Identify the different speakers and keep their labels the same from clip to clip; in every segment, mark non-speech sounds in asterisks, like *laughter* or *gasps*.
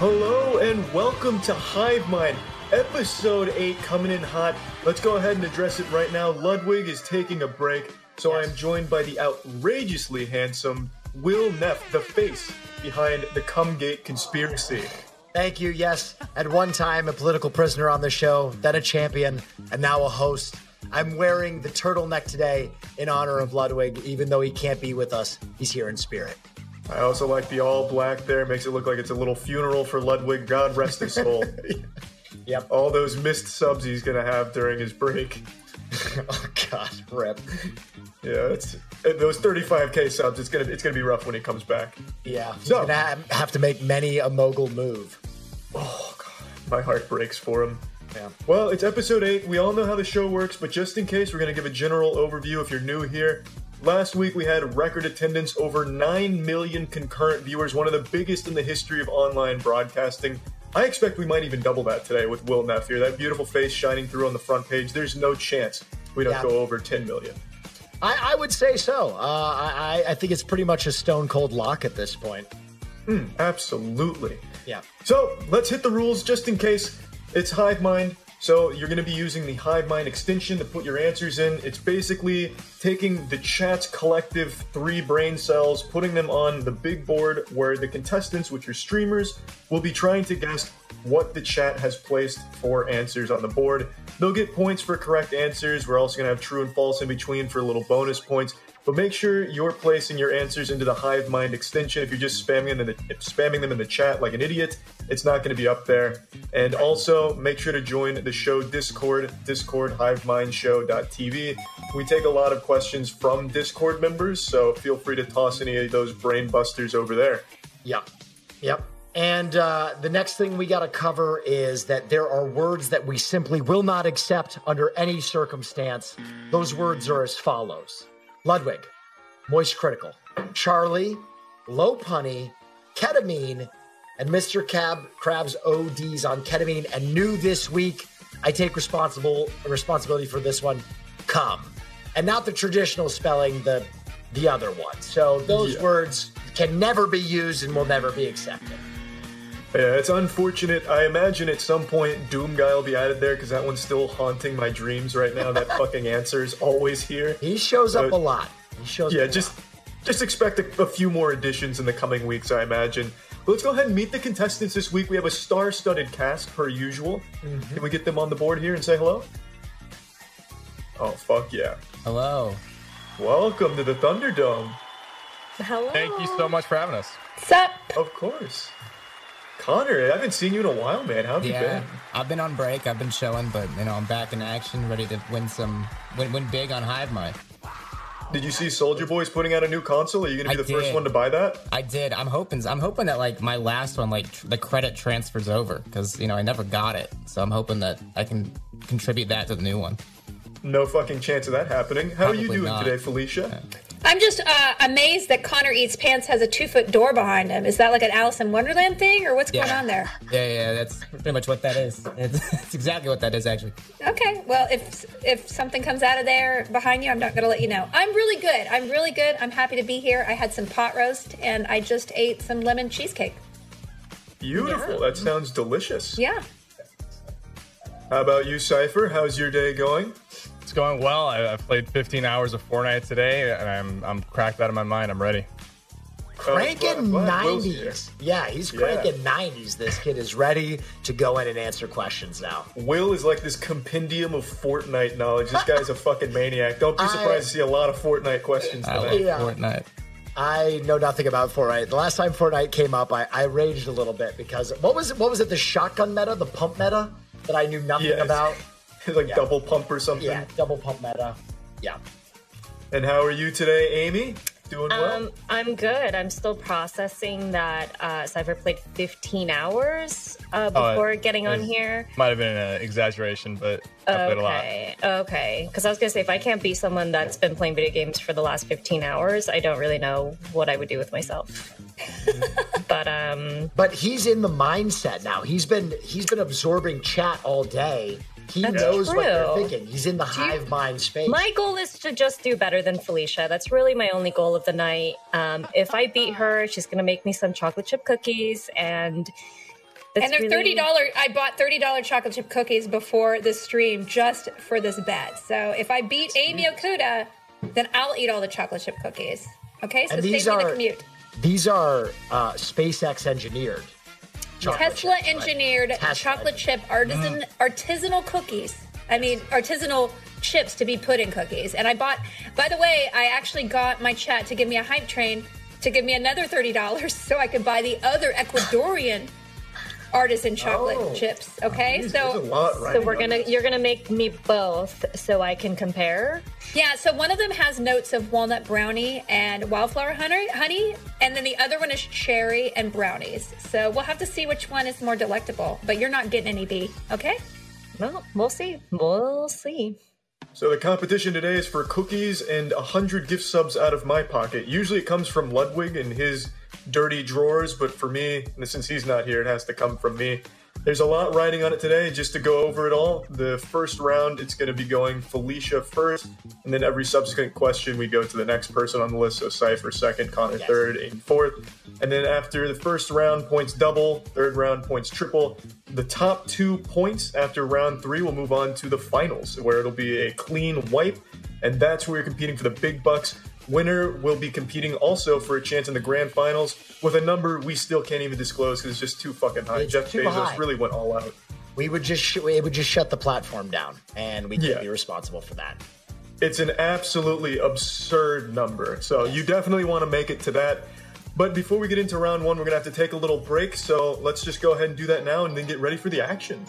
Speaker 1: Hello and welcome to Hive Mind, episode 8 coming in hot. Let's go ahead and address it right now. Ludwig is taking a break, so I'm joined by the outrageously handsome Will Neff, the face behind the Cumgate conspiracy.
Speaker 2: Thank you. Yes, at one time a political prisoner on the show, then a champion, and now a host. I'm wearing the turtleneck today in honor of Ludwig, even though he can't be with us. He's here in spirit.
Speaker 1: I also like the all black there, makes it look like it's a little funeral for Ludwig. God rest his soul.
Speaker 2: Yep.
Speaker 1: All those missed subs he's going to have during his break.
Speaker 2: *laughs* Oh God, rip.
Speaker 1: Yeah, it's those 35k subs. It's gonna it's gonna be rough when he comes back.
Speaker 2: Yeah, he's
Speaker 1: So-
Speaker 2: gonna ha- have to make many a mogul move.
Speaker 1: Oh god, my heart breaks for him.
Speaker 2: Yeah.
Speaker 1: Well, it's episode 8. We all know how the show works, but just in case, we're going to give a general overview if you're new here. Last week, we had record attendance over 9 million concurrent viewers, one of the biggest in the history of online broadcasting. I expect we might even double that today with Will Neff here. That beautiful face shining through on the front page. There's no chance we don't
Speaker 2: Yeah.
Speaker 1: go over 10 million.
Speaker 2: I, I would say so. Uh, I, I- I think it's pretty much a stone cold lock at this point.
Speaker 1: Absolutely.
Speaker 2: Yeah.
Speaker 1: So let's hit the rules just in case. It's Hive Mind, so you're going to be using the Hive Mind extension to put your answers in. It's basically taking the chat's collective three brain cells, putting them on the big board where the contestants, which are streamers, will be trying to guess what the chat has placed for answers on the board. They'll get points for correct answers. We're also going to have true and false in between for little bonus points. But make sure you're placing your answers into the Hive Mind extension. If you're just spamming them, in the, spamming them in the chat like an idiot, it's not going to be up there. And also, make sure to join the show Discord, Discord HiveMindShow.tv. We take a lot of questions from Discord members, so feel free to toss any of those brain busters over there.
Speaker 2: Yep. Yep. And uh, the next thing we got to cover is that there are words that we simply will not accept under any circumstance. Those words are as follows Ludwig, moist critical, Charlie, low punny, ketamine, and Mr. Cab Crab's ODs on ketamine. And new this week, I take responsible responsibility for this one, come. And not the traditional spelling, the the other one. So those
Speaker 1: Yeah.
Speaker 2: words can never be used and will never be accepted.
Speaker 1: Yeah, it's unfortunate. I imagine at some point Doom Guy will be added there because that one's still haunting my dreams right now. That fucking answer is always here.
Speaker 2: He shows up
Speaker 1: Uh,
Speaker 2: a lot. He shows up
Speaker 1: Yeah,
Speaker 2: a
Speaker 1: just
Speaker 2: lot.
Speaker 1: just expect a, a few more additions in the coming weeks, I imagine. But let's go ahead and meet the contestants this week. We have a star-studded cast per usual.
Speaker 3: Mm-hmm.
Speaker 1: Can we get them on the board here and say hello? Oh fuck yeah!
Speaker 3: Hello.
Speaker 1: Welcome to the Thunderdome.
Speaker 4: Hello.
Speaker 3: Thank you so much for having us.
Speaker 4: Sup?
Speaker 1: Of course, Connor. I haven't seen you in a while, man. How have you
Speaker 3: Yeah,
Speaker 1: been?
Speaker 3: I've been on break. I've been showing, but you know I'm back in action, ready to win some, win, win big on Hive Mind.
Speaker 1: Did you see Soldier Boy's putting out a new console? Are you going to be
Speaker 3: I
Speaker 1: the first
Speaker 3: did.
Speaker 1: one to buy that?
Speaker 3: I did. I'm hoping. I'm hoping that like my last one, like tr- the credit transfers over, because you know I never got it. So I'm hoping that I can contribute that to the new one.
Speaker 1: No fucking chance of that happening. How are you
Speaker 3: Probably
Speaker 1: doing
Speaker 3: not.
Speaker 1: today, Felicia?
Speaker 4: I'm just uh, amazed that Connor Eats Pants has a two foot door behind him. Is that like an Alice in Wonderland thing or what's going
Speaker 3: Yeah.
Speaker 4: on there?
Speaker 3: Yeah, yeah, yeah, that's pretty much what that is. It's, *laughs* it's exactly what that is, actually.
Speaker 4: Okay, well, if if something comes out of there behind you, I'm not going to let you know. I'm really good. I'm really good. I'm happy to be here. I had some pot roast and I just ate some lemon cheesecake.
Speaker 1: Beautiful. That sounds delicious.
Speaker 4: Yeah.
Speaker 1: How about you, Cipher? How's your day going?
Speaker 5: It's going well. I, I played 15 hours of Fortnite today, and I'm I'm cracked out of my mind. I'm ready.
Speaker 2: Cranking
Speaker 1: Well, well, Uh, Will's here.
Speaker 2: 90s. Yeah, he's cranking 90s. This kid is ready to go in and answer questions now.
Speaker 1: Will is like this compendium of Fortnite knowledge. This guy's a fucking maniac. Don't be
Speaker 2: *laughs* I-
Speaker 1: surprised to see a lot of Fortnite questions
Speaker 3: I
Speaker 1: today.
Speaker 2: Yeah.
Speaker 3: love Fortnite.
Speaker 2: I know nothing about Fortnite. The last time Fortnite came up, I, I raged a little bit because what was it? What was it? The shotgun meta, the pump meta that I knew nothing
Speaker 1: Yes. *laughs*
Speaker 2: about.
Speaker 1: It's like double pump or something.
Speaker 2: Yeah, double pump meta. Yeah.
Speaker 1: And how are you today, Amy? Doing well.
Speaker 6: Um, I'm good. I'm still processing that uh, Cypher played 15 hours uh,
Speaker 5: Oh,
Speaker 6: before
Speaker 5: it-
Speaker 6: getting on
Speaker 5: it-
Speaker 6: here.
Speaker 5: Might have been an exaggeration, but I played a lot.
Speaker 6: Okay, okay. Because I was gonna say, if I can't be someone that's been playing video games for the last 15 hours, I don't really know what I would do with myself. *laughs* but um,
Speaker 2: But he's in the mindset now. He's been he's been absorbing chat all day. He
Speaker 6: That's
Speaker 2: knows what they're
Speaker 6: true.
Speaker 2: thinking. He's in the hive mind space.
Speaker 6: my goal is to just do better than Felicia. That's really my only goal of the night. Um, if I beat her, she's gonna make me some chocolate chip cookies and. That's
Speaker 4: and they're
Speaker 6: really-
Speaker 4: thirty dollar. I bought thirty dollar chocolate chip cookies before this stream just for this bet. So if I beat Amy Okuda, then I'll eat all the chocolate chip cookies. Okay, so
Speaker 2: And
Speaker 4: save
Speaker 2: these
Speaker 4: me the
Speaker 2: are-
Speaker 4: commute.
Speaker 2: These are uh, SpaceX engineered. chocolate
Speaker 4: Tesla
Speaker 2: chips, right?
Speaker 4: engineered
Speaker 2: Tesla.
Speaker 4: chocolate chip
Speaker 1: Mm.
Speaker 4: artisan artisanal cookies. I mean artisanal chips to be put in cookies. And I bought by the way, I actually got my chat to give me a hype train to give me another thirty dollars *laughs* so I could buy the other Ecuadorian artisan chocolate
Speaker 2: Oh.
Speaker 4: chips. Okay.
Speaker 1: There's a
Speaker 4: so
Speaker 1: lot right
Speaker 6: So we're gonna you're gonna make me both so I can compare.
Speaker 4: yeah, so one of them has notes of walnut brownie and wildflower honey honey, and then the other one is cherry and brownies. So we'll have to see which one is more delectable. But you're not getting any B, okay?
Speaker 6: Well, we'll see. We'll see.
Speaker 1: So the competition today is for cookies and 100 gift subs out of my pocket. Usually it comes from Ludwig and his dirty drawers, but for me, since he's not here, it has to come from me. There's a lot riding on it today. Just to go over it all, the first round, it's going to be going Felicia first, and then every subsequent question, we go to the next person on the list. So Cypher second, Connor third, and fourth. And then after the first round, points double, third round, points triple. The top two points after round three will move on to the finals, where it'll be a clean wipe. And that's where you're competing for the big bucks. Winner will be competing also for a chance in the grand finals with a number we still can't even disclose because it's just too fucking high.
Speaker 2: It's
Speaker 1: Jeff
Speaker 2: too
Speaker 1: Bezos
Speaker 2: high.
Speaker 1: really went all out.
Speaker 2: We would just sh- it would just shut the platform down, and we can't
Speaker 1: Yeah.
Speaker 2: be responsible for that.
Speaker 1: It's an absolutely absurd number. So you definitely want to make it to that. But before we get into round one, we're going to have to take a little break. So let's just go ahead and do that now and then get ready for the action.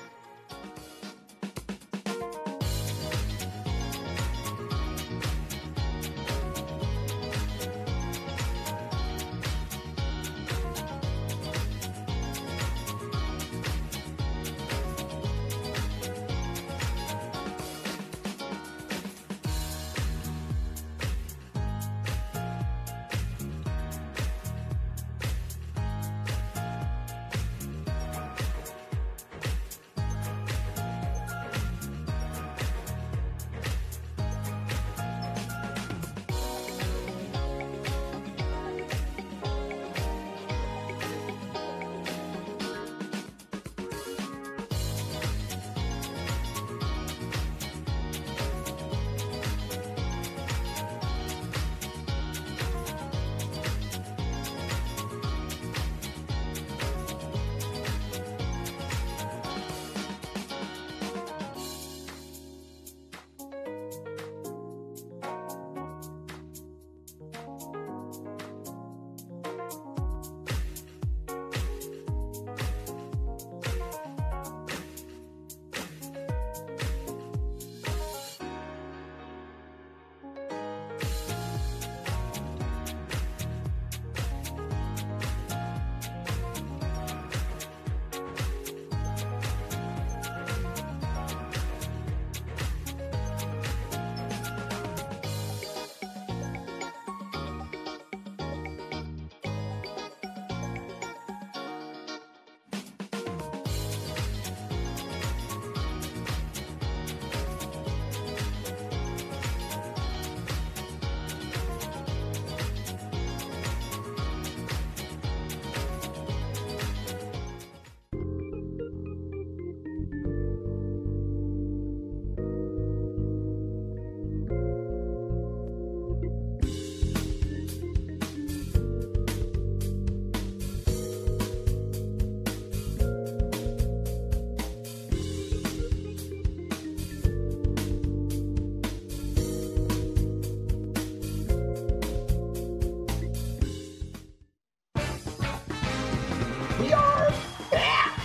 Speaker 2: We are back.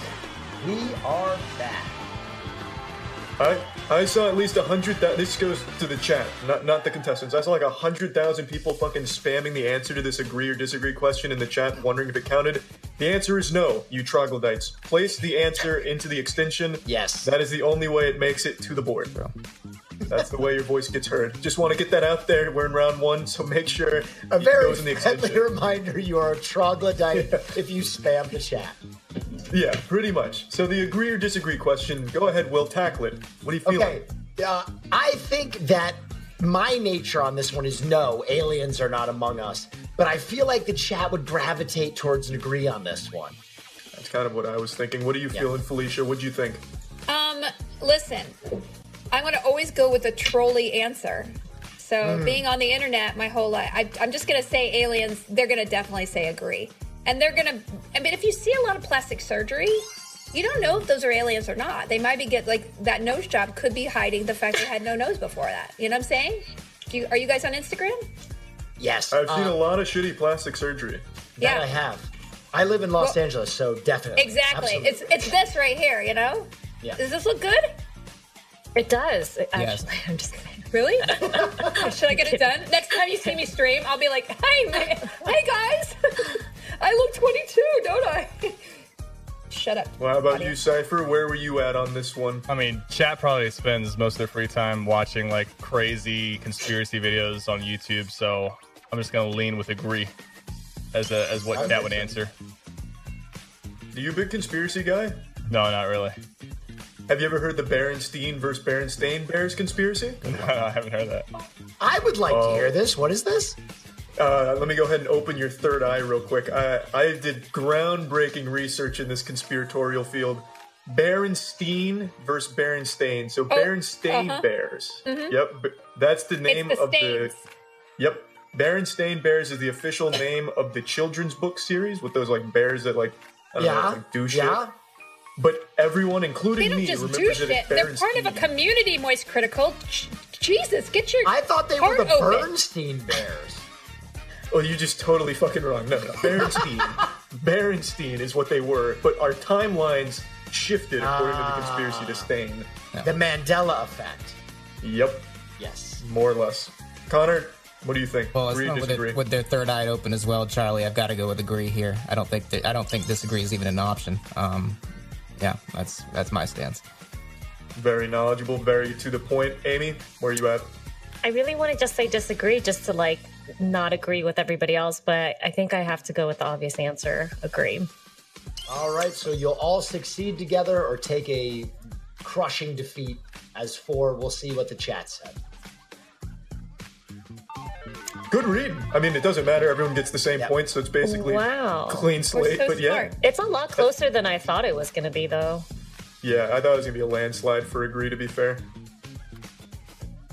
Speaker 2: We are back.
Speaker 1: I I saw at least a hundred that this goes to the chat, not not the contestants. I saw like a hundred thousand people fucking spamming the answer to this agree or disagree question in the chat, wondering if it counted. The answer is no, you troglodytes. Place the answer into the extension.
Speaker 2: Yes.
Speaker 1: That is the only way it makes it to the board. That's the way your voice gets heard. Just want to get that out there. We're in round one, so make sure
Speaker 2: A
Speaker 1: it
Speaker 2: very
Speaker 1: goes in the
Speaker 2: friendly
Speaker 1: extension.
Speaker 2: reminder: you are a troglodyte if you spam the *laughs* chat.
Speaker 1: Yeah, pretty much. So the agree or disagree question. Go ahead, Will tackle it. What do you feel?
Speaker 2: Okay. Uh, I think that my nature on this one is no, aliens are not among us. But I feel like the chat would gravitate towards an agree on this one.
Speaker 1: It's kind of what I was thinking. What are you feeling, Felicia? What do you think?
Speaker 4: Um, listen, I'm gonna always go with the trolley answer. So being on the internet my whole life, I, I'm just gonna say aliens. They're gonna definitely say agree, and they're gonna. I mean, if you see a lot of plastic surgery, you don't know if those are aliens or not. They might be get like that nose job could be hiding the fact they had no nose before that. You know what I'm saying? Do you, are you guys on Instagram?
Speaker 2: Yes.
Speaker 1: I've seen
Speaker 2: uh,
Speaker 1: a lot of shitty plastic surgery.
Speaker 2: that I have. I live in Los
Speaker 4: Well-
Speaker 2: Angeles, so definitely.
Speaker 4: Exactly.
Speaker 2: Absolutely.
Speaker 4: It's it's this right here, you know?
Speaker 2: Yeah.
Speaker 4: Does this look good?
Speaker 6: It does. It
Speaker 3: Yes.
Speaker 6: actually, *laughs* I'm just kidding.
Speaker 4: Really? *laughs* Should I get it done? Next time you see me stream, I'll be like, hey, man. hey guys. *laughs* I look 22, don't I? *laughs* Shut up.
Speaker 1: Well, how about you, Cypher? Where were you at on this one?
Speaker 5: I mean, chat probably spends most of their free time watching like crazy conspiracy videos on YouTube, so I'm just gonna lean with agree E as a, as what
Speaker 1: That
Speaker 5: Cat would
Speaker 1: makes
Speaker 5: answer.
Speaker 1: Are you a big conspiracy guy?
Speaker 5: No, not really. *laughs*
Speaker 1: Have you ever heard the Berenstein versus Berenstain Bears conspiracy?
Speaker 5: I haven't heard that.
Speaker 2: I would like to hear this. What is this?
Speaker 1: Uh, let me go ahead and open your third eye real quick. I, I did groundbreaking research in this conspiratorial field. Berenstein versus Berenstain. So Berenstain Bears. Yep, b- that's the name
Speaker 4: Oh, uh-huh. Mm-hmm. it's the
Speaker 1: of
Speaker 4: stains.
Speaker 1: the. Yep, Berenstain Bears is the official name of the children's book series with those like bears that like, I don't know,
Speaker 2: Yeah.
Speaker 1: like, do shit.
Speaker 2: yeah.
Speaker 1: But everyone,
Speaker 4: They
Speaker 1: including
Speaker 4: don't
Speaker 1: me,
Speaker 4: just do
Speaker 1: remembers it
Speaker 4: shit.
Speaker 1: as
Speaker 4: They're part of a
Speaker 1: Berenstain.
Speaker 4: community, Moist Critical. J- Jesus, get your
Speaker 2: I thought they were
Speaker 4: heart
Speaker 2: the
Speaker 4: open.
Speaker 2: Bernstein Bears.
Speaker 1: Oh, you just totally fucking wrong. No, no.
Speaker 3: *laughs*
Speaker 1: Berenstein. Berenstein is what they were, but our timelines shifted according to the
Speaker 3: Ah.
Speaker 1: conspiracy to Stain.
Speaker 2: The Mandela effect.
Speaker 1: Yep,
Speaker 2: Yes.
Speaker 1: more or less. Connor, what do you think?
Speaker 3: Well, it's
Speaker 1: Agree,
Speaker 3: going with,
Speaker 1: disagree?
Speaker 3: their, with their third eye open as well, Charlie. I've got to go with agree here. I don't think that, I don't think disagree is even an option. Um, yeah, that's that's my stance.
Speaker 1: Very knowledgeable, very to the point. Amy, where you at?
Speaker 6: I really want to just say disagree, just to like not agree with everybody else, but I think I have to go with the obvious answer agree.
Speaker 2: All right, so you'll all succeed together or take a crushing defeat as four. We'll see what the chat said.
Speaker 1: Good read. I mean, it doesn't matter. Everyone gets the same
Speaker 2: Yep.
Speaker 1: points,
Speaker 2: points,
Speaker 1: so it's basically
Speaker 6: Wow.
Speaker 1: clean slate.
Speaker 4: so
Speaker 1: but yeah,
Speaker 4: smart.
Speaker 6: It's a lot closer than I thought it was going to be, though.
Speaker 1: yeah, I thought it was gonna be a landslide for agree. To be fair,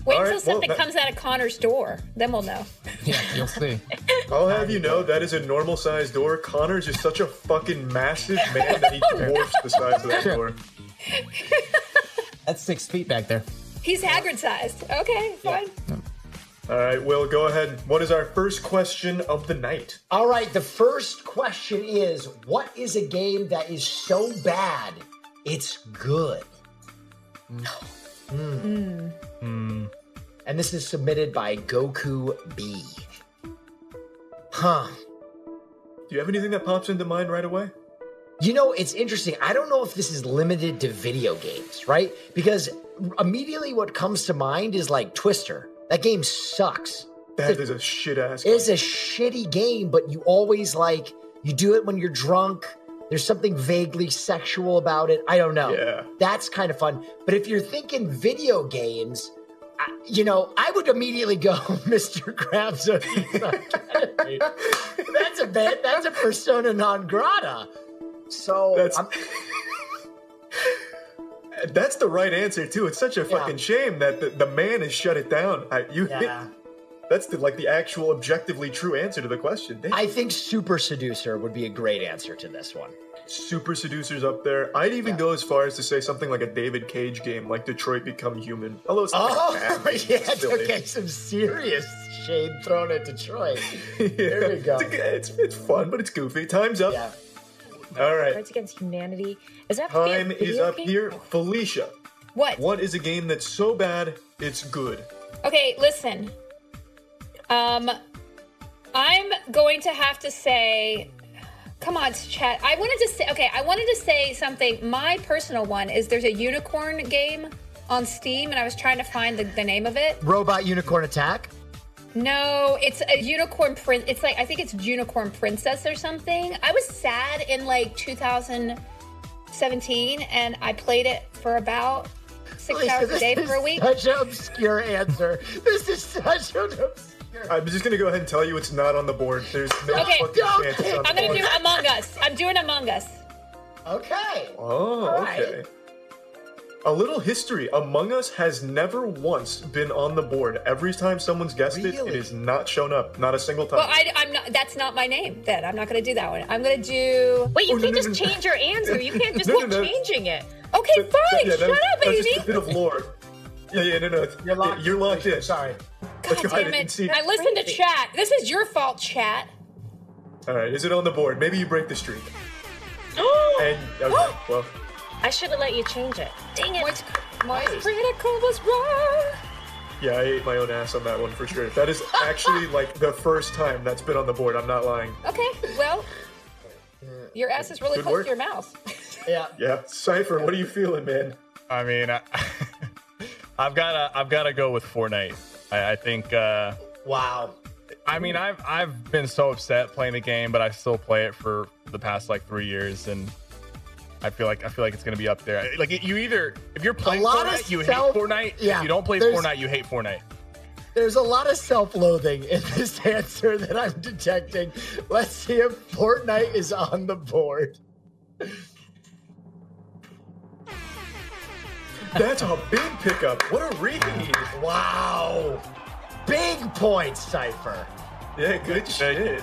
Speaker 4: Wait
Speaker 1: All
Speaker 4: until
Speaker 1: right, well,
Speaker 4: something
Speaker 1: that-
Speaker 4: comes out of Connor's door. Then we'll know.
Speaker 3: Yeah, you'll see.
Speaker 1: I'll have you know that is a normal sized door. Connor's is such a fucking massive man
Speaker 3: *laughs*
Speaker 1: that he dwarfs the size of that
Speaker 3: Sure.
Speaker 1: door.
Speaker 3: That's six feet back there.
Speaker 4: He's Hagrid sized. Okay, fine.
Speaker 1: All right, Will, go ahead. What is our first question of the night?
Speaker 2: All right, the first question is What is a game that is so bad it's good? Mm. And this is submitted by Goku B. Huh.
Speaker 1: Do you have anything that pops into mind right away?
Speaker 2: You know, it's interesting. I don't know if this is limited to video games, right? Because immediately what comes to mind is like Twister. That game sucks.
Speaker 1: That is a shit ass.
Speaker 2: It's a shitty game, but you always like, you do it when you're drunk. There's something vaguely sexual about it. I don't know.
Speaker 1: Yeah.
Speaker 2: That's kind of fun. But if you're thinking video games, I, you know, I would immediately go, *laughs*
Speaker 1: *laughs*
Speaker 2: Mr. Krabs. that's a bit, that's a persona non grata. So
Speaker 1: That's-
Speaker 2: I'm-
Speaker 1: That's *laughs* the right answer too. It's such a fucking shame that the, the man has shut it down. I, you hit-
Speaker 2: Yeah.
Speaker 1: that's the, like the actual objectively true answer to the question. Damn.
Speaker 2: I think Super Seducer would be a great answer to this one. *laughs*
Speaker 1: Super seducers up there. I'd even go as far as to say something like a David Cage game, like Detroit Become Human. Although it's not
Speaker 2: Oh,
Speaker 1: that bad.
Speaker 2: *laughs* yeah,
Speaker 1: It's silly.
Speaker 2: okay, some serious shade thrown at
Speaker 4: *laughs*
Speaker 2: Detroit. There we go.
Speaker 1: It's, a- *laughs* it's, it's fun, but it's goofy. Time's up.
Speaker 2: Yeah.
Speaker 1: All right.
Speaker 6: Cards Against Humanity. Is that have to be a
Speaker 1: Time is
Speaker 6: video
Speaker 1: up
Speaker 6: game?
Speaker 1: here. Felicia,
Speaker 4: What?
Speaker 1: what is a game that's so bad it's good?
Speaker 4: Okay, listen. Um, I'm going to have to say, come on, chat. I wanted to say, okay, I wanted to say something. My personal one is there's a unicorn game on Steam, and I was trying to find the, the name of it.
Speaker 2: Robot Unicorn Attack.
Speaker 4: No, it's a unicorn prince. It's like I think it's unicorn princess or something. I was sad in like 2017, and I played it for about six hours a
Speaker 2: This
Speaker 4: day for a
Speaker 2: is
Speaker 4: week.
Speaker 2: Such an obscure answer. *laughs* This is such an obscure.
Speaker 1: I'm just gonna go ahead and tell you it's not on the board. There's no
Speaker 4: Okay.
Speaker 1: fucking
Speaker 2: Don't-
Speaker 1: chance it's on
Speaker 4: I'm
Speaker 1: the
Speaker 4: gonna
Speaker 1: board.
Speaker 4: do Among Us. I'm doing Among Us.
Speaker 2: Okay.
Speaker 1: Oh,
Speaker 2: Alright.
Speaker 1: okay. A little history. Among Us has never once been on the board. Every time someone's guessed it, it
Speaker 2: Really?
Speaker 1: is not shown up. Not a single time.
Speaker 4: Well, I, I'm not. That's not my name. Then I'm not going to do that one. I'm going to do.
Speaker 6: Wait, you
Speaker 1: Oh, no,
Speaker 6: can't
Speaker 1: no,
Speaker 6: just
Speaker 1: no, no.
Speaker 6: change your answer.
Speaker 1: *laughs*
Speaker 6: You can't just
Speaker 1: No, no,
Speaker 6: keep
Speaker 1: no.
Speaker 6: changing it. *gasps*
Speaker 4: Okay,
Speaker 1: But- but
Speaker 4: fine.
Speaker 1: yeah,
Speaker 4: Shut
Speaker 1: that was-
Speaker 4: up,
Speaker 1: that's
Speaker 4: baby.
Speaker 1: just a bit of lore. Yeah, yeah, no, no. it's-
Speaker 2: You're locked.
Speaker 1: You're locked in.
Speaker 2: Sorry.
Speaker 1: Let's go
Speaker 4: God
Speaker 1: ahead
Speaker 4: damn
Speaker 1: and
Speaker 4: it.
Speaker 1: see.
Speaker 4: I listened to
Speaker 6: Crazy.
Speaker 4: chat. This is your fault, chat.
Speaker 1: All right, is it on the board? Maybe you break the streak. And
Speaker 4: *gasps*
Speaker 1: okay, well,
Speaker 6: I should have let you change it. Dang it.
Speaker 4: Moist, Moist Critical was wrong.
Speaker 1: yeah, I ate my own ass on that one for sure. That is actually like the first time that's been on the board. I'm not lying.
Speaker 4: Okay, well, your ass is really
Speaker 1: Good
Speaker 4: close
Speaker 1: work.
Speaker 4: to
Speaker 1: *laughs*
Speaker 4: your mouth.
Speaker 2: Yeah.
Speaker 1: Yeah, Cipher, what are you feeling, man?
Speaker 5: I mean, I, *laughs* I've gotta, I've gotta go with Fortnite. I, I think. Uh,
Speaker 2: Wow.
Speaker 5: I mean, I've I've been so upset playing the game, but I still play it for the past like three years, and I feel like I feel like it's gonna be up there. Like you either if you're playing
Speaker 2: A lot of
Speaker 5: Fortnite, you
Speaker 2: self-
Speaker 5: hate Fortnite.
Speaker 2: yeah,
Speaker 5: If you don't play
Speaker 2: there's-
Speaker 5: Fortnite, you hate Fortnite.
Speaker 2: There's a lot of self-loathing in this *laughs* answer that I'm detecting. Let's see if Fortnite is on the board.
Speaker 1: That's a big pickup. What a read.
Speaker 2: Wow. Big point, Cypher.
Speaker 1: Yeah, good shit.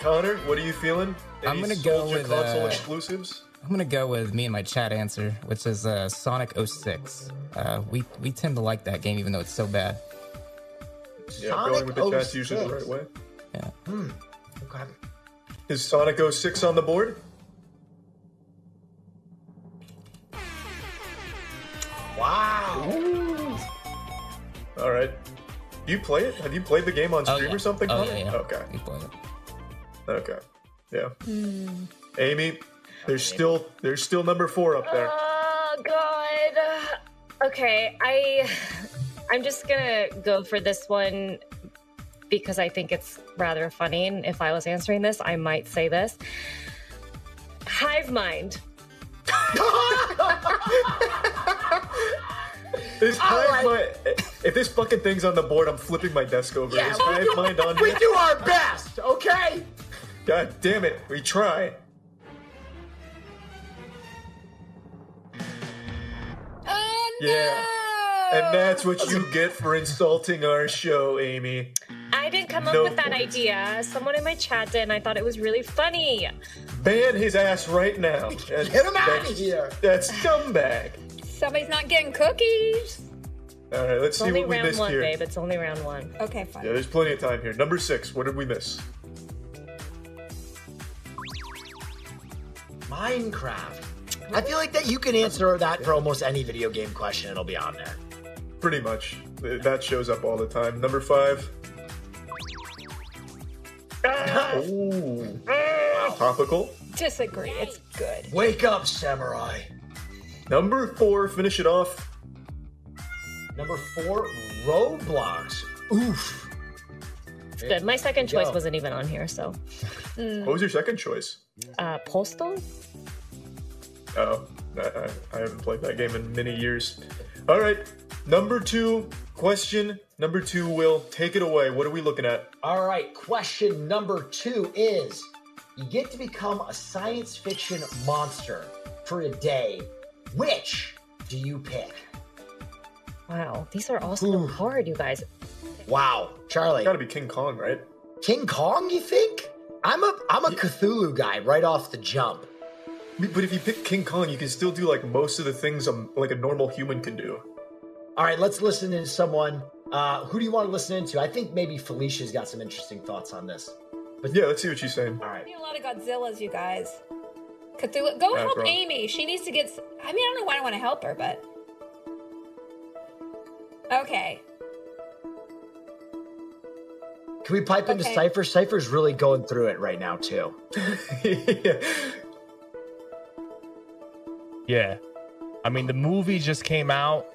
Speaker 1: Connor, what are you feeling?
Speaker 3: I'm
Speaker 1: Any
Speaker 3: gonna go
Speaker 1: Soldier
Speaker 3: with,
Speaker 1: console
Speaker 3: uh,
Speaker 1: exclusives.
Speaker 3: I'm gonna go with me and my chat answer, which is uh, Sonic 06. Uh, we we tend to like that game, even though it's so bad.
Speaker 1: Yeah, going with the chat's usually the right
Speaker 2: 06.
Speaker 1: way.
Speaker 2: Okay.
Speaker 1: Is Sonic 06 on the board?
Speaker 2: Wow.
Speaker 1: All right. Do you play it? Have you played the game on
Speaker 3: Oh,
Speaker 1: stream
Speaker 3: yeah.
Speaker 1: or something?
Speaker 3: Oh,
Speaker 1: Connor?
Speaker 3: yeah, yeah.
Speaker 1: Okay.
Speaker 3: We play it.
Speaker 1: Okay. Yeah. Amy, there's still there's still number four up there.
Speaker 6: Oh god. Okay, I I'm just gonna go for this one because I think it's rather funny. And if I was answering this, I might say this. Hive mind.
Speaker 1: Is Hive
Speaker 2: right.
Speaker 1: Mind- if this fucking thing's on the board, I'm flipping my desk over.
Speaker 2: Yeah,
Speaker 1: is
Speaker 2: we *laughs*
Speaker 1: Hive
Speaker 2: do-
Speaker 1: Mind on
Speaker 2: We
Speaker 1: here?
Speaker 2: do our best, okay?
Speaker 1: God damn it, we try.
Speaker 4: Oh, no.
Speaker 1: Yeah.
Speaker 2: Uh,
Speaker 1: And that's what you get for insulting our show, Amy.
Speaker 6: I didn't come up
Speaker 1: No
Speaker 6: with that
Speaker 1: points.
Speaker 6: idea. Someone in my chat did, and I thought it was really funny.
Speaker 1: Ban his ass right now.
Speaker 2: *laughs*
Speaker 1: Get
Speaker 2: Get him out of here.
Speaker 1: That's scumbag.
Speaker 4: Somebody's not getting cookies.
Speaker 1: All right, let's
Speaker 6: It's
Speaker 1: see
Speaker 6: only
Speaker 1: what we
Speaker 6: round
Speaker 1: missed
Speaker 6: one,
Speaker 1: here.
Speaker 6: babe. It's only round one.
Speaker 4: Okay, fine.
Speaker 1: Yeah, there's plenty of time here. Number six, what did we miss?
Speaker 2: Minecraft. I feel like that you can answer that for almost any video game question. It'll be on there.
Speaker 1: Pretty much. Th- That shows up all the time. Number five.
Speaker 2: Ah!
Speaker 1: Ooh. Topical.
Speaker 4: Disagree. It's good.
Speaker 2: Wake up, samurai.
Speaker 1: Number four, finish it off.
Speaker 2: Number four, Roblox. Oof.
Speaker 6: It's good. My second
Speaker 2: you
Speaker 6: choice
Speaker 2: go.
Speaker 6: wasn't even on here, so
Speaker 1: What was your second choice?
Speaker 6: uh postal?
Speaker 1: Oh, I, I, I haven't played that game in many years. All right, number two question. Number two, Will, take it away. What are we looking at?
Speaker 2: All right, question number two is you get to become a science fiction monster for a day. Which do you pick?
Speaker 6: Wow, these are all so hard, you guys.
Speaker 2: Wow, Charlie.
Speaker 1: Gotta be King Kong, right?
Speaker 2: King Kong, you think? I'm a I'm a Cthulhu guy right off the jump.
Speaker 1: I mean, But if you pick King Kong, you can still do like most of the things um like a normal human can do.
Speaker 2: All right, let's listen in to someone. Uh, who do you want to listen into? I think maybe Felicia's got some interesting thoughts on this.
Speaker 1: Yeah, let's see what she's saying. *laughs*
Speaker 2: All right.
Speaker 4: I need a lot of Godzillas, you guys. Cthulhu. Go
Speaker 1: Yeah,
Speaker 4: help
Speaker 1: bro.
Speaker 4: Amy. She needs to get. s- I mean, I don't know why I want to help her, but. Okay.
Speaker 2: Can we pipe into
Speaker 4: Okay.
Speaker 2: Cypher? Cypher's really going through it right now, too.
Speaker 5: Yeah. I mean, the movie just came out.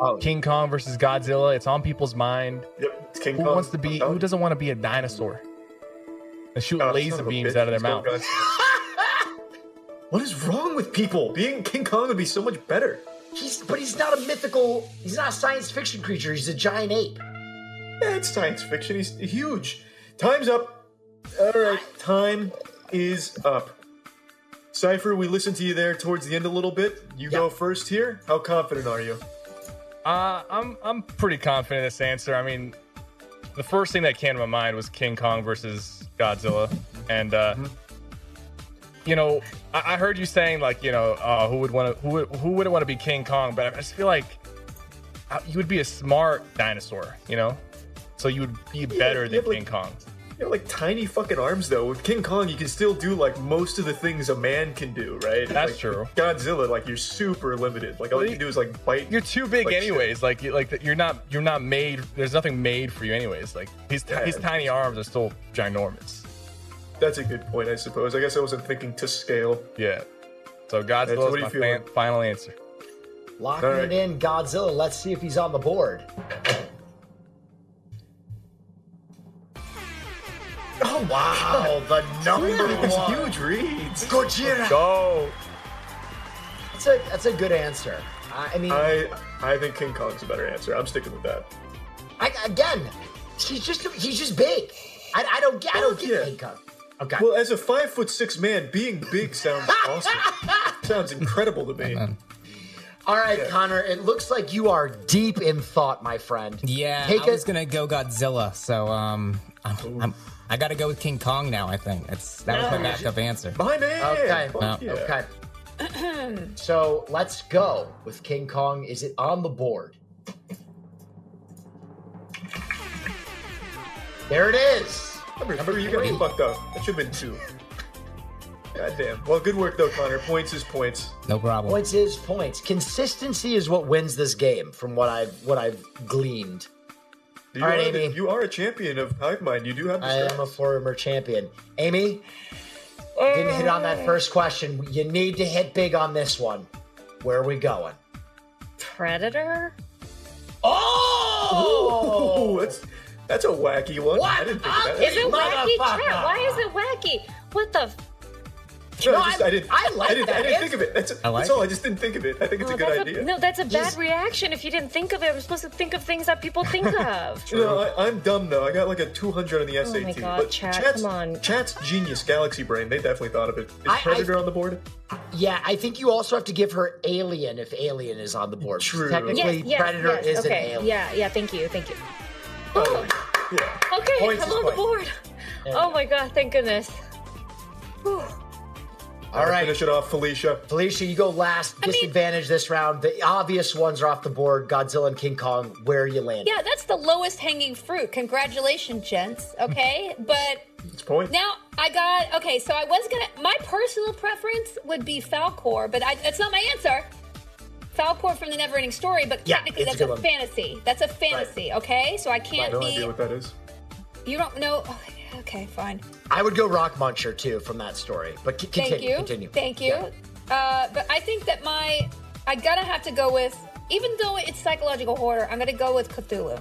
Speaker 2: Oh,
Speaker 5: King Kong versus Godzilla. It's on people's mind.
Speaker 1: Yep, it's King
Speaker 5: Who
Speaker 1: Kong.
Speaker 5: wants to be? Who doesn't want to be a dinosaur? And shoot
Speaker 1: Oh,
Speaker 5: laser
Speaker 1: son a
Speaker 5: beams
Speaker 1: bitch,
Speaker 5: out of their
Speaker 1: he's still
Speaker 5: mouth.
Speaker 1: Godzilla. *laughs* what is wrong with people? Being King Kong would be so much better.
Speaker 2: he's but he's not a mythical. He's not a science fiction creature. He's a giant ape.
Speaker 1: Yeah, it's science fiction. He's huge. Time's up. All right, time is up. Cypher, we listened to you there towards the end a little bit. You go first here. How confident are you?
Speaker 5: Uh, I'm I'm pretty confident in this answer. I mean, the first thing that came to my mind was King Kong versus Godzilla, and uh, you know, I, I heard you saying like, you know, uh, who would want to who would, who wouldn't want to be King Kong? But I just feel like uh, you would be a smart dinosaur, you know, so you would be better
Speaker 1: yeah,
Speaker 5: than
Speaker 1: but-
Speaker 5: King Kong.
Speaker 1: You have like tiny fucking arms though. With King Kong, you can still do like most of the things a man can do, right?
Speaker 5: That's
Speaker 1: Like,
Speaker 5: true.
Speaker 1: Godzilla, like you're super limited. Like all you can do is like bite.
Speaker 5: You're too big,
Speaker 1: Like, shit.
Speaker 5: anyways. Like you like you're not you're not made. There's nothing made for you, anyways. Like his ti-
Speaker 1: Yeah.
Speaker 5: his tiny arms are still ginormous.
Speaker 1: That's a good point, I suppose. I guess I wasn't thinking to scale.
Speaker 5: Yeah. So
Speaker 1: what
Speaker 5: Godzilla's
Speaker 1: do you
Speaker 5: my
Speaker 1: feel?
Speaker 5: fan, final answer.
Speaker 2: Locking
Speaker 1: All right.
Speaker 2: it in, Godzilla. Let's see if he's on the board. Oh wow, the number
Speaker 1: It's
Speaker 2: one.
Speaker 1: huge reads.
Speaker 2: *laughs* Gojira.
Speaker 5: Go.
Speaker 2: That's a that's a good answer. I I mean,
Speaker 1: I I think King Kong's a better answer. I'm sticking with that.
Speaker 2: I, again, he's just he's just big. I, I don't get I don't
Speaker 1: Fuck
Speaker 2: get
Speaker 1: yeah.
Speaker 2: King Kong. Okay.
Speaker 1: Well, as a five foot six man, being big
Speaker 2: *laughs*
Speaker 1: sounds awesome. sounds incredible to me.
Speaker 2: All right, Connor. It looks like you are deep in thought, my friend.
Speaker 3: Yeah,
Speaker 2: Take
Speaker 3: I
Speaker 2: a-
Speaker 3: was gonna go Godzilla, so um, I'm, I'm, I gotta go with King Kong now. I think it's that was my backup answer.
Speaker 1: My man.
Speaker 2: Okay.
Speaker 1: Fuck yeah.
Speaker 2: Okay. so let's go with King Kong. Is it on the board? There it is.
Speaker 1: Number, three, you got me
Speaker 2: three.
Speaker 1: fucked up. That should have been two. Goddamn. Well, good work though, Connor. Points is points.
Speaker 3: No problem.
Speaker 2: Points is points. Consistency is what wins this game, from what I've what I've gleaned.
Speaker 1: You,
Speaker 2: All right,
Speaker 1: are, the-
Speaker 2: Amy.
Speaker 1: you are a champion of Hive Mind. You do have the
Speaker 2: I am a
Speaker 1: stats.
Speaker 2: former champion. Amy, didn't hit on that first question. You need to hit big on this one. Where are we going?
Speaker 6: Predator?
Speaker 1: Ooh,
Speaker 2: Oh!
Speaker 1: that's that's a wacky one.
Speaker 2: What?
Speaker 1: I didn't think of that.
Speaker 6: Is it wacky
Speaker 2: Motherfucker.
Speaker 6: chat? Why is it wacky? What the? F-
Speaker 1: No,
Speaker 2: No,
Speaker 1: I, just,
Speaker 2: I-
Speaker 1: I didn't.
Speaker 2: I like
Speaker 1: I didn't,
Speaker 2: that
Speaker 1: I didn't
Speaker 2: answer.
Speaker 1: think of it. That's,
Speaker 3: I like
Speaker 1: that's all.
Speaker 3: it.
Speaker 1: I just didn't think of it. I think it's
Speaker 6: Oh,
Speaker 1: a good
Speaker 6: that's
Speaker 1: idea.
Speaker 6: no, that's a bad
Speaker 2: Just-
Speaker 6: reaction if you didn't think of it. We're supposed to think of things that
Speaker 2: *laughs*
Speaker 6: people think of.
Speaker 1: No, I, I'm dumb though. I got like a 200 on the SAT.
Speaker 6: my God,
Speaker 1: but
Speaker 6: Chad,
Speaker 1: Chat's,
Speaker 6: come on.
Speaker 1: Chat's genius, Galaxy Brain. They definitely thought of it. Is
Speaker 2: I- I-
Speaker 1: Predator on the board?
Speaker 2: Yeah, I think you also have to give her Alien if Alien is on the board. because
Speaker 1: True.
Speaker 6: yes,
Speaker 2: Technically,
Speaker 6: yes,
Speaker 2: Predator
Speaker 6: yes.
Speaker 2: is
Speaker 6: okay.
Speaker 2: an alien.
Speaker 6: Yeah, yeah. Thank you, thank you.
Speaker 1: Oh, yeah.
Speaker 6: Okay,
Speaker 1: Points
Speaker 6: I'm
Speaker 1: is
Speaker 6: on the
Speaker 1: points.
Speaker 6: board. Oh my god, thank goodness. Whew.
Speaker 2: All right.
Speaker 1: Finish it off, Felicia.
Speaker 2: Felicia, you go last.
Speaker 4: mean-
Speaker 2: Disadvantage this round. The obvious ones are off the board Godzilla and King Kong. Where are you landing?
Speaker 4: Yeah, that's the lowest hanging fruit. Congratulations, gents. Okay, but
Speaker 1: It's point.
Speaker 4: Now I got okay. So I was gonna. My personal preference would be Falcor, but I, that's not my answer. Falcor from the Neverending Story, but
Speaker 2: Yeah,
Speaker 4: technically
Speaker 2: it's a
Speaker 4: that's
Speaker 2: good
Speaker 4: a
Speaker 2: one.
Speaker 4: fantasy. That's a fantasy. Okay, so I can't
Speaker 1: no idea what
Speaker 4: be.
Speaker 1: that is.
Speaker 4: You don't know. oh, Okay, fine.
Speaker 2: I would go Rock Muncher too from that story. But c- continue.
Speaker 4: Thank you.
Speaker 2: Continue.
Speaker 4: Thank you.
Speaker 2: Yeah.
Speaker 4: Uh, but I think that my I gotta have to go with. Even though it's psychological horror, I'm gonna go with Cthulhu.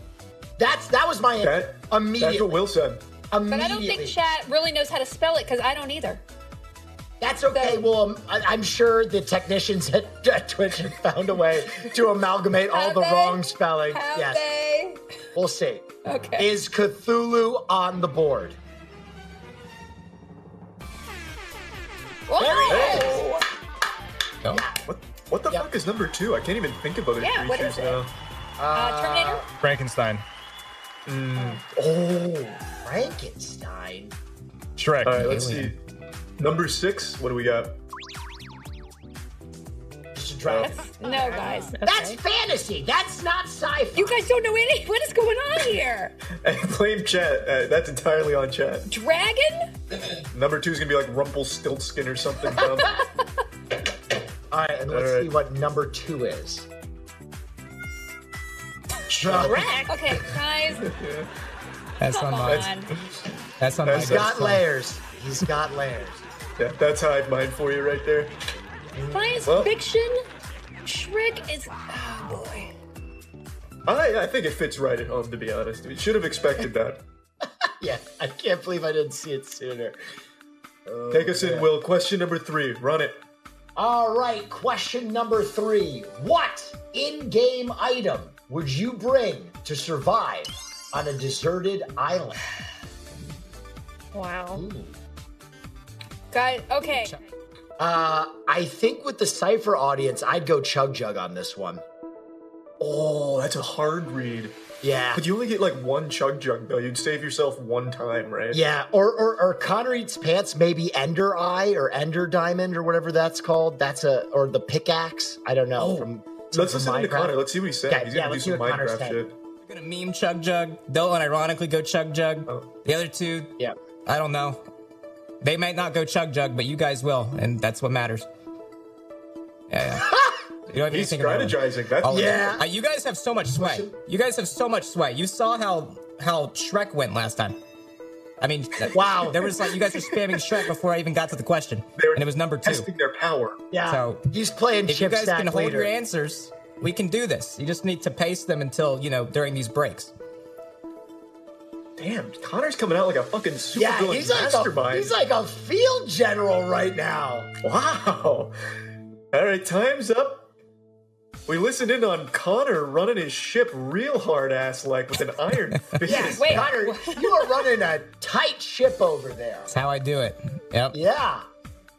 Speaker 2: That's that was my
Speaker 1: That,
Speaker 2: immediate.
Speaker 1: That's what Will said.
Speaker 4: But I don't think Chat really knows how to spell it because I don't either.
Speaker 2: That's okay.
Speaker 4: that-
Speaker 2: Well, um, I, I'm sure the technicians *laughs* at, at Twitch have found a way to amalgamate all
Speaker 4: Have
Speaker 2: the
Speaker 4: they?
Speaker 2: wrong spelling.
Speaker 4: Have
Speaker 2: yes,
Speaker 4: they?
Speaker 2: we'll see.
Speaker 4: Okay.
Speaker 2: Is Cthulhu on the board?
Speaker 4: Whoa!
Speaker 3: Go.
Speaker 1: What, what the fuck is number two? I can't even think of other
Speaker 4: Yeah, what
Speaker 1: creatures
Speaker 4: is it?
Speaker 1: now.
Speaker 4: Uh, Terminator.
Speaker 5: Frankenstein.
Speaker 2: Oh, Frankenstein.
Speaker 5: Shrek.
Speaker 1: All right, let's see.
Speaker 3: Alien.
Speaker 1: Number six. What do we got? *laughs*
Speaker 2: Just drop.
Speaker 4: That's,
Speaker 6: Uh,
Speaker 4: no, guys.
Speaker 2: That's fantasy. That's not sci-fi.
Speaker 4: You guys don't know any. *laughs* What is going on here?
Speaker 1: Blame chat. Uh, that's entirely on chat.
Speaker 4: Dragon?
Speaker 1: Number two is gonna be like Rumpelstiltskin or something dumb.
Speaker 2: all right, and let's
Speaker 1: All right.
Speaker 2: see what number
Speaker 1: *laughs*
Speaker 2: two is.
Speaker 4: Drac? Okay, guys,
Speaker 3: That's on
Speaker 4: come
Speaker 3: my.
Speaker 4: on.
Speaker 3: That's on
Speaker 1: That's-
Speaker 3: my.
Speaker 2: Got layers. He's got layers. *laughs*
Speaker 1: yeah, that's hive mind for you right there.
Speaker 4: Science
Speaker 1: Well-
Speaker 4: fiction? Shrek is. Oh, boy.
Speaker 1: I I think it fits right at home to be honest. We should have expected that.
Speaker 2: yeah, I can't believe I didn't see it sooner.
Speaker 1: Take us in, Will. Question number three. Run it.
Speaker 2: All right, question number three. What in game item would you bring to survive on a deserted island?
Speaker 6: Wow.
Speaker 4: Guys, okay.
Speaker 2: Uh, I think with the Cypher audience, I'd go Chug Jug on this one.
Speaker 1: Oh, that's a hard read.
Speaker 2: Yeah.
Speaker 1: But you only get like one chug jug though. You'd save yourself one time, right?
Speaker 2: Yeah, or, or or Connor eats pants, maybe Ender Eye or Ender Diamond or whatever that's called. That's a or the pickaxe. I don't know.
Speaker 1: Oh,
Speaker 2: from
Speaker 1: Let's
Speaker 2: from
Speaker 1: listen to
Speaker 2: Minecraft.
Speaker 1: Connor. Let's see what he's saying.
Speaker 2: Okay,
Speaker 1: he's
Speaker 2: yeah,
Speaker 1: gonna do
Speaker 2: let's see
Speaker 1: some
Speaker 2: what Connor's
Speaker 1: Minecraft
Speaker 2: saying.
Speaker 1: shit.
Speaker 3: We're gonna meme Chug Jug. They'll unironically go Chug Jug.
Speaker 1: Oh.
Speaker 3: The other two,
Speaker 2: Yeah.
Speaker 3: I don't know. They might not go Chug Jug, but you guys will, and that's what matters. Yeah.
Speaker 2: *laughs*
Speaker 3: yeah. you don't even
Speaker 1: He's
Speaker 3: think about it.
Speaker 1: strategizing. That's
Speaker 3: Oh,
Speaker 2: Yeah.
Speaker 3: Uh, you guys have so much sway. You guys have so much sway. You saw how how Shrek went last time. I mean, th-
Speaker 2: Wow.
Speaker 3: There was like you guys
Speaker 2: *laughs*
Speaker 3: were spamming Shrek before I even got to the question,
Speaker 1: They were
Speaker 3: and it was number two.
Speaker 1: testing their power.
Speaker 2: Yeah.
Speaker 3: So,
Speaker 2: he's playing
Speaker 3: If you
Speaker 2: chip
Speaker 3: guys
Speaker 2: stack
Speaker 3: can hold
Speaker 2: later.
Speaker 3: your answers, we can do this. You just need to pace them until you know during these breaks.
Speaker 1: Damn, Connor's coming out like a fucking super
Speaker 2: yeah,
Speaker 1: villain
Speaker 2: he's like a
Speaker 1: mastermind.
Speaker 2: he's like a field general right now.
Speaker 1: Wow. All right, time's up. We listened in on Connor running his ship real hard ass like with an
Speaker 3: *laughs*
Speaker 1: iron fist.
Speaker 2: Yes,
Speaker 4: Wait.
Speaker 2: Connor, you are running a tight ship over there.
Speaker 3: That's how I do it. Yep.
Speaker 2: Yeah,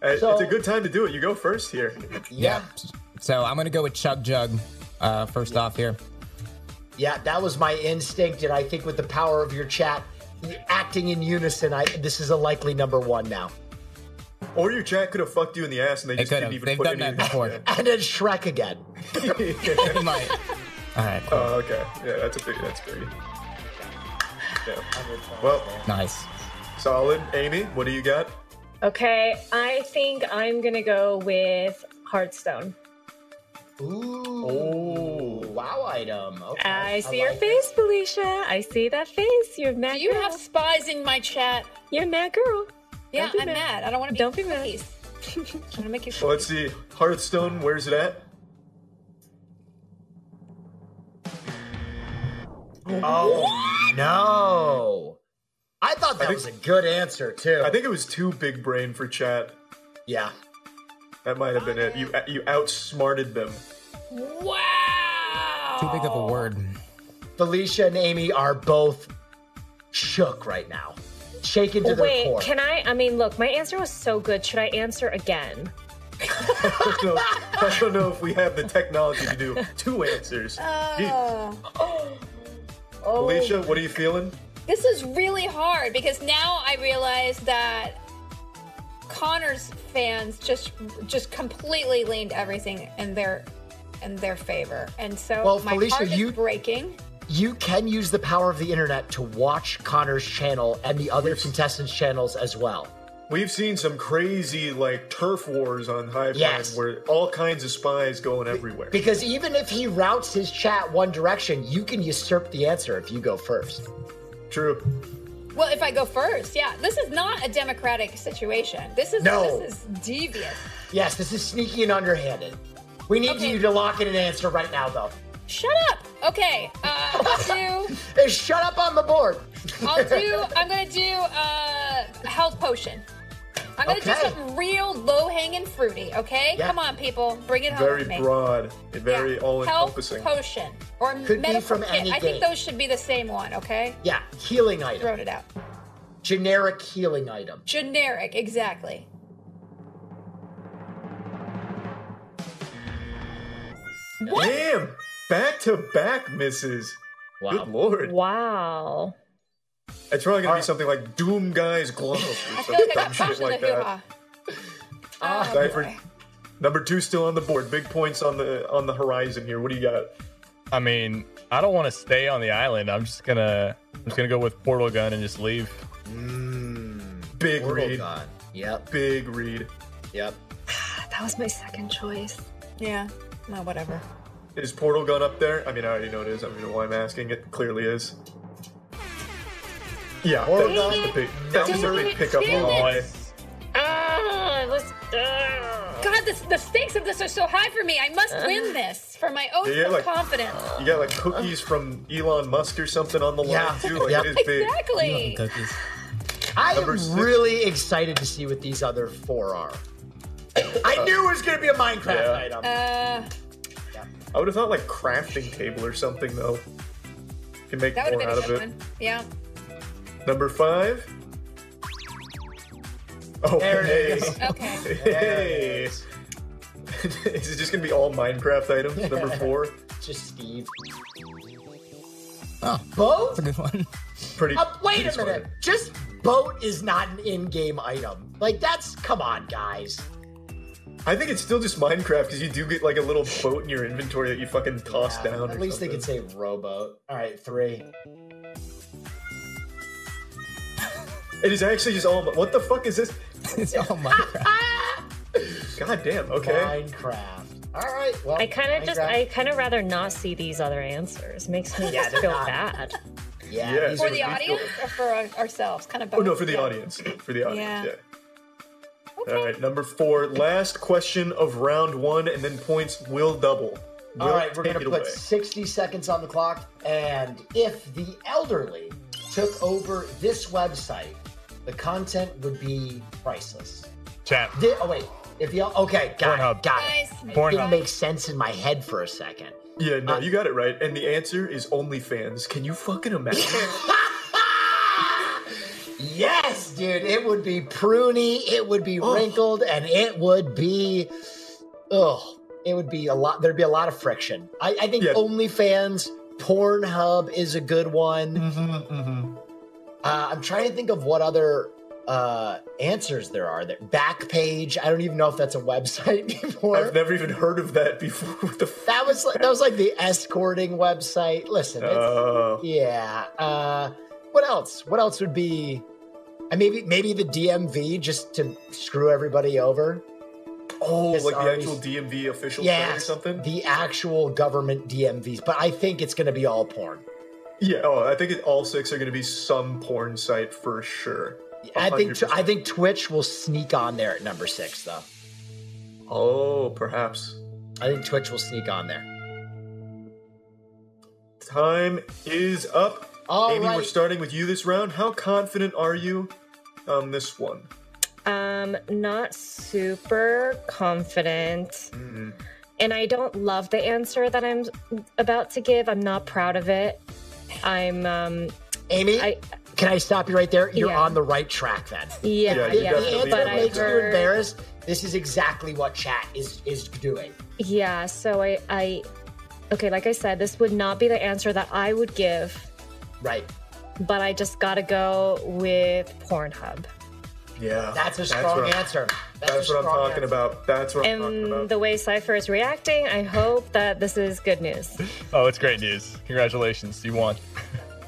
Speaker 1: Uh,
Speaker 2: So-
Speaker 1: it's a good time to do it. You go first here.
Speaker 2: yeah,
Speaker 3: So I'm gonna go with Chug Jug uh, first off here.
Speaker 2: yeah. That was my instinct, and I think with the power of your chat acting in unison, I this is a likely number one now. *laughs*
Speaker 1: Or your chat could have fucked you in the ass and they
Speaker 3: They
Speaker 1: just
Speaker 3: could
Speaker 1: didn't
Speaker 3: have.
Speaker 1: even
Speaker 3: They've
Speaker 1: put
Speaker 3: done
Speaker 1: any
Speaker 3: that before.
Speaker 2: And then Shrek again.
Speaker 3: They might. All right. Cool.
Speaker 1: *laughs* Oh, okay. Yeah, that's a big that's big. Yeah. Well,
Speaker 3: Nice.
Speaker 1: solid. Amy, what do you got?
Speaker 6: Okay, I think I'm gonna go with Hearthstone.
Speaker 2: Ooh,
Speaker 1: Oh.
Speaker 2: wow item. Okay,
Speaker 6: I see your
Speaker 2: like
Speaker 6: face, Felicia. I see that face. You're a mad.
Speaker 4: Do you
Speaker 6: girl.
Speaker 4: have spies in my chat?
Speaker 6: You're a mad girl.
Speaker 4: Yeah,
Speaker 6: Don't be
Speaker 4: I'm
Speaker 6: mad.
Speaker 4: mad. I don't want to be
Speaker 6: Don't be mad.
Speaker 4: cookies. I'm gonna make you.
Speaker 1: Well, let's see. Hearthstone, where's it at?
Speaker 2: it. No, I thought that
Speaker 1: Oh. think-
Speaker 2: was a good answer too.
Speaker 1: I think it was too big brain for chat.
Speaker 2: yeah.
Speaker 1: That might have been it. You you outsmarted them.
Speaker 4: Wow.
Speaker 3: Too big of a word.
Speaker 2: Felicia and Amy are both shook right now, shaken to their
Speaker 6: Wait,
Speaker 2: core.
Speaker 6: can I? I mean, look, my answer was so good. Should I answer again?
Speaker 1: I don't know- I don't know if we have the technology to do two answers.
Speaker 6: Uh,
Speaker 1: Jeez.
Speaker 4: Oh.
Speaker 1: Alicia, what are you feeling?
Speaker 4: This is really hard because now I realize that Connor's fans just just completely leaned everything in their in their favor, and so
Speaker 2: Well,
Speaker 4: my
Speaker 2: Felicia,
Speaker 4: heart is
Speaker 2: you-
Speaker 4: breaking.
Speaker 2: you can use the power of the internet to watch Connor's channel and the other contestants' channels as well.
Speaker 1: We've seen some crazy like turf wars on Hive
Speaker 2: Yes.
Speaker 1: Mind where all kinds of spies going everywhere.
Speaker 2: Because even if he routes his chat one direction, you can usurp the answer if you go first.
Speaker 1: True.
Speaker 4: Well, if I go first, yeah, this is not a democratic situation. This is
Speaker 2: No.
Speaker 4: this is devious.
Speaker 2: Yes, this is sneaky and underhanded. We need
Speaker 4: Okay.
Speaker 2: you to lock in an answer right now, though.
Speaker 4: Shut up. Okay, uh, I'll do.
Speaker 2: Hey, shut up on the board. *laughs*
Speaker 4: I'll do. I'm gonna do uh, health potion. I'm gonna do
Speaker 2: Okay.
Speaker 4: something real low hanging fruity. Okay,
Speaker 2: Yeah.
Speaker 4: come on, people, bring it home.
Speaker 1: Very
Speaker 4: with me.
Speaker 1: broad, very
Speaker 4: Yeah.
Speaker 1: all encompassing.
Speaker 4: Health potion or
Speaker 2: Could be
Speaker 4: medical
Speaker 2: from
Speaker 4: kit.
Speaker 2: any game.
Speaker 4: I think those should be the same one. Okay,
Speaker 2: Yeah, healing item.
Speaker 4: wrote it out.
Speaker 2: Generic healing item.
Speaker 4: Generic, exactly.
Speaker 1: Damn! Back to back misses. Good lord.
Speaker 6: Wow.
Speaker 1: It's probably gonna be
Speaker 2: Alright.
Speaker 1: something like Doom Guy's Glove or
Speaker 4: I
Speaker 1: some
Speaker 4: feel like
Speaker 1: dumb
Speaker 4: I got
Speaker 1: shit
Speaker 4: crushed in the
Speaker 1: like
Speaker 4: hoo
Speaker 1: that.
Speaker 4: ha. *laughs* Oh,
Speaker 1: Cypher,
Speaker 4: boy.
Speaker 1: number two still on the board. Big points on the on the horizon here. What do you got?
Speaker 5: I mean, I don't want to stay on the island. I'm just gonna, I'm just gonna go with portal gun and just leave.
Speaker 1: Big
Speaker 2: Portal
Speaker 1: read.
Speaker 2: gun. Oh, Yep,
Speaker 1: Big read.
Speaker 2: yep.
Speaker 6: That was my second choice.
Speaker 4: Yeah. No, whatever.
Speaker 1: Is Portal Gun up there? I mean, I already know it is. I don't even know why I'm asking. It clearly is. Yeah,
Speaker 2: Portal
Speaker 1: that was
Speaker 2: Gun.
Speaker 1: the big, that was the
Speaker 4: Damn
Speaker 1: big
Speaker 4: it,
Speaker 1: pickup
Speaker 4: damn
Speaker 1: line.
Speaker 5: Boy.
Speaker 6: Ah, it was. ah.
Speaker 4: God, this, the stakes of this are so high for me.
Speaker 1: *laughs*
Speaker 4: I must win this for my own
Speaker 1: Yeah, yeah, like-
Speaker 4: self-confidence.
Speaker 1: You got like cookies from Elon Musk or something on the line
Speaker 2: Yeah.
Speaker 1: too. Like
Speaker 2: Yep.
Speaker 1: it is *gasps* big.
Speaker 4: exactly.
Speaker 3: Cookies.
Speaker 2: I
Speaker 1: Number
Speaker 2: am
Speaker 1: six.
Speaker 2: really excited to see what these other four are. I knew it was going to be a Minecraft
Speaker 1: Yeah.
Speaker 2: item.
Speaker 4: Uh,
Speaker 1: I would have thought like crafting table or something though. Can make
Speaker 4: that would
Speaker 1: more
Speaker 4: have
Speaker 1: out
Speaker 4: been a
Speaker 1: of
Speaker 4: good
Speaker 1: it.
Speaker 4: one. Yeah.
Speaker 1: Number five. Oh,
Speaker 2: There it
Speaker 1: hey.
Speaker 2: is.
Speaker 1: *laughs*
Speaker 4: Okay.
Speaker 1: Hey. *laughs* is it just gonna be all Minecraft items? Number four.
Speaker 2: Just Steve.
Speaker 3: Oh,
Speaker 2: Boat?
Speaker 3: that's a good one. *laughs*
Speaker 1: Pretty.
Speaker 2: Uh, wait a
Speaker 1: pretty
Speaker 2: minute.
Speaker 1: smart.
Speaker 2: Just boat is not an in-game item. Like that's come on, guys.
Speaker 1: I think it's still just Minecraft because you do get like a little boat in your inventory that you fucking toss
Speaker 2: Yeah,
Speaker 1: down.
Speaker 2: At
Speaker 1: or
Speaker 2: least they
Speaker 1: something.
Speaker 2: can say rowboat. All right, three.
Speaker 1: It is actually just all. What the fuck is this?
Speaker 3: it's all Minecraft.
Speaker 1: God damn. Okay.
Speaker 2: Minecraft. All right. Well,
Speaker 6: I kind of just,
Speaker 2: Minecraft.
Speaker 6: I kind of rather not see these other answers. Makes me just
Speaker 2: they're
Speaker 6: feel
Speaker 2: not.
Speaker 6: bad.
Speaker 2: yeah.
Speaker 1: Yeah.
Speaker 2: these
Speaker 4: For
Speaker 2: are-
Speaker 4: the audience or for our, ourselves? Kind of both.
Speaker 1: Oh no, for the
Speaker 4: Yeah.
Speaker 1: audience. For the audience. Yeah.
Speaker 4: Yeah.
Speaker 1: All right. Number four. Last question of round one, and then points will double.
Speaker 2: All
Speaker 1: Will
Speaker 2: right, we're
Speaker 1: take
Speaker 2: going to
Speaker 1: it
Speaker 2: put
Speaker 1: away.
Speaker 2: 60 seconds on the clock. And if the elderly took over this website, the content would be priceless.
Speaker 5: Chat.
Speaker 2: Di- oh, wait. If the, okay, got
Speaker 5: Pornhub.
Speaker 2: it. Got
Speaker 4: Nice.
Speaker 2: it. Didn't
Speaker 5: Pornhub.
Speaker 2: make sense in my head for a second. *laughs*
Speaker 1: Yeah,
Speaker 2: uh,
Speaker 1: no, you got it right. And the answer is OnlyFans. Can you fucking
Speaker 2: *laughs*
Speaker 1: imagine?
Speaker 2: Yes, dude. It would be pruny, it would be wrinkled, and it would be, ugh, it would be a lot. There'd be a lot of friction. I, I think
Speaker 1: Yeah.
Speaker 2: OnlyFans, Pornhub is a good one.
Speaker 1: Mm-hmm,
Speaker 2: Uh, I'm trying to think of what other uh, answers there are. There, Backpage. I don't even know if that's a website *laughs* anymore.
Speaker 1: I've never even heard of that before. *laughs* What the fuck?
Speaker 2: that was like, that was like the escorting website. Listen, it's,
Speaker 1: Oh.
Speaker 2: yeah. Uh, what else? What else would be? I maybe maybe the DMV just to screw everybody over.
Speaker 1: oh,
Speaker 2: Yes,
Speaker 1: like the
Speaker 2: already-
Speaker 1: actual DMV official site
Speaker 2: Yeah,
Speaker 1: or something?
Speaker 2: the actual government DMVs. But I think it's going to be all porn.
Speaker 1: yeah, oh, I think it, all six are going to be some porn site for sure.
Speaker 2: I think tw-
Speaker 1: 100%.
Speaker 2: I think Twitch will sneak on there at number six, though.
Speaker 1: Oh, perhaps.
Speaker 2: I think Twitch will sneak on there.
Speaker 1: Time is up.
Speaker 2: All
Speaker 1: Amy, we're
Speaker 2: right.
Speaker 1: starting with you this round. How confident are you on this one?
Speaker 6: Um, not super confident. And I don't love the answer that I'm about to give. I'm not proud of it. I'm um
Speaker 2: Amy,
Speaker 6: I
Speaker 2: can I stop you right there? You're
Speaker 6: Yeah.
Speaker 2: on the right track then.
Speaker 1: Yeah,
Speaker 6: yeah,
Speaker 1: you
Speaker 6: yeah.
Speaker 2: The
Speaker 1: definitely
Speaker 2: answer
Speaker 6: but I
Speaker 2: makes you
Speaker 6: heard
Speaker 2: embarrassed. This is exactly what chat is is doing.
Speaker 6: Yeah, so I I okay, like I said, this would not be the answer that I would give,
Speaker 2: Right.
Speaker 6: but I just gotta go with Pornhub.
Speaker 1: Yeah.
Speaker 2: That's a
Speaker 1: what
Speaker 2: strong
Speaker 1: I'm-
Speaker 2: answer. That's,
Speaker 1: That's
Speaker 2: a
Speaker 1: what I'm
Speaker 2: strong
Speaker 1: talking
Speaker 2: answer.
Speaker 1: about. That's what I'm talking
Speaker 6: And
Speaker 1: about.
Speaker 6: the way Cypher is reacting, I hope that this is good news.
Speaker 5: Oh, it's great news. Congratulations. You won.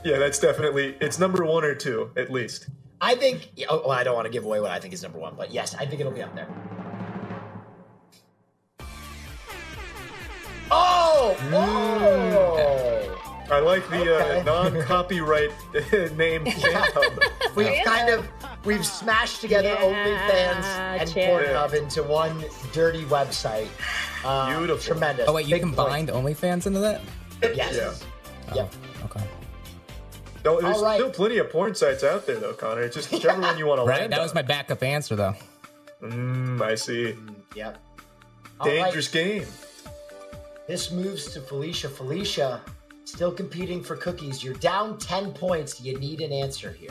Speaker 1: yeah, that's definitely, it's number one or two, at least.
Speaker 2: I think. Oh, well, I don't want to give away what I think is number one, but yes, I think it'll be up there. Oh!
Speaker 1: Mm.
Speaker 2: Oh!
Speaker 1: I like the uh,
Speaker 2: Okay.
Speaker 1: non-copyright *laughs* name Pornhub.
Speaker 2: We've kind of we've smashed together
Speaker 6: Yeah,
Speaker 2: OnlyFans and
Speaker 6: cheers.
Speaker 2: Pornhub into one dirty website. Uh,
Speaker 1: Beautiful.
Speaker 2: Tremendous.
Speaker 3: Oh wait, you
Speaker 2: Big
Speaker 3: combined OnlyFans into that?
Speaker 2: point. Yes.
Speaker 3: Oh,
Speaker 2: Yep.
Speaker 3: Okay.
Speaker 1: No, there's
Speaker 2: All right.
Speaker 1: still plenty of porn sites out there, though, Connor. It's just whichever one you want to
Speaker 3: Right.
Speaker 1: land
Speaker 3: That was my backup answer though.
Speaker 1: on. Mm, I see.
Speaker 3: Oh.
Speaker 2: Yep. All right.
Speaker 1: Dangerous game.
Speaker 2: This moves to Felicia. Felicia, still competing for cookies. You're down 10 points. You need an answer here.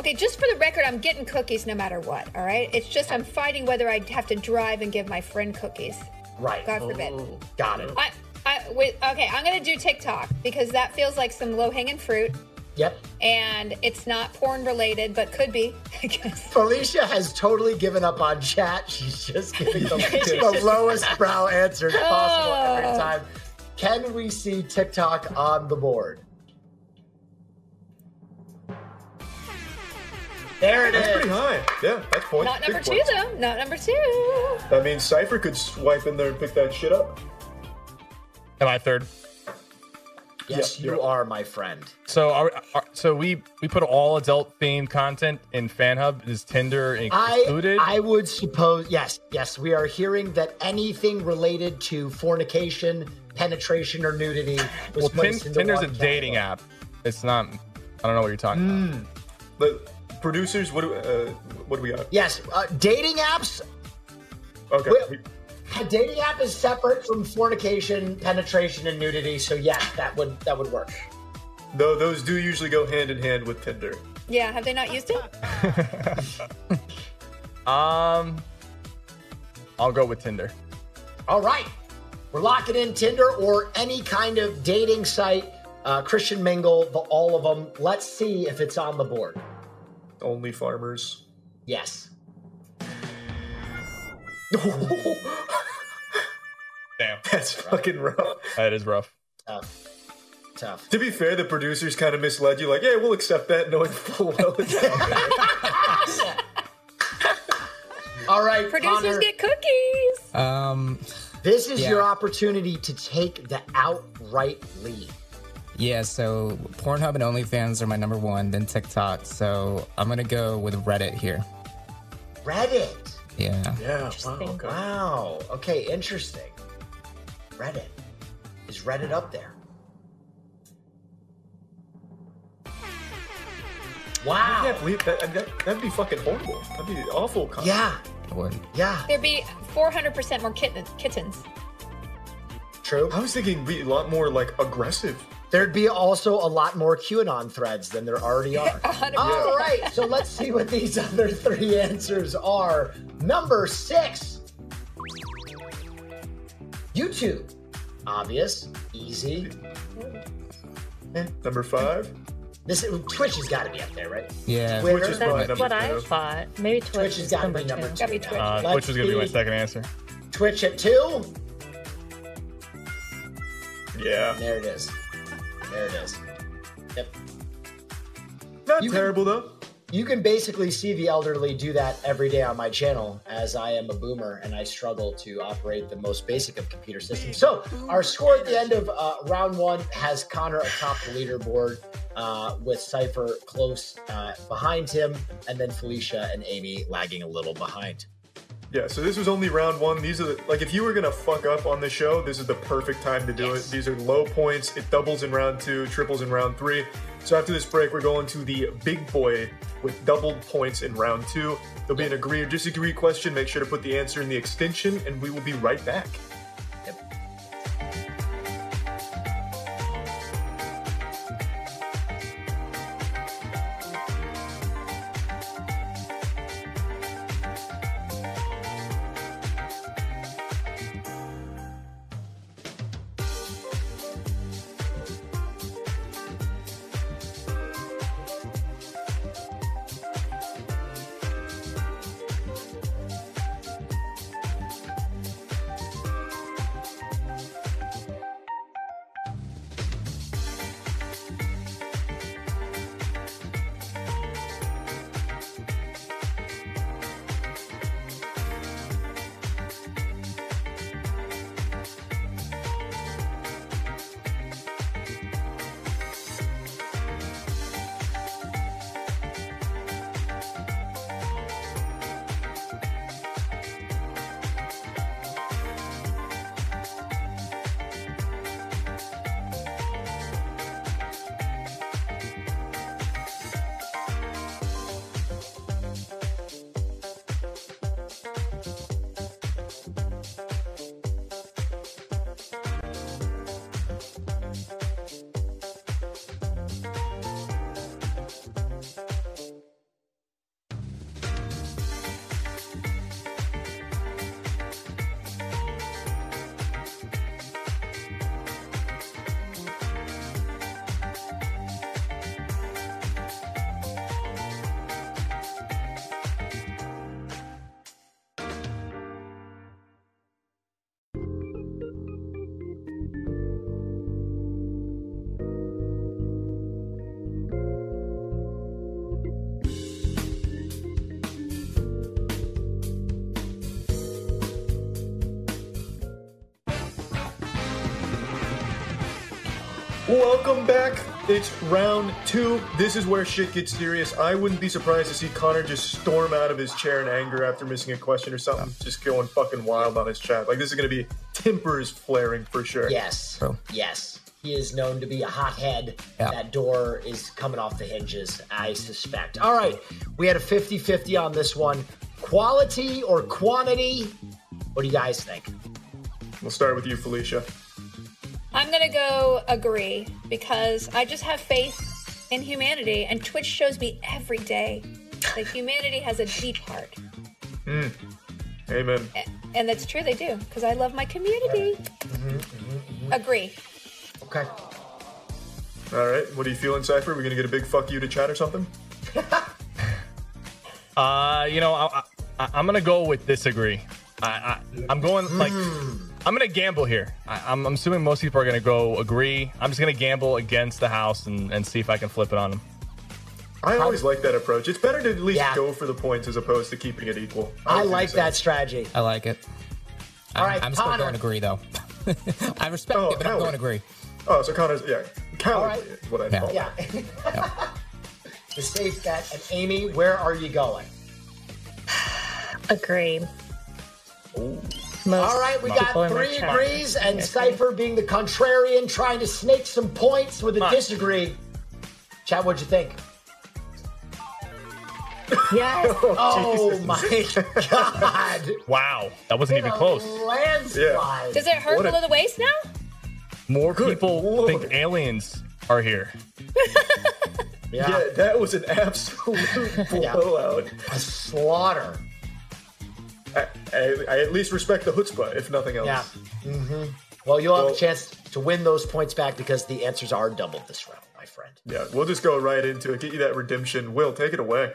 Speaker 4: Okay, just for the record, I'm getting cookies no matter what. All right. It's just I'm fighting whether I have to drive and give my friend cookies.
Speaker 2: Right.
Speaker 4: God forbid.
Speaker 2: Got it.
Speaker 4: I, I, wait, okay, I'm gonna do TikTok because that feels like some low hanging fruit,
Speaker 2: Yep.
Speaker 4: and it's not porn related, but could be. *laughs* I guess.
Speaker 2: Felicia has totally given up on chat. She's just giving
Speaker 5: *laughs*
Speaker 2: the, the lowest brow answers possible
Speaker 5: Ah.
Speaker 2: every time. Can we see TikTok on the board? There it
Speaker 1: That's pretty
Speaker 2: is.
Speaker 1: high. Yeah, that's points.
Speaker 4: Not number
Speaker 1: Big
Speaker 4: two
Speaker 1: points.
Speaker 4: though. Not number two.
Speaker 1: That means Cypher could swipe in there and pick that shit up.
Speaker 5: Am I third?
Speaker 2: Yes,
Speaker 1: Yeah,
Speaker 2: you
Speaker 1: you're-
Speaker 2: are, my friend.
Speaker 5: So are, are so we we put all adult themed content in FanHub. Is Tinder
Speaker 2: I,
Speaker 5: included?
Speaker 2: I would suppose yes yes we are hearing that anything related to fornication penetration or
Speaker 5: *laughs*
Speaker 2: nudity was
Speaker 5: well, Tin,
Speaker 2: placed into
Speaker 5: Tinder's a
Speaker 2: one
Speaker 5: dating
Speaker 2: category.
Speaker 5: app. It's not. I don't know what you're talking about.
Speaker 1: The producers, what do, uh, what do we got?
Speaker 2: yes uh, dating apps
Speaker 1: Okay.
Speaker 2: Wait. a dating app is separate from fornication penetration and nudity so yes that would that would work
Speaker 1: Though those do usually go hand in hand with Tinder.
Speaker 4: Yeah, have they not used it?
Speaker 2: Hmm.
Speaker 5: Um, I'll go with Tinder.
Speaker 2: All right. We're locking in Tinder or any kind of dating site. Uh, Christian Mingle, the, all of them. Let's see if it's on the board.
Speaker 1: Only farmers. *laughs*
Speaker 2: Yes. *laughs*
Speaker 5: Damn,
Speaker 1: That's fucking rough.
Speaker 5: that is rough.
Speaker 2: Tough. Tough.
Speaker 1: To be fair, the producers kind of misled you, like, yeah, we'll accept that, *laughs* knowing full well it's not there.
Speaker 2: All right,
Speaker 4: Producers
Speaker 2: Connor,
Speaker 4: get cookies.
Speaker 3: Um,
Speaker 2: this is
Speaker 3: Yeah.
Speaker 2: your opportunity to take the outright lead.
Speaker 3: yeah. So Pornhub and OnlyFans are my number one. Then TikTok. So I'm gonna go with Reddit here.
Speaker 2: Reddit.
Speaker 3: Yeah.
Speaker 1: Yeah, wow,
Speaker 6: Interesting.
Speaker 1: okay.
Speaker 2: Wow. Okay, interesting. Reddit. Is Reddit up there?
Speaker 1: I
Speaker 2: Wow.
Speaker 1: can't believe that, that. That'd be fucking horrible. That'd be awful. Content.
Speaker 2: Yeah.
Speaker 3: I would.
Speaker 2: Yeah.
Speaker 4: There'd be 400% more kitten, kittens.
Speaker 2: True.
Speaker 1: I was thinking it'd be a lot more like aggressive.
Speaker 2: There'd be also a lot more QAnon threads than there already are. All right, so let's see what these *laughs* other three answers are. Number six YouTube. Obvious, easy.
Speaker 1: Eh, Number five.
Speaker 2: This Twitch has got to be up there, right?
Speaker 3: Yeah.
Speaker 2: Twitter.
Speaker 1: Which is
Speaker 6: That's
Speaker 1: probably number
Speaker 6: what I
Speaker 1: two.
Speaker 6: thought. Maybe Twitch,
Speaker 2: Twitch has
Speaker 6: is
Speaker 2: got to
Speaker 6: number
Speaker 2: be
Speaker 6: two.
Speaker 2: number two.
Speaker 4: Gotta be
Speaker 2: now.
Speaker 4: Twitch.
Speaker 5: Uh,
Speaker 2: Let's
Speaker 5: which was gonna be my
Speaker 2: see.
Speaker 5: second answer.
Speaker 2: Twitch at two.
Speaker 1: Yeah.
Speaker 2: There it is. There it is. Yep.
Speaker 1: Not
Speaker 2: You can-
Speaker 1: terrible though.
Speaker 2: You can basically see the elderly do that every day on my channel, as I am a boomer and I struggle to operate the most basic of computer systems. So, our score at the end of uh, round one has Connor atop the leaderboard, uh, with Cypher close uh, behind him, and then Felicia and Amy lagging a little behind.
Speaker 1: Yeah. So this was only round one. These are the, like if you were gonna fuck up on the show, this is the perfect time to do it. These are low points. It doubles in round two, triples in round three. So after this break, we're going to the big boy with doubled points in round two. There'll be an agree or disagree question. Make sure to put the answer in the extension, and we will be right back. Welcome back. It's round two. This is where shit gets serious. I wouldn't be surprised to see Connor just storm out of his chair in anger after missing a question or something, just going fucking wild on his chat. Like this is gonna be tempers flaring for sure.
Speaker 2: Yes.
Speaker 3: True.
Speaker 2: Yes. He is known to be a hothead.
Speaker 3: Yeah.
Speaker 2: That door is coming off the hinges, I suspect. All right. We had a 50 50 on this one. Quality or quantity? What do you guys think?
Speaker 1: We'll start with you, Felicia.
Speaker 4: I'm gonna go agree because I just have faith in humanity, and Twitch shows me every day that humanity has a deep heart.
Speaker 1: Amen.
Speaker 4: And that's true, they do, because I love my community.
Speaker 1: Mm-hmm,
Speaker 4: Agree.
Speaker 2: Okay.
Speaker 1: All right. What do you feeling, Cypher? Are we gonna get a big fuck you to chat or something?
Speaker 5: Uh, you know, I, I, I'm gonna go with disagree. I, I I'm going like
Speaker 2: Hmm.
Speaker 5: I'm gonna gamble here. I, I'm, I'm assuming most people are gonna go agree. I'm just gonna gamble against the house and, and see if I can flip it on them.
Speaker 1: I always like that approach. It's better to at least
Speaker 2: Yeah.
Speaker 1: go for the points as opposed to keeping it equal.
Speaker 2: I
Speaker 1: would do
Speaker 2: like
Speaker 1: the same.
Speaker 2: that strategy.
Speaker 3: I like it.
Speaker 2: All
Speaker 3: I'm,
Speaker 2: right,
Speaker 3: I'm still
Speaker 2: Connor.
Speaker 3: going to agree though. *laughs* I respect
Speaker 1: Oh,
Speaker 3: it, but
Speaker 1: Howard.
Speaker 3: I'm going to agree.
Speaker 1: Oh, so Connor's yeah, cowardly
Speaker 2: right.
Speaker 1: is what I
Speaker 3: Yeah.
Speaker 1: call. it.
Speaker 2: *laughs* Yeah. the safe bet. And Amy, where are you going?
Speaker 6: Agree.
Speaker 2: All right, we got
Speaker 6: people in my
Speaker 2: three
Speaker 6: chat.
Speaker 2: agrees, and
Speaker 6: Yes,
Speaker 2: Cypher being the contrarian, trying to snake some points with a
Speaker 5: Come on.
Speaker 2: disagree. Chad, what'd you think?
Speaker 6: Yes.
Speaker 2: Oh my god.
Speaker 5: Wow, that wasn't even close.
Speaker 2: A landslide.
Speaker 4: Does it hurt
Speaker 1: What a-
Speaker 4: below the waist now?
Speaker 5: More
Speaker 1: Good
Speaker 5: people
Speaker 1: lord.
Speaker 5: think aliens are here.
Speaker 2: Yeah.
Speaker 1: Yeah, that was an *laughs*
Speaker 2: *laughs*
Speaker 1: absolute blowout.
Speaker 2: A slaughter.
Speaker 1: I, I, I at least respect the chutzpah, if nothing else.
Speaker 2: Yeah. hmm Well, you'll have
Speaker 1: Well-
Speaker 2: a chance to win those points back because the answers are doubled this round, my friend.
Speaker 1: Yeah, we'll just go right into it. Get you that redemption. Will, take it away.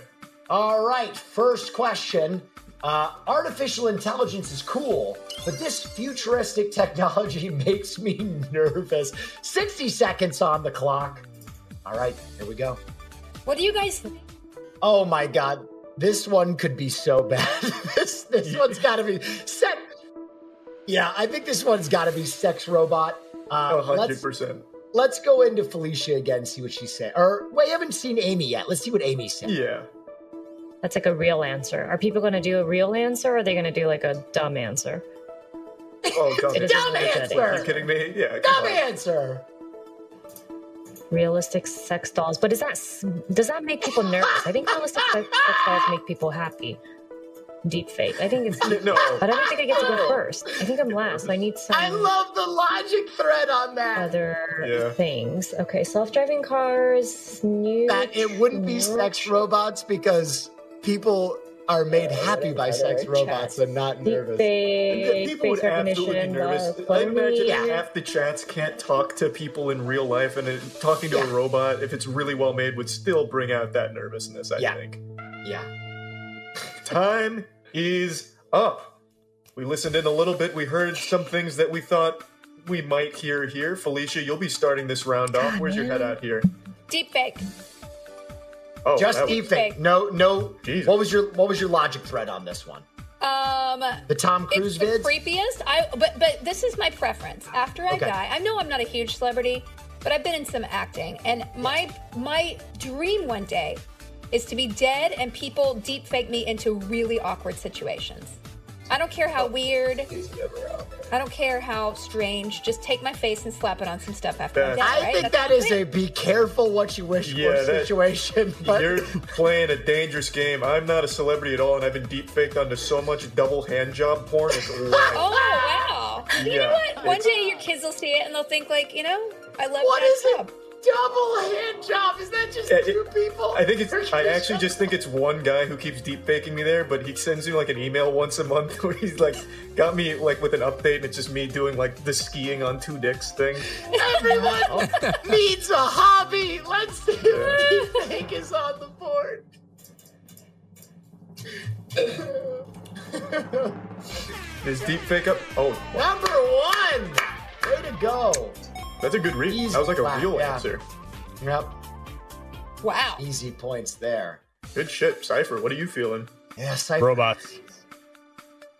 Speaker 2: All right, first question. Uh, artificial intelligence is cool, but this futuristic technology *laughs* makes me nervous. 60 seconds on the clock. All right, here we go.
Speaker 4: What do you guys?
Speaker 2: Oh my God, this one could be so bad. *laughs* this this one's got to be set. Yeah, I think this one's got to be sex robot. Uh,
Speaker 1: Oh, A hundred
Speaker 2: let's
Speaker 1: percent.
Speaker 2: let's go into Felicia again, see what she said. Or we haven't seen Amy yet. Let's see what Amy said.
Speaker 1: Yeah.
Speaker 6: That's like a real answer. Are people going to do a real answer or are they going to do like a dumb answer?
Speaker 1: Oh, dumb.
Speaker 6: It
Speaker 1: Are
Speaker 6: is-
Speaker 2: Dumb
Speaker 6: really good.
Speaker 1: you
Speaker 2: answer.
Speaker 1: kidding me? Yeah. come
Speaker 2: Dumb
Speaker 1: on.
Speaker 2: answer.
Speaker 6: Realistic sex dolls. But is that s- does that make people nervous? I think realistic sex, sex dolls make people happy. Deep fake. I think it's
Speaker 1: *laughs*
Speaker 6: deep
Speaker 1: No.
Speaker 2: Ah.
Speaker 6: But I don't think I get to go first. I think I'm last. I need some
Speaker 2: I love the logic thread on that.
Speaker 6: other
Speaker 1: Yeah.
Speaker 6: things. Okay, self-driving cars, new
Speaker 2: That it wouldn't be sex robots because people are made happy by sex
Speaker 6: Chat.
Speaker 2: robots and not
Speaker 6: deep
Speaker 2: nervous.
Speaker 6: fake,
Speaker 1: People would
Speaker 6: face
Speaker 1: absolutely be
Speaker 6: recognition.
Speaker 1: nervous.
Speaker 6: blah,
Speaker 1: I
Speaker 6: blah,
Speaker 1: imagine
Speaker 6: blah.
Speaker 1: half the chats can't talk to people in real life, and it, talking to a robot, if it's really well made, would still bring out that nervousness. I
Speaker 2: Yeah.
Speaker 1: think.
Speaker 2: Yeah.
Speaker 1: Time is up. We listened in a little bit. We heard some things that we thought we might hear here. Felicia, you'll be starting this round off. Where's your head out here?
Speaker 4: Deep fake.
Speaker 1: Oh,
Speaker 2: Just
Speaker 1: that was-
Speaker 2: deep fake. No, no.
Speaker 1: Jesus.
Speaker 2: What was your what was your logic thread on this one?
Speaker 4: Um,
Speaker 2: The Tom
Speaker 4: it's
Speaker 2: Cruise
Speaker 4: the
Speaker 2: vids?
Speaker 4: creepiest. I but but this is my preference. After I
Speaker 2: Okay.
Speaker 4: die, I know I'm not a huge celebrity, but I've been in some acting, and my my dream one day is to be dead and people deep fake me into really awkward situations. I don't care how weird. I don't care how strange. Just take my face and slap it on some stuff after I'm
Speaker 1: That's-
Speaker 4: dead,
Speaker 2: I
Speaker 4: right?
Speaker 2: think
Speaker 4: That's
Speaker 2: that
Speaker 4: my
Speaker 2: is
Speaker 4: dream.
Speaker 2: a be careful what you wish
Speaker 1: Yeah,
Speaker 2: for
Speaker 1: that- *laughs*
Speaker 2: situation. But
Speaker 1: You're playing a dangerous game. I'm not a celebrity at all, and I've been deep faked onto so much double hand job porn.
Speaker 4: *laughs*
Speaker 1: It's wild.
Speaker 4: Oh wow! You know
Speaker 1: Yeah,
Speaker 4: what? One
Speaker 1: it's-
Speaker 4: day your kids will see it and they'll think like, you know, I love
Speaker 2: what
Speaker 4: that
Speaker 2: is a
Speaker 4: job.
Speaker 2: double hand job? Is that just
Speaker 1: Yeah, it-
Speaker 2: two people?
Speaker 1: I think it's.
Speaker 2: There's
Speaker 1: I actually
Speaker 2: no-
Speaker 1: just think it's one guy who keeps deep faking me there, but he sends me like an email once a month *laughs* where he's like, got me like with an update, and it's just me doing like the skiing on two dicks thing. *laughs*
Speaker 2: Everyone
Speaker 1: Oh.
Speaker 2: *laughs* needs a hobby. Let's see if deep fake is on the board.
Speaker 1: Is deep fake up? Oh,
Speaker 2: Number one. Way to go.
Speaker 1: that's a good read.
Speaker 2: Easy
Speaker 1: That was like a
Speaker 2: clap,
Speaker 1: real
Speaker 2: yeah.
Speaker 1: answer.
Speaker 2: Yep.
Speaker 4: Wow.
Speaker 2: Easy points there.
Speaker 1: Good shit, Cipher. What are you feeling?
Speaker 2: Yes, I
Speaker 5: Robots.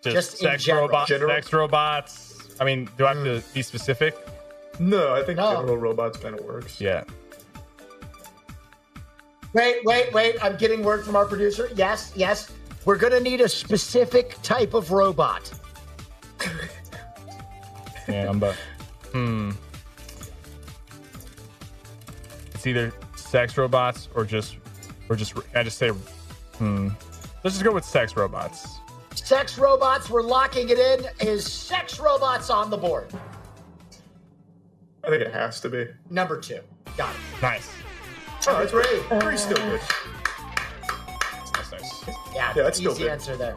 Speaker 5: Just,
Speaker 2: Just in
Speaker 5: sex
Speaker 2: general.
Speaker 5: robots.
Speaker 1: General-
Speaker 5: Sex robots. I mean, do I have to be specific?
Speaker 1: No, I think
Speaker 2: No.
Speaker 1: general robots kind of works.
Speaker 5: Yeah.
Speaker 2: Wait, wait, wait. I'm getting word from our producer. Yes, yes. We're going to need a specific type of robot.
Speaker 5: Yeah, I'm but hmm. It's either sex robots or just or just I just say hmm. Let's just go with sex robots.
Speaker 2: Sex robots, we're locking it in. Is sex robots on the board?
Speaker 1: I think it has to be.
Speaker 2: Number two. Got it.
Speaker 5: Nice.
Speaker 1: Oh, that's
Speaker 3: Uh,
Speaker 1: right. Three's still good.
Speaker 5: That's nice.
Speaker 2: Yeah,
Speaker 1: Yeah, that's still
Speaker 2: easy
Speaker 1: good.
Speaker 2: answer there.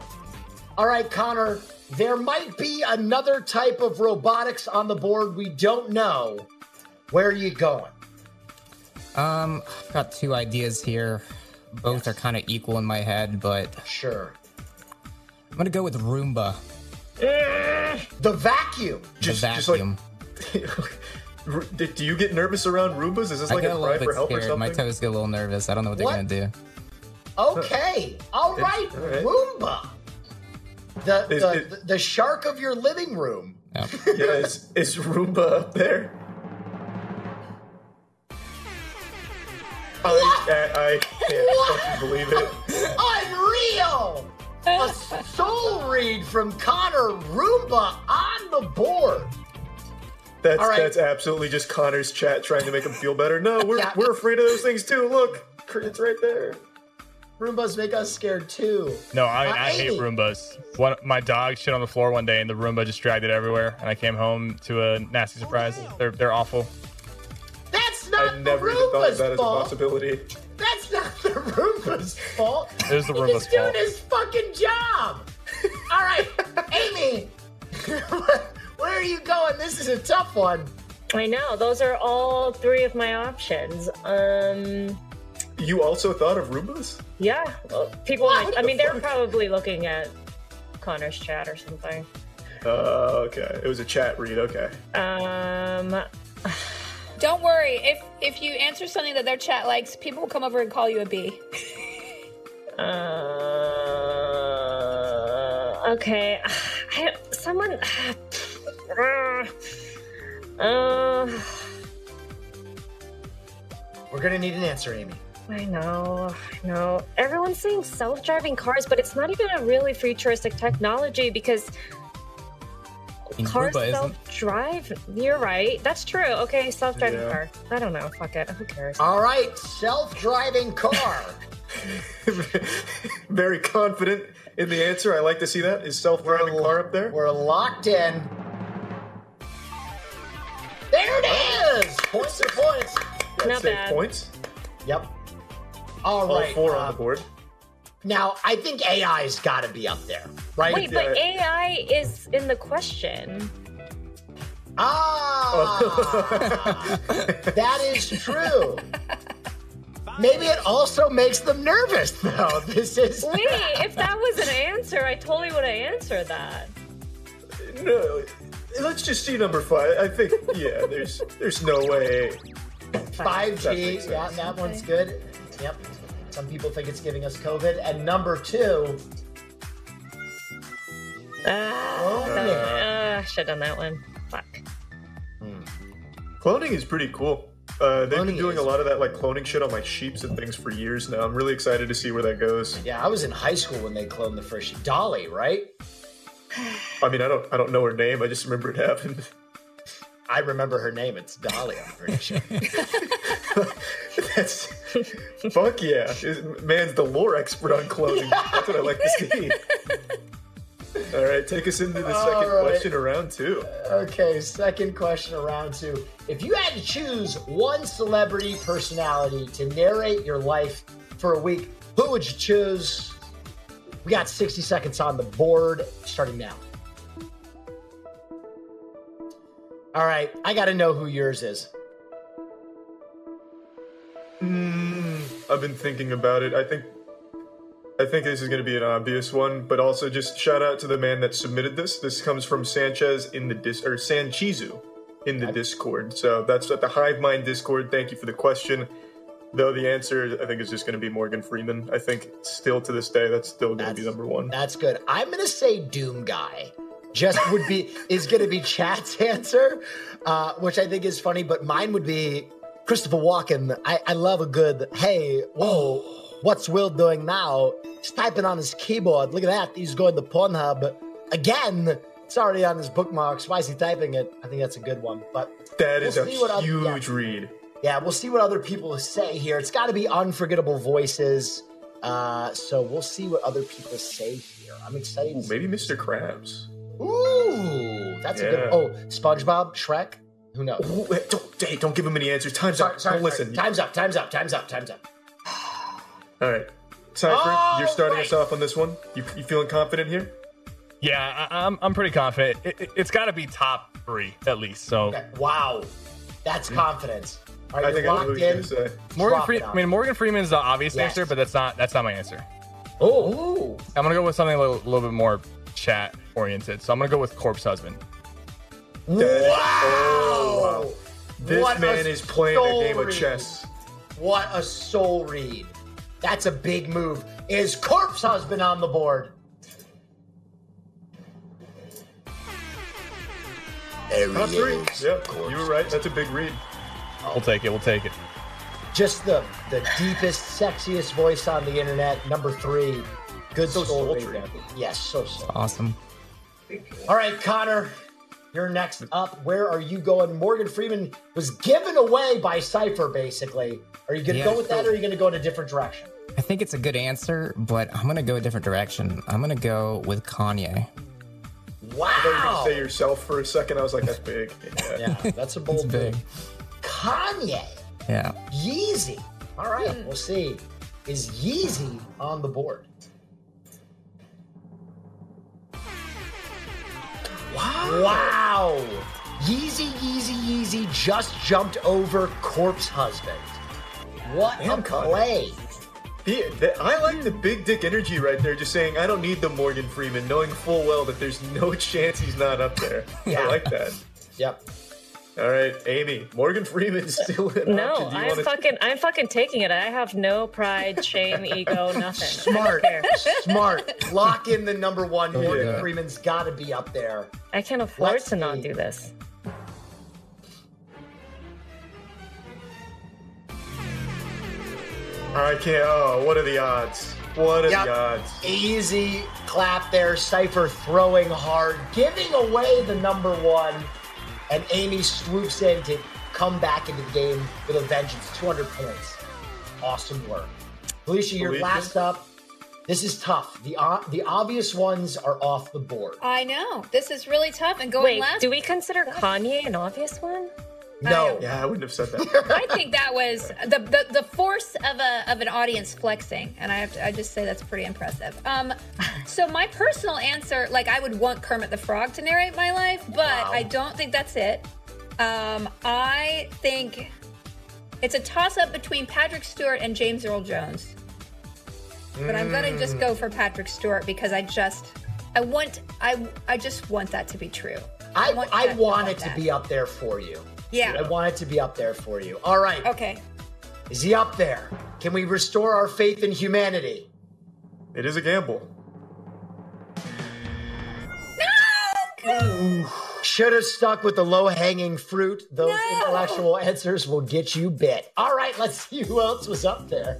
Speaker 2: All right, Connor, there might be another type of robotics on the board. We don't know. Where are you going?
Speaker 3: Um, I've got two ideas here. Both are kind of equal in my head, but
Speaker 2: Sure.
Speaker 3: I'm gonna go with Roomba.
Speaker 2: The vacuum.
Speaker 3: The
Speaker 1: Just, just like,
Speaker 3: vacuum.
Speaker 1: *laughs* Ru- do you get nervous around Roombas? Is this like
Speaker 3: I get
Speaker 1: a
Speaker 3: a
Speaker 1: cry
Speaker 3: little
Speaker 1: for
Speaker 3: bit
Speaker 1: help or
Speaker 3: scared. My
Speaker 1: something?
Speaker 3: toes get a little nervous. I don't know what they're
Speaker 2: What?
Speaker 3: gonna do.
Speaker 1: *laughs*
Speaker 2: Okay. All right,
Speaker 1: all right.
Speaker 2: Roomba. The,
Speaker 1: Is
Speaker 2: the,
Speaker 1: it-
Speaker 2: the, shark of your living room.
Speaker 3: No.
Speaker 1: *laughs* yeah, is, is Roomba up there? I, I
Speaker 2: What?
Speaker 1: can't fucking believe it.
Speaker 2: Unreal! A soul read from Connor Roomba on the board.
Speaker 1: That's
Speaker 2: All right.
Speaker 1: that's absolutely just Connor's chat trying to make him feel better. No, we're
Speaker 2: Yeah.
Speaker 1: we're afraid of those things too. Look, it's right there.
Speaker 2: Roombas make us scared too.
Speaker 5: No, I,
Speaker 2: Uh,
Speaker 5: I hate
Speaker 2: Amy.
Speaker 5: Roombas. One, my dog shit on the floor one day, and the Roomba just dragged it everywhere, and I came home to a nasty surprise. they're they're awful.
Speaker 2: That's
Speaker 1: I
Speaker 2: not the
Speaker 1: never even thought of
Speaker 2: Roomba's
Speaker 1: that as a
Speaker 2: Ah, fault.
Speaker 1: possibility.
Speaker 2: That's not the Roomba's fault.
Speaker 5: It was the
Speaker 2: He's
Speaker 5: Roomba's
Speaker 2: just doing
Speaker 5: fault.
Speaker 2: his fucking job.
Speaker 1: *laughs*
Speaker 2: All right, Amy, *laughs* where are you going? This is a tough one.
Speaker 6: I know. Those are all three of my options. Um,
Speaker 1: You also thought of Roombas?
Speaker 6: yeah. well, people,
Speaker 2: What
Speaker 6: I mean,
Speaker 2: the
Speaker 6: they're
Speaker 2: fuck?
Speaker 6: probably looking at Connor's chat or something.
Speaker 1: Uh, okay. It was a chat read. Okay. *laughs*
Speaker 6: Um,
Speaker 4: Don't worry. If if you answer something that their chat likes, people will come over and call you a bee.
Speaker 6: Uh, okay. *sighs* I, someone. *sighs* Uh,
Speaker 2: We're gonna need an answer, Amy.
Speaker 6: I know, I know. Everyone's saying self driving cars, but it's not even a really futuristic technology because
Speaker 3: mean,
Speaker 6: cars
Speaker 3: Roomba isn't.
Speaker 6: self drive. You're right. That's true. Okay, self driving
Speaker 1: Yeah.
Speaker 6: car. I don't know. Fuck it. Who cares?
Speaker 2: All right, self-driving car.
Speaker 1: Very confident in the answer. I like to see that. Is self-driving car up there?
Speaker 2: We're locked in. There it is. Points to points.
Speaker 1: That
Speaker 6: Not
Speaker 1: saved
Speaker 6: bad.
Speaker 1: points.
Speaker 2: Yep. All
Speaker 1: All
Speaker 2: right,
Speaker 1: Oh, four
Speaker 2: uh,
Speaker 1: on the board.
Speaker 2: Now I think AI's got to be up there, right?
Speaker 6: Wait, but AI is in the question.
Speaker 1: *laughs*
Speaker 2: Ah, that is true. Maybe it also makes them nervous, though. *laughs* This is
Speaker 6: Wait, if that was an answer, I totally would have answered that.
Speaker 1: No, let's just see number five. I think yeah. There's there's no way.
Speaker 2: five
Speaker 1: That makes
Speaker 2: G. Yeah,
Speaker 1: sense.
Speaker 2: that one's good. Yep. Some people think it's giving us COVID. And number two,
Speaker 6: Ah,
Speaker 2: cloning.
Speaker 6: uh, should have done that one. Fuck.
Speaker 1: Cloning is pretty cool. Uh, they've
Speaker 2: Cloning
Speaker 1: been doing
Speaker 2: is-
Speaker 1: a lot of that like cloning shit on like sheeps and things for years now. I'm really excited to see where that goes.
Speaker 2: Yeah, I was in high school when they cloned the first sheep. Dolly, right?
Speaker 1: I mean, I don't I don't know her name. I just remember it happened. *laughs*
Speaker 2: I remember her name. It's Dolly. I'm pretty sure.
Speaker 1: That's fuck yeah. Man's the lore expert on cloning. That's what I like to see.
Speaker 2: *laughs*
Speaker 1: All right, take us into the second
Speaker 2: right.
Speaker 1: question around two.
Speaker 2: Okay, second question around two. If you had to choose one celebrity personality to narrate your life for a week, who would you choose? We got 60 seconds on the board starting now. All right, I got to know who yours is.
Speaker 1: I've been thinking about it. I think I think this is going to be an obvious one, but also just shout out to the man that submitted this. This comes from Sanchez in the dis or Sanchizu in the Discord. So that's at the Hive Mind Discord. Thank you for the question. Though the answer, I think, is just going to be Morgan Freeman. I think still to this day, that's still going to be
Speaker 2: That's-
Speaker 1: number one.
Speaker 2: That's good. I'm gonna say Doom Guy. Just
Speaker 1: *laughs*
Speaker 2: would be is gonna be Chad's answer, uh, which I think is funny. But mine would be Christopher Walken. I, I love a good hey
Speaker 1: *gasps*
Speaker 2: whoa. What's Will doing now? He's typing on his keyboard. Look at that. He's going to Pornhub again. It's already on his bookmarks. Why is he typing it? I think that's a good one. But
Speaker 1: That is
Speaker 2: We'll see what
Speaker 1: a
Speaker 2: other- yeah.
Speaker 1: huge read.
Speaker 2: yeah, we'll see what other people say here. It's got to be unforgettable voices. Uh, so we'll see what other people say here. I'm excited.
Speaker 1: Ooh,
Speaker 2: to see
Speaker 1: maybe Mr. Krabs.
Speaker 2: Ooh, that's a
Speaker 1: Yeah.
Speaker 2: good. Oh, SpongeBob, Shrek. Who knows?
Speaker 1: Ooh, eh, don't, hey, don't give him any answers. Time's
Speaker 2: Sorry,
Speaker 1: up.
Speaker 2: sorry.
Speaker 1: don't listen.
Speaker 2: sorry. Time's up. Time's up. Time's up. Time's up.
Speaker 1: All right, Cypher,
Speaker 2: All
Speaker 1: you're starting us
Speaker 2: right.
Speaker 1: Oh, off on this one. You, you feeling confident here?
Speaker 5: Yeah, I, I'm, I'm pretty confident. It, it, has got to be top three at least. So
Speaker 2: Okay, Wow, that's confidence. All
Speaker 1: Hmm.
Speaker 2: right,
Speaker 1: I
Speaker 2: you're
Speaker 1: think I know
Speaker 2: locked
Speaker 1: who he's
Speaker 2: in.
Speaker 1: gonna say.
Speaker 5: Morgan
Speaker 2: Drop
Speaker 5: Freeman.
Speaker 2: down.
Speaker 5: I mean, Morgan Freeman is the obvious
Speaker 2: Yes.
Speaker 5: answer, but that's not that's not my answer.
Speaker 2: Oh,
Speaker 5: I'm gonna go with something a little, little bit more chat oriented. So I'm gonna go with corpse husband.
Speaker 1: Dead.
Speaker 2: Wow.
Speaker 1: Oh, wow. This
Speaker 2: What a
Speaker 1: man is playing a game of
Speaker 2: story.
Speaker 1: chess.
Speaker 2: What a soul read. That's a big move. Is Corpse Husband on the board? There he
Speaker 1: Top three.
Speaker 2: is.
Speaker 1: Yep,
Speaker 2: Corpse.
Speaker 1: you were right. That's a big read.
Speaker 5: We'll take it. We'll take it.
Speaker 2: Just the, the deepest, sexiest voice on the internet. Number three. Good
Speaker 1: So
Speaker 2: soul read
Speaker 1: sultry.
Speaker 2: there. Yes, so soul.
Speaker 3: Awesome.
Speaker 2: All right, Connor, you're next up. Where are you going? Morgan Freeman was given away by Cypher, basically. Are you going to
Speaker 3: Yeah,
Speaker 2: go with that or are you going to go in a different direction?
Speaker 3: I think it's a good answer, but I'm gonna go a different direction. I'm gonna go with Kanye.
Speaker 1: You can
Speaker 2: Wow.
Speaker 1: say yourself for a second. I was like, that's big. Yeah.
Speaker 2: Yeah, that's a bold
Speaker 3: Big.
Speaker 2: move. Kanye,
Speaker 3: Yeah.
Speaker 2: Yeezy. All right, we'll see. Is Yeezy on the board? Wow. Wow. Yeezy, Yeezy, Yeezy just jumped over Corpse Husband. What a
Speaker 1: Damn, Kanye.
Speaker 2: play.
Speaker 1: He- th- I like the big dick energy right there, just saying, I don't need the Morgan Freeman, knowing full well that there's no *laughs* chance he's not up there. I like that.
Speaker 2: Yep.
Speaker 1: All right, Amy, Morgan Freeman's still an
Speaker 6: No,
Speaker 1: option. Do you
Speaker 6: I'm
Speaker 1: wanna-
Speaker 6: fucking, I'm fucking taking it. I have no pride, shame, ego, nothing. I don't
Speaker 2: Smart.
Speaker 6: care.
Speaker 2: Smart. Lock in the number one. Morgan
Speaker 1: Yeah.
Speaker 2: Freeman's got to be up there.
Speaker 6: I can't afford
Speaker 2: Let's
Speaker 6: to not
Speaker 2: see.
Speaker 6: do this.
Speaker 1: I can't. Oh, what are the odds? What are
Speaker 2: Yep.
Speaker 1: the odds?
Speaker 2: Easy clap there. Cypher throwing hard, giving away the number one. And Amy swoops in to come back into the game with a vengeance. 200 points. Awesome work. Felicia, you're
Speaker 1: Felicia?
Speaker 2: last up. This is tough. The, o- the obvious ones are off the board.
Speaker 4: I know. This is really tough. And going
Speaker 6: Wait,
Speaker 4: last,
Speaker 6: do we consider Kanye an obvious one?
Speaker 2: No.
Speaker 1: Yeah, I wouldn't have said
Speaker 2: *laughs*
Speaker 1: that.
Speaker 4: I think that was the, the the force of a of an audience flexing, and I have to I just say that's pretty impressive. Um, so my personal answer, like I would want Kermit the Frog to narrate my life, but I don't think that's it. Um, I think it's a toss up between Patrick Stewart and James Earl Jones, but I'm gonna just go for Patrick Stewart because I just I want I I just want that to be true.
Speaker 2: I,
Speaker 4: want
Speaker 2: I
Speaker 4: that-
Speaker 2: want
Speaker 4: I
Speaker 2: it
Speaker 4: want
Speaker 2: to
Speaker 4: that.
Speaker 2: be up there for you. I
Speaker 4: Yeah.
Speaker 2: want it to be up there for you. All right.
Speaker 4: Okay.
Speaker 2: Is he up there? Can we restore our faith in humanity?
Speaker 1: it is a gamble.
Speaker 4: No.
Speaker 2: Should have stuck with the low hanging fruit. Those
Speaker 4: No.
Speaker 2: intellectual answers will get you bit. All right, let's see who else was up there.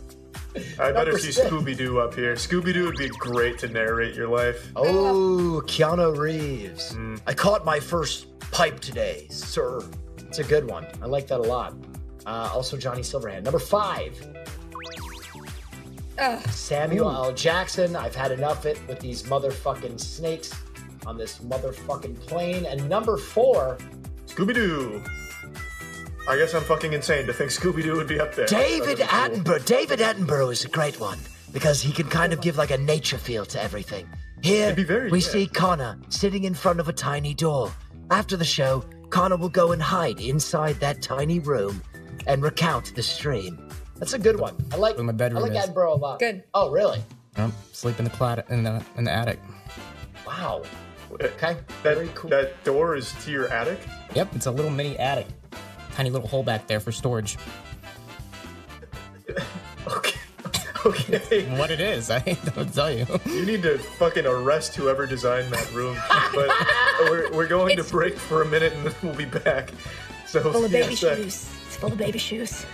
Speaker 1: I better
Speaker 2: Number
Speaker 1: see
Speaker 2: six.
Speaker 1: Scooby Doo up here. Scooby Doo would be great to narrate your life.
Speaker 2: Oh, Keanu Reeves. I caught my first pipe today, sir. It's a good one. I like that a lot. Uh, also, Johnny Silverhand. Number five,
Speaker 4: Ugh.
Speaker 2: Samuel L. Jackson. I've had enough it with these motherfucking snakes on this motherfucking plane. And number four,
Speaker 1: Scooby Doo. I guess I'm fucking insane to think Scooby Doo would be up there.
Speaker 7: David
Speaker 1: That'd be cool.
Speaker 7: Attenborough. David Attenborough is a great one because he can kind of give like a nature feel to everything. Here
Speaker 1: be very-
Speaker 7: we
Speaker 1: yeah.
Speaker 7: see Connor sitting in front of a tiny door. After the show, Connor will go and hide inside that tiny room and recount the stream.
Speaker 2: that's a good one. I like,
Speaker 3: Where my
Speaker 2: I
Speaker 3: bedroom
Speaker 2: like
Speaker 3: is.
Speaker 2: Edinburgh a lot.
Speaker 4: Good.
Speaker 2: Oh, really?
Speaker 3: Oh, sleep in the cloud in the in the attic.
Speaker 2: Wow.
Speaker 1: That,
Speaker 2: Okay. Very cool.
Speaker 1: that door is to your attic. *laughs*
Speaker 3: Yep, it's a little mini attic. Tiny little hole back there for storage.
Speaker 1: Okay.
Speaker 3: *laughs*
Speaker 1: Okay.
Speaker 3: What it is, I don't tell you.
Speaker 1: You need to fucking arrest whoever designed that room. But we're, we're going
Speaker 4: It's-
Speaker 1: to break for a minute and then we'll be back. So
Speaker 4: Full of
Speaker 1: see you in a
Speaker 4: baby
Speaker 1: sec.
Speaker 4: shoes. It's full of baby shoes.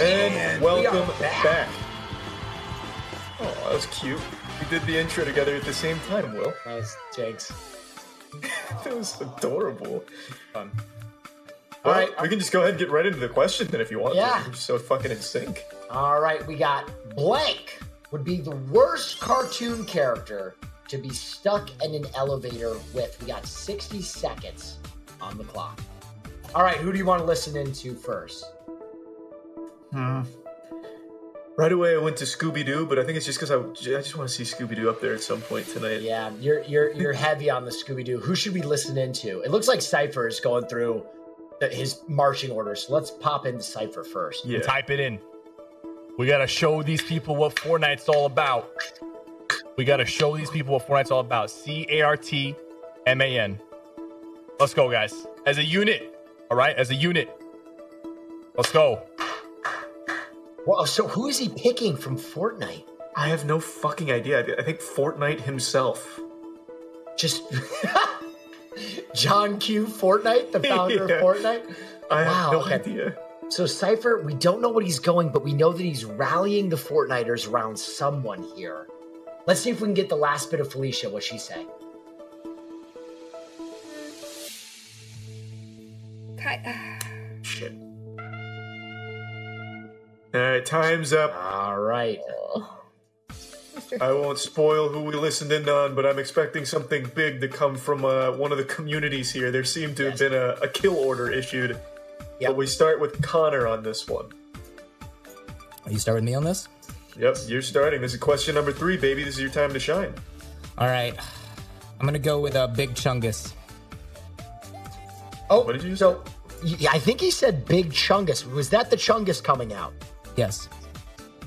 Speaker 1: And welcome
Speaker 2: are
Speaker 1: back.
Speaker 2: back.
Speaker 1: Oh, that was cute. We did the intro together at the same time, Will.
Speaker 2: That was Jake's.
Speaker 1: *laughs* That was adorable. Um,
Speaker 5: Fun.
Speaker 1: All right,
Speaker 2: right.
Speaker 1: we can just go ahead and get right into the question then if you want.
Speaker 2: Yeah.
Speaker 1: To. We're so fucking in sync.
Speaker 2: All right, we got blank would be the worst cartoon character to be stuck in an elevator with. We got 60 seconds on the clock. All right, who do you want to listen into first?
Speaker 1: Right away, I went to Scooby Doo, but I think it's just because I, I just want to see Scooby Doo up there at some point tonight.
Speaker 2: Yeah, you're you're you're heavy on the Scooby Doo. Who should we listen into? It looks like Cipher is going through the, his marching orders. So let's pop into Cipher first.
Speaker 1: Yeah.
Speaker 5: Type it in. We gotta show these people what Fortnite's all about. We gotta show these people what Fortnite's all about. C A R T M A N. Let's go, guys. As a unit. All right, as a unit. Let's go.
Speaker 2: Wow, so who is he picking from Fortnite?
Speaker 1: I have no fucking idea. I- I think Fortnite himself.
Speaker 2: Just *laughs* John Q. Fortnite, the founder
Speaker 1: *laughs* Yeah.
Speaker 2: of Fortnite.
Speaker 1: I
Speaker 2: Wow,
Speaker 1: have no
Speaker 2: okay.
Speaker 1: idea.
Speaker 2: So Cipher, we don't know what he's going, but we know that he's rallying the Fortniters around someone here. Let's see if we can get the last bit of Felicia, what she's saying.
Speaker 4: Ki- uh,
Speaker 1: Shit. All right, time's up.
Speaker 2: All right.
Speaker 1: I won't spoil who we listened in on, but I'm expecting something big to come from uh, one of the communities here. There seemed to have been a, a kill order issued.
Speaker 2: Yep.
Speaker 1: But we start with Connor on this one.
Speaker 3: You start with me on this?
Speaker 1: Yep, you're starting. This is question number three, baby. This is your time to shine.
Speaker 3: All right. I'm gonna go with a uh, big chungus.
Speaker 2: Oh,
Speaker 1: What did you
Speaker 2: so yeah, I think he said Big Chungus. Was that the Chungus coming out?
Speaker 3: Yes.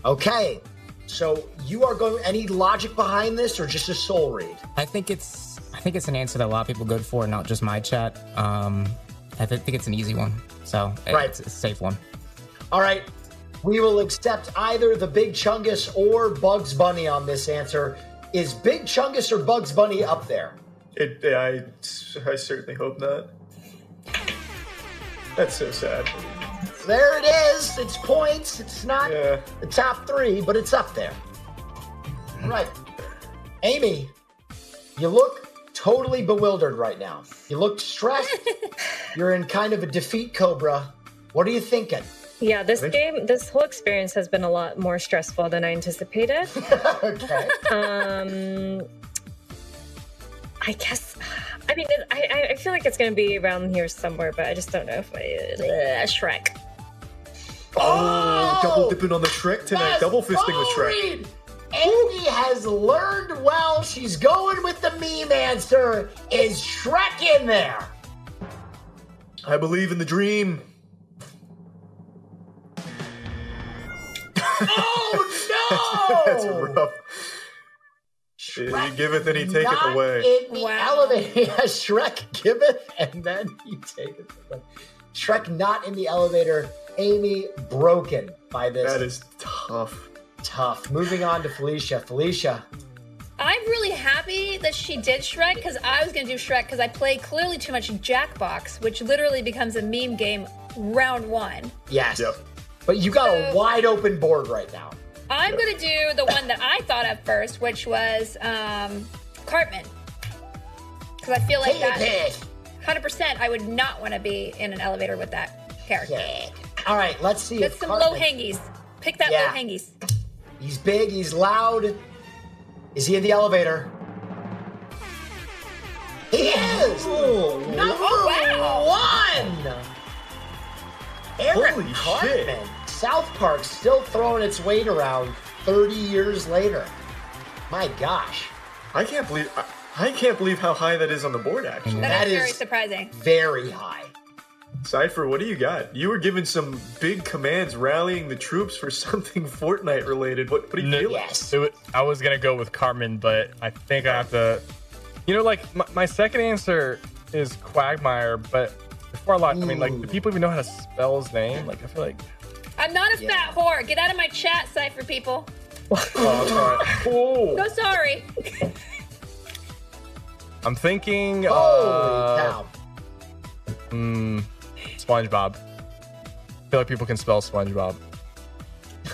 Speaker 2: Okay. So you are going any logic behind this or just a soul read?
Speaker 3: I think it's I think it's an answer that a lot of people go for, not just my chat. Um, I th- think it's an easy one, so
Speaker 2: Right.
Speaker 3: it's a safe one. *laughs*
Speaker 2: All right. We will accept either the Big Chungus or Bugs Bunny on this answer. Is Big Chungus or Bugs Bunny up there?
Speaker 1: It, I, I certainly hope not. That's so sad.
Speaker 2: There it is. It's points. It's not
Speaker 1: Yeah.
Speaker 2: the top three, but it's up there. Right. Amy, you look totally bewildered right now. You look stressed. You're in kind of a defeat cobra. What are you thinking? *laughs*
Speaker 6: Yeah, this game, this whole experience has been a lot more stressful than
Speaker 4: *laughs*
Speaker 6: I anticipated.
Speaker 1: *laughs*
Speaker 2: Okay.
Speaker 6: I guess, I mean, it, I, I- I feel like it's going to be around here somewhere, but I just don't know if I. Uh, Shrek.
Speaker 1: Oh, double dipping on the Shrek tonight.
Speaker 2: Yes,
Speaker 1: double fisting with
Speaker 2: Bo
Speaker 1: Shrek.
Speaker 2: Reed. Amy has learned well. She's going with the meme answer. Is Shrek in there?
Speaker 1: *laughs* I believe in the dream. *laughs*
Speaker 2: Oh no!
Speaker 1: That's rough. He giveth and he taketh
Speaker 2: not
Speaker 1: away.
Speaker 2: In the
Speaker 4: Wow.
Speaker 2: elevator, *laughs* yeah, Shrek giveth and then he taketh away. Shrek not in the elevator. Amy broken by this.
Speaker 1: That is tough.
Speaker 2: tough. Moving on to Felicia. Felicia,
Speaker 4: I'm really happy that she did Shrek because I was gonna do Shrek because I play clearly too much Jackbox, which literally becomes a meme game round one.
Speaker 2: yes.
Speaker 1: Yep.
Speaker 2: But you got a
Speaker 4: So-
Speaker 2: wide open board right now.
Speaker 4: I'm gonna do the one that I thought of first, which was um, Cartman, because I feel like
Speaker 2: Take
Speaker 4: that
Speaker 2: it.
Speaker 4: 100%. I would not want to be in an elevator with that character.
Speaker 2: Yeah. All right, let's see.
Speaker 4: That's
Speaker 2: if
Speaker 4: some
Speaker 2: Cartman-
Speaker 4: low hangies. Pick that
Speaker 2: Yeah.
Speaker 4: low hangies.
Speaker 2: He's big, he's loud. Is he in the elevator? He is! Number one! Eric
Speaker 1: Holy
Speaker 2: Cartman.
Speaker 1: shit.
Speaker 2: South Park still throwing its weight around 30 years later. My gosh.
Speaker 1: I can't believe I, I can't believe how high that is on the board actually.
Speaker 4: That,
Speaker 2: That
Speaker 4: is, very
Speaker 2: is-
Speaker 4: surprising.
Speaker 2: Very high.
Speaker 1: Cypher, what do you got? You were given some big commands rallying the troops for *laughs* something Fortnite related. What what do you
Speaker 5: No.
Speaker 1: feel?
Speaker 2: Yes.
Speaker 5: It wa- I was gonna go with Cartman, but I think I have to. You know, like my, my second answer is Quagmire, but before I lock, I mean, like, do people even know how to spell his name? Like, I
Speaker 2: *laughs*
Speaker 5: feel like
Speaker 4: I'm not a fat whore. Get out of my chat, Cypher people.
Speaker 1: Oh,
Speaker 4: So
Speaker 1: oh,
Speaker 4: sorry.
Speaker 5: I'm thinking.
Speaker 2: Holy
Speaker 5: uh,
Speaker 2: cow.
Speaker 5: mm, SpongeBob. I feel like people can spell SpongeBob.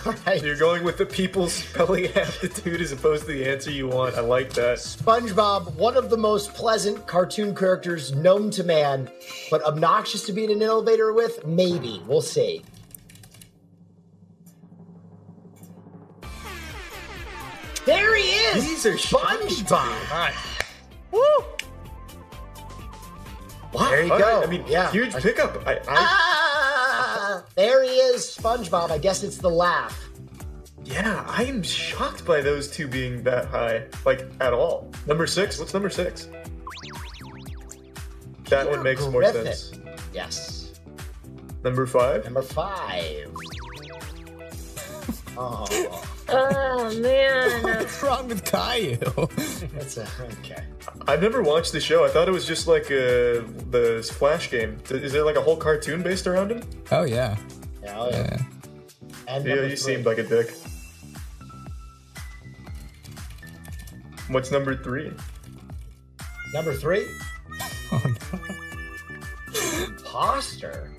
Speaker 2: All *laughs* right.
Speaker 1: So you're going with the people's spelling *laughs* aptitude as opposed to the answer you want. I like that.
Speaker 2: SpongeBob, one of the most pleasant cartoon characters known to man, but obnoxious to be in an elevator with? Maybe. We'll see. There he is!
Speaker 1: These are shocking to me.
Speaker 2: SpongeBob!
Speaker 5: Nice.
Speaker 2: Wow. There you
Speaker 1: All
Speaker 2: go.
Speaker 1: right, I mean,
Speaker 2: yeah.
Speaker 1: huge pickup. I, I
Speaker 2: Ah, there he is, SpongeBob. I guess it's the laugh.
Speaker 1: yeah, I am shocked by those two being that high, like at all. Number six. What's number six? That one makes more
Speaker 2: Griffin.
Speaker 1: sense.
Speaker 2: Yes.
Speaker 1: Number five.
Speaker 2: Number five. *laughs* Oh,
Speaker 6: Oh man.
Speaker 3: What's wrong with Caillou? *laughs*
Speaker 2: that's a okay.
Speaker 1: I've never watched the show. I thought it was just like uh, the Flash game. Is there like a whole cartoon based around him?
Speaker 3: oh yeah. Uh,
Speaker 2: Yeah, oh, yeah.
Speaker 3: yeah.
Speaker 2: And
Speaker 1: Yeah,
Speaker 2: number
Speaker 1: you
Speaker 2: three.
Speaker 1: seemed like a dick. What's number three?
Speaker 2: number three. Imposter.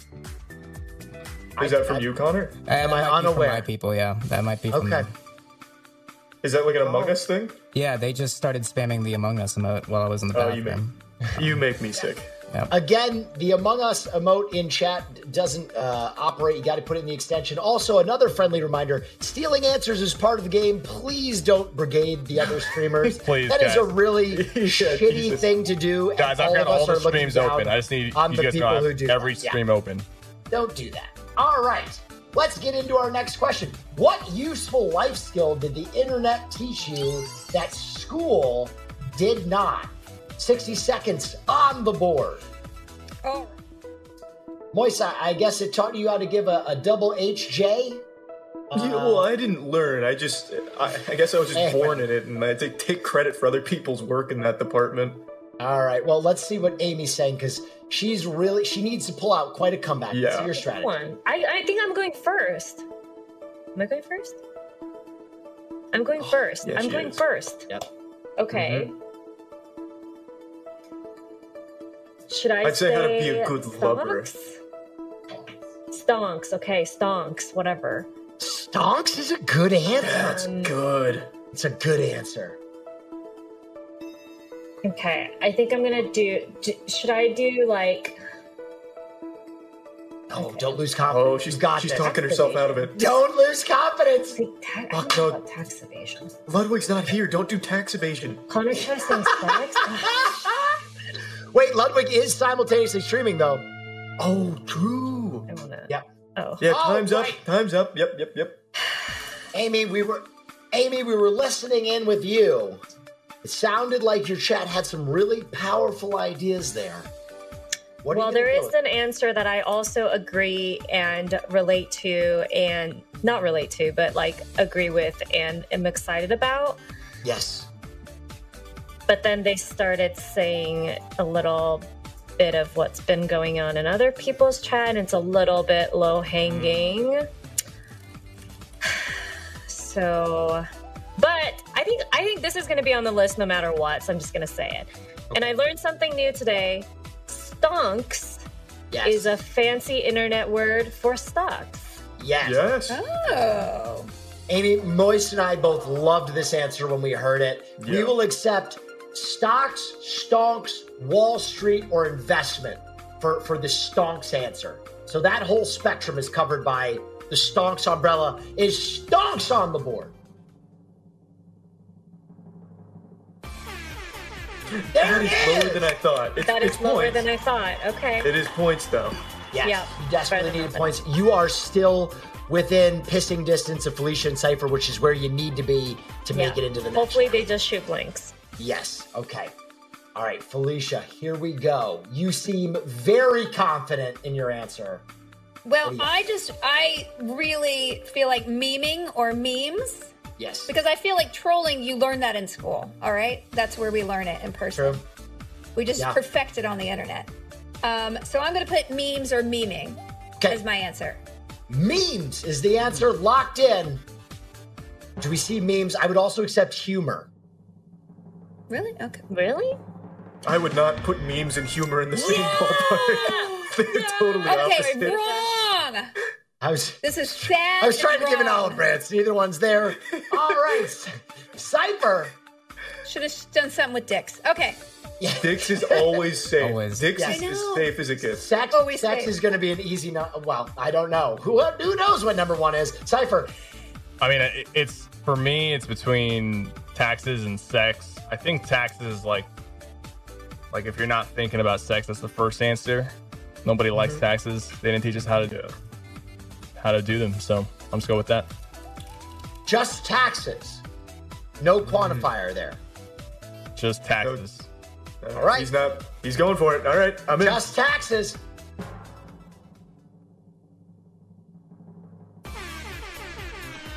Speaker 1: Is that from you, Connor?
Speaker 3: Am
Speaker 2: I unaware?
Speaker 3: my people, yeah. That might be from
Speaker 2: Okay.
Speaker 3: them.
Speaker 1: Is that like an Among Us thing?
Speaker 3: Yeah, they just started spamming the Among Us emote while I was in the
Speaker 1: Oh, you
Speaker 3: bathroom.
Speaker 1: *laughs* You make me sick.
Speaker 2: Again, the Among Us emote in chat d- doesn't uh, operate. You got to put it in the extension. Also, another friendly reminder: stealing answers is part of the game. Please don't brigade the other streamers.
Speaker 5: *laughs* Please,
Speaker 2: that is
Speaker 5: guys.
Speaker 2: a
Speaker 5: *laughs*
Speaker 2: really shitty
Speaker 1: Jesus.
Speaker 2: thing to do. and
Speaker 5: Guys, I've
Speaker 2: all
Speaker 5: got
Speaker 2: of us
Speaker 5: all the
Speaker 2: are looking
Speaker 5: streams
Speaker 2: down
Speaker 5: open. I just need
Speaker 2: on
Speaker 5: you
Speaker 2: the
Speaker 5: guys to
Speaker 2: people who
Speaker 5: have
Speaker 2: do
Speaker 5: every
Speaker 2: that. Yeah.
Speaker 5: stream open.
Speaker 2: Don't do that. All right. Let's get into our next question. What useful life skill did the internet teach you that school did not? 60 seconds on the board.
Speaker 4: Oh,
Speaker 2: Moisa, I guess it taught you how to give a, a double HJ.
Speaker 1: Yeah, well, I didn't learn. I just, I, I guess I was
Speaker 2: Hey.
Speaker 1: just born in it, and I take take credit for other people's work in that department.
Speaker 2: All right. Well, let's see what Amy's saying because she's really, she needs to pull out quite a comeback. Let's
Speaker 1: Yeah.
Speaker 2: see your strategy.
Speaker 6: One. I, I think I'm going first. Am I going first? I'm going first.
Speaker 1: yeah,
Speaker 6: I'm
Speaker 1: Oh, she
Speaker 6: going
Speaker 1: is. Mm-hmm.
Speaker 6: first.
Speaker 2: Yep.
Speaker 6: Okay. Should I
Speaker 1: I'd say how to be a good
Speaker 6: stonks?
Speaker 1: lover.
Speaker 6: Stonks. Okay, stonks. Whatever.
Speaker 2: Stonks is a good answer.
Speaker 1: That's good.
Speaker 2: It's a good answer.
Speaker 6: Okay. I think I'm gonna do. d- should I do like?
Speaker 2: Oh, don't lose confidence.
Speaker 1: Oh, she's
Speaker 2: You got
Speaker 1: she's
Speaker 2: this.
Speaker 1: talking herself out of it.
Speaker 2: Don't lose confidence.
Speaker 6: like ta- I
Speaker 1: Fuck,
Speaker 6: don't know
Speaker 1: no.
Speaker 6: about tax evasion.
Speaker 1: Ludwig's not here. Don't do tax evasion.
Speaker 6: Connor should I
Speaker 1: *laughs*
Speaker 6: sing
Speaker 2: *laughs*
Speaker 6: stonks?
Speaker 2: Wait, Ludwig is simultaneously streaming though.
Speaker 1: Oh, true.
Speaker 6: I wanna.
Speaker 2: Yep.
Speaker 6: Oh.
Speaker 1: Yeah,
Speaker 2: Oh,
Speaker 1: time's
Speaker 2: right.
Speaker 1: up. Time's up. Yep, yep, yep.
Speaker 2: Amy, we were Amy, we were listening in with you. It sounded like your chat had some really powerful ideas there. What
Speaker 6: Well,
Speaker 2: are you
Speaker 6: there
Speaker 2: gonna go
Speaker 6: is an answer that I also agree and relate to, and not relate to, but like agree with and am excited about.
Speaker 2: with? Yes.
Speaker 6: But then they started saying a little bit of what's been going on in other people's chat, and it's a little bit low hanging.
Speaker 2: Mm.
Speaker 6: *sighs* So, but I think I think this is going to be on the list no matter what. So I'm just going to say it. And I learned something new today. Stonks
Speaker 2: Yes.
Speaker 6: is a fancy internet word for stocks.
Speaker 2: yes.
Speaker 1: Yes.
Speaker 4: oh.
Speaker 2: Amy, Moist and I both loved this answer when we heard it. We
Speaker 1: Yeah.
Speaker 2: will accept stocks, stonks, Wall Street, or investment for, for the stonks answer. So that whole spectrum is covered by the stonks umbrella. Is stonks on the board? There
Speaker 1: That
Speaker 2: it
Speaker 1: is lower
Speaker 2: is.
Speaker 1: than I thought. It's,
Speaker 6: That is
Speaker 1: it's
Speaker 6: lower
Speaker 1: points.
Speaker 6: than I thought. Okay.
Speaker 1: It is points, though.
Speaker 2: Yes,
Speaker 6: Yeah.
Speaker 2: you
Speaker 6: Better
Speaker 2: desperately
Speaker 6: than
Speaker 2: needed
Speaker 6: nothing.
Speaker 2: points. You are still within pissing distance of Felicia and Cypher, which is where you need to be to make
Speaker 6: Yeah.
Speaker 2: it into the next.
Speaker 6: Hopefully they just shoot blanks.
Speaker 2: Yes. Okay. All right, Felicia, here we go. You seem very confident in your answer. Oh,
Speaker 4: Well, I just, I really feel like memeing or memes
Speaker 2: Yes.
Speaker 4: because I feel like trolling, you learn that in school. All right. That's where we learn it in person.
Speaker 2: True.
Speaker 4: We just
Speaker 2: Yeah.
Speaker 4: perfect it on the internet. Um, so I'm going to put memes or memeing
Speaker 2: Okay.
Speaker 4: as my answer.
Speaker 2: memes is the answer locked in. Do we see memes? I would also accept humor.
Speaker 4: Really? Okay.
Speaker 6: Really?
Speaker 1: I would not put *laughs*
Speaker 4: *laughs*
Speaker 2: *laughs*
Speaker 1: memes and humor in the same ballpark. They're totally
Speaker 4: Okay,
Speaker 1: opposite.
Speaker 4: wrong.
Speaker 2: I was
Speaker 4: This is sad.
Speaker 2: I was
Speaker 4: and
Speaker 2: trying to give an
Speaker 4: wrong.
Speaker 2: olive branch. Neither one's there. All right, Cipher.
Speaker 4: Should have done something with dicks. Okay.
Speaker 1: Dix is always
Speaker 2: *laughs*
Speaker 1: safe.
Speaker 3: Always.
Speaker 1: Dix
Speaker 2: Yeah.
Speaker 1: is
Speaker 4: I
Speaker 1: as
Speaker 4: know.
Speaker 1: safe as it gets.
Speaker 2: Sex,
Speaker 4: Oh, we
Speaker 2: sex
Speaker 4: say-
Speaker 2: is going to be an easy. No- well, I don't know. Who who knows what number one is? Cipher.
Speaker 5: I mean, it, it's for me, it's between taxes and sex. I think taxes is like, like if you're not thinking about sex, that's the first answer. Nobody likes taxes. They didn't teach us how to do how to do them. So I'm just go with that.
Speaker 2: Just taxes. No quantifier there.
Speaker 5: Just taxes.
Speaker 1: All
Speaker 2: right.
Speaker 1: He's not. He's going for it. All right. I'm in.
Speaker 2: Just taxes.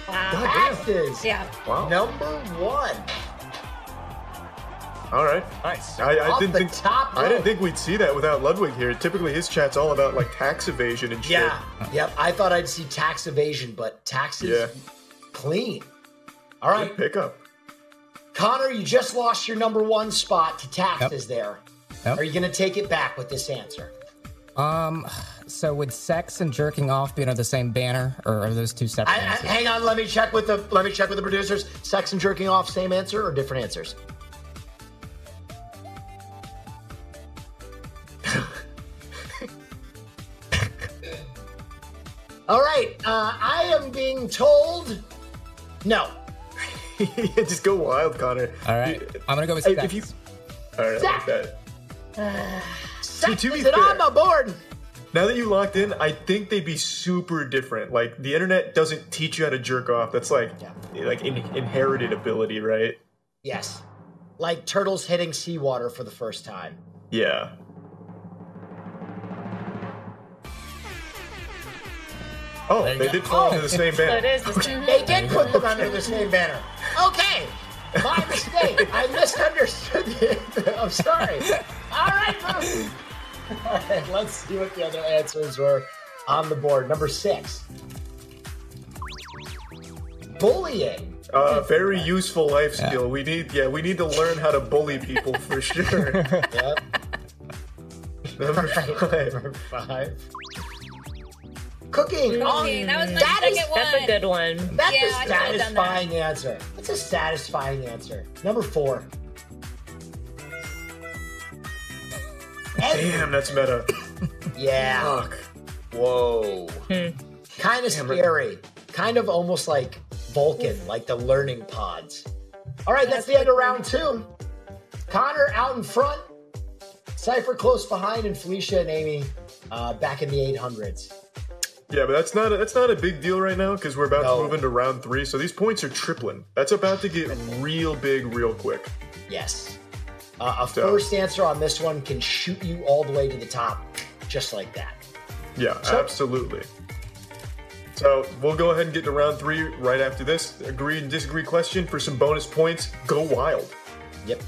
Speaker 2: Taxes.
Speaker 4: Yeah.
Speaker 1: Wow.
Speaker 2: Number one.
Speaker 1: All right.
Speaker 5: Nice.
Speaker 1: I, I
Speaker 2: Off
Speaker 1: didn't
Speaker 2: the
Speaker 1: think.
Speaker 2: top
Speaker 1: I didn't
Speaker 2: rope.
Speaker 1: think we'd see that without Ludwig here. Typically, his chat's all about like tax evasion and shit.
Speaker 2: Yeah. Yep. I thought I'd see tax evasion, but taxes
Speaker 1: Yeah.
Speaker 2: clean. All right.
Speaker 1: Pick up.
Speaker 2: Connor, you just lost your number one spot to taxes there.
Speaker 3: Yep.
Speaker 2: Are you going to take it back with this answer?
Speaker 3: Um, so would sex and jerking off be under the same banner, or are those two separate
Speaker 2: I, I,
Speaker 3: answers?
Speaker 2: hang on, let me check with the let me check with the producers. Sex and jerking off, same answer or different answers? *laughs* All right, uh, I am being told no.
Speaker 1: *laughs* Yeah, Just go wild, Connor.
Speaker 3: All right, I'm gonna go with
Speaker 1: Hey,
Speaker 3: sex.
Speaker 1: if you- All right. I like *sighs* that.
Speaker 2: Sex
Speaker 1: to be
Speaker 2: is an
Speaker 1: fair-
Speaker 2: on
Speaker 1: *laughs*
Speaker 2: the board.
Speaker 1: Now that you locked in, I think they'd be super different. Like the internet doesn't teach you how to jerk off. That's like like in, inherited ability, right?
Speaker 2: Yes, like turtles hitting seawater for the first time.
Speaker 1: Yeah. Oh,
Speaker 3: you
Speaker 1: they
Speaker 3: go.
Speaker 1: did fall into the same
Speaker 6: So it
Speaker 1: band.
Speaker 6: is the same.
Speaker 2: They did put them under the same banner. Okay, my mistake. I misunderstood. The, *laughs* I'm sorry. All right, folks. All right, let's see what the other answers were on the board. Number six, bullying.
Speaker 1: Uh, very useful life skill. We need, yeah, we need to learn how to bully people *laughs* for sure.
Speaker 2: *laughs* Yep.
Speaker 1: Number five.
Speaker 2: *laughs* Number five, cooking.
Speaker 4: Okay,
Speaker 2: Oh,
Speaker 4: that was my
Speaker 2: that is-
Speaker 4: second one.
Speaker 6: That's a good one.
Speaker 2: That's
Speaker 4: Yeah, I
Speaker 2: a
Speaker 4: should've done that.
Speaker 2: satisfying answer. That's a satisfying answer. Number four. Ed-
Speaker 1: Damn, that's meta.
Speaker 2: yeah.
Speaker 1: Fuck. Whoa.
Speaker 4: Hmm.
Speaker 2: kind of scary, kind of almost like Vulcan, like the learning pods. All right, that's the end of round two. Connor out in front, Cypher close behind, and Felicia and Amy uh, back in the 800s.
Speaker 1: Yeah, but that's not a, that's not a big deal right now because we're about
Speaker 2: No.
Speaker 1: to move into round three. So these points are tripling. That's about to get real big real quick.
Speaker 2: Yes. Uh, a
Speaker 1: So-
Speaker 2: first answer on this one can shoot you all the way to the top, just like that.
Speaker 1: Yeah,
Speaker 2: So-
Speaker 1: absolutely. So we'll go ahead and get to round three right after this. Agree and disagree question for some bonus points. Go wild.
Speaker 2: Yep.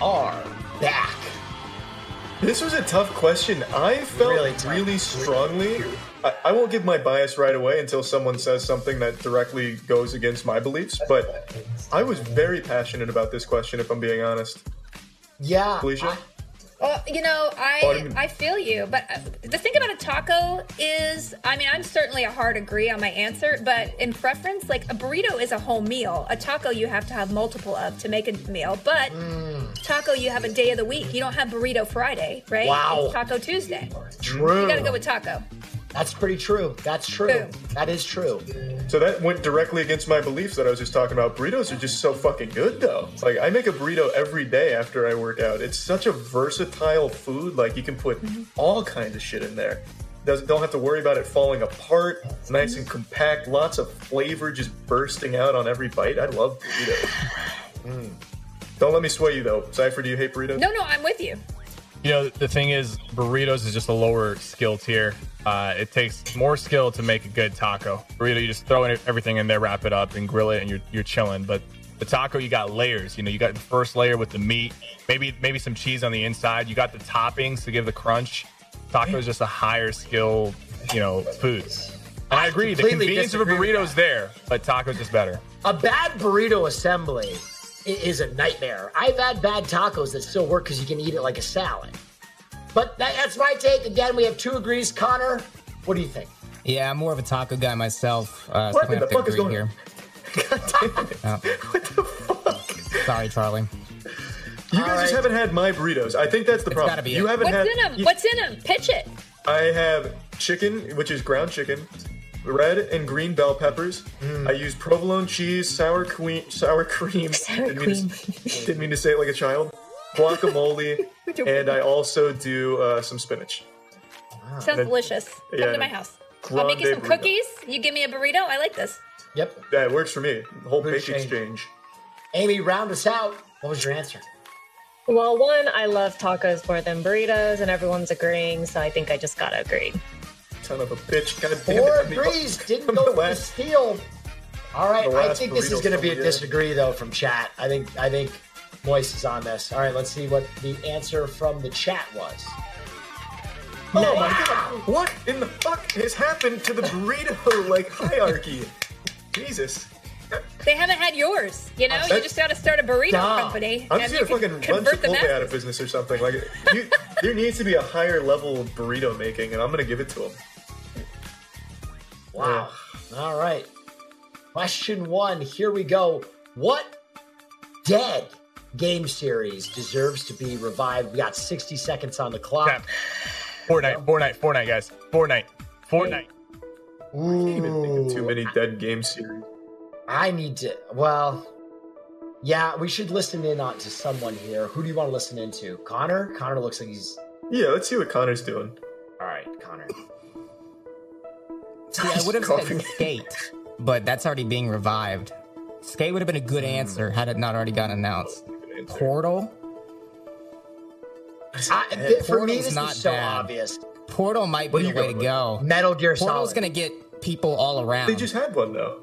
Speaker 2: are back.
Speaker 1: This was a tough question. I felt
Speaker 2: Really
Speaker 1: really,
Speaker 2: tough.
Speaker 1: strongly. I, I won't give my bias right away until someone says something that directly goes against my beliefs, but I was very passionate about this question, if I'm being honest.
Speaker 2: Yeah.
Speaker 4: Ah,
Speaker 1: Felicia?
Speaker 4: Well, you know,
Speaker 1: Oh, I didn't
Speaker 4: I
Speaker 1: mean-
Speaker 4: I feel you, but uh, the thing about a taco is, I mean, I'm certainly a hard agree on my answer, but in preference, like a burrito is a whole meal. A taco you have to have multiple of to make a meal, but
Speaker 1: Mm.
Speaker 4: taco you have a day of the week. You don't have burrito Friday, right?
Speaker 2: Wow.
Speaker 4: It's taco Tuesday.
Speaker 2: True.
Speaker 4: You gotta
Speaker 1: Mm.
Speaker 4: go with taco.
Speaker 2: That's pretty true. That's true.
Speaker 4: Boom.
Speaker 2: That is true.
Speaker 1: So that went directly against my beliefs that I was just talking about. Burritos are just so fucking good, though. Like I make a burrito every day after I work out. It's such a versatile food. Like you can put all kinds of shit in there. Doesn't don't have to worry about it falling apart. It's nice and compact. Lots of flavor just bursting out on every bite. I love burritos. Mm. Don't let me sway you though. Cipher, do you hate burritos?
Speaker 4: No, no, I'm with you.
Speaker 5: You know, the thing is, burritos is just a lower skill tier. Uh, it takes more skill to make a good taco. Burrito, you just throw in everything in there, wrap it up, and grill it, and you're you're chilling. But the taco, you got layers. You know, you got the first layer with the meat, maybe maybe some cheese on the inside. You got the toppings to give the crunch. Taco is just a higher skill, you know, food. And I, agree, the
Speaker 2: completely
Speaker 5: convenience of a
Speaker 2: disagree with
Speaker 5: burrito is there, but taco's just better.
Speaker 2: A bad burrito assembly i- is a nightmare. I've had bad tacos that still work because you can eat it like a salad. But that, that's my take. Again, we have two agrees. Connor, what do you think?
Speaker 3: Yeah, I'm more of a taco guy myself. Uh,
Speaker 1: What
Speaker 3: so I'm
Speaker 1: the
Speaker 3: gonna have to
Speaker 1: fuck is
Speaker 3: agree
Speaker 1: going
Speaker 3: here.
Speaker 1: on? *laughs* What the fuck?
Speaker 3: Sorry, Charlie.
Speaker 1: You guys
Speaker 2: right.
Speaker 1: just haven't had my burritos. I think that's the problem.
Speaker 3: gotta be
Speaker 1: you
Speaker 3: it.
Speaker 1: haven't
Speaker 4: What's
Speaker 1: had
Speaker 4: in them? What's in them? Pitch it.
Speaker 1: I have chicken, which is ground chicken, red and green bell peppers.
Speaker 2: Mm.
Speaker 1: I use provolone cheese, sour cream, sour
Speaker 2: *laughs*
Speaker 1: cream. didn't, mean to, didn't mean to say it like a child.
Speaker 2: *laughs*
Speaker 1: Guacamole, and I also do uh, some spinach.
Speaker 4: Sounds delicious. Come
Speaker 1: yeah,
Speaker 4: to my
Speaker 1: no.
Speaker 4: house. I'll make you
Speaker 1: Grande
Speaker 4: some
Speaker 1: burrito.
Speaker 4: cookies. You give me a burrito. I like this.
Speaker 2: Yep.
Speaker 1: That works for me. The whole
Speaker 2: Mood
Speaker 1: bake
Speaker 2: change.
Speaker 1: exchange.
Speaker 2: Amy, round us out. What was your answer?
Speaker 6: Well, one, I love tacos more than burritos, and everyone's agreeing, so I think I just gotta agree.
Speaker 1: Son of a bitch. God damn
Speaker 2: Four
Speaker 1: it. I'm the- *laughs*
Speaker 2: agrees. Didn't
Speaker 1: I'm the
Speaker 2: go with the
Speaker 1: last-
Speaker 2: steal. All right.
Speaker 1: The
Speaker 2: I
Speaker 1: last
Speaker 2: think this is
Speaker 1: burrito
Speaker 2: going to be a
Speaker 1: sommelier.
Speaker 2: disagree though from chat. I think I think Moist is on this. All right. Let's see what the answer from the chat was.
Speaker 1: Oh my god. What in the fuck has happened to the burrito like hierarchy? Jesus.
Speaker 4: They haven't had yours. You know, you
Speaker 1: that's-
Speaker 4: just got to start a burrito
Speaker 2: Nah.
Speaker 4: company.
Speaker 1: I'm
Speaker 4: and
Speaker 1: just
Speaker 4: you
Speaker 1: gonna
Speaker 4: can
Speaker 1: fucking run
Speaker 4: convert the
Speaker 1: Chipotle out of
Speaker 4: masses.
Speaker 1: business or something. Like, you, there needs to be a higher level of burrito making, and I'm gonna give it to him.
Speaker 2: Wow. All right. Question one. Here we go. What dead game series deserves to be revived? We got 60 seconds on the clock.
Speaker 5: Cap. Fortnite, Fortnite, Fortnite, guys. Fortnite, Fortnite.
Speaker 1: I've been thinking too many dead game series.
Speaker 2: I need to. Well, yeah, we should listen in on to someone here. Who do you want to listen into? Connor? Connor looks like he's.
Speaker 1: Yeah, let's see what Connor's doing.
Speaker 2: All right, Connor.
Speaker 3: See, I would have
Speaker 1: coughing.
Speaker 3: said skate, but that's already being revived. Skate would have been a good answer had it not already gotten announced. Portal, *laughs*
Speaker 2: I, th- for me,
Speaker 3: Portal's
Speaker 2: this
Speaker 3: not
Speaker 2: is so
Speaker 3: bad.
Speaker 2: obvious.
Speaker 3: Portal might
Speaker 1: What
Speaker 3: be
Speaker 1: are you
Speaker 3: the way to
Speaker 1: going with?
Speaker 3: go.
Speaker 2: Metal Gear
Speaker 3: Portal's
Speaker 2: Solid.
Speaker 3: gonna get people all around.
Speaker 1: They just had one though.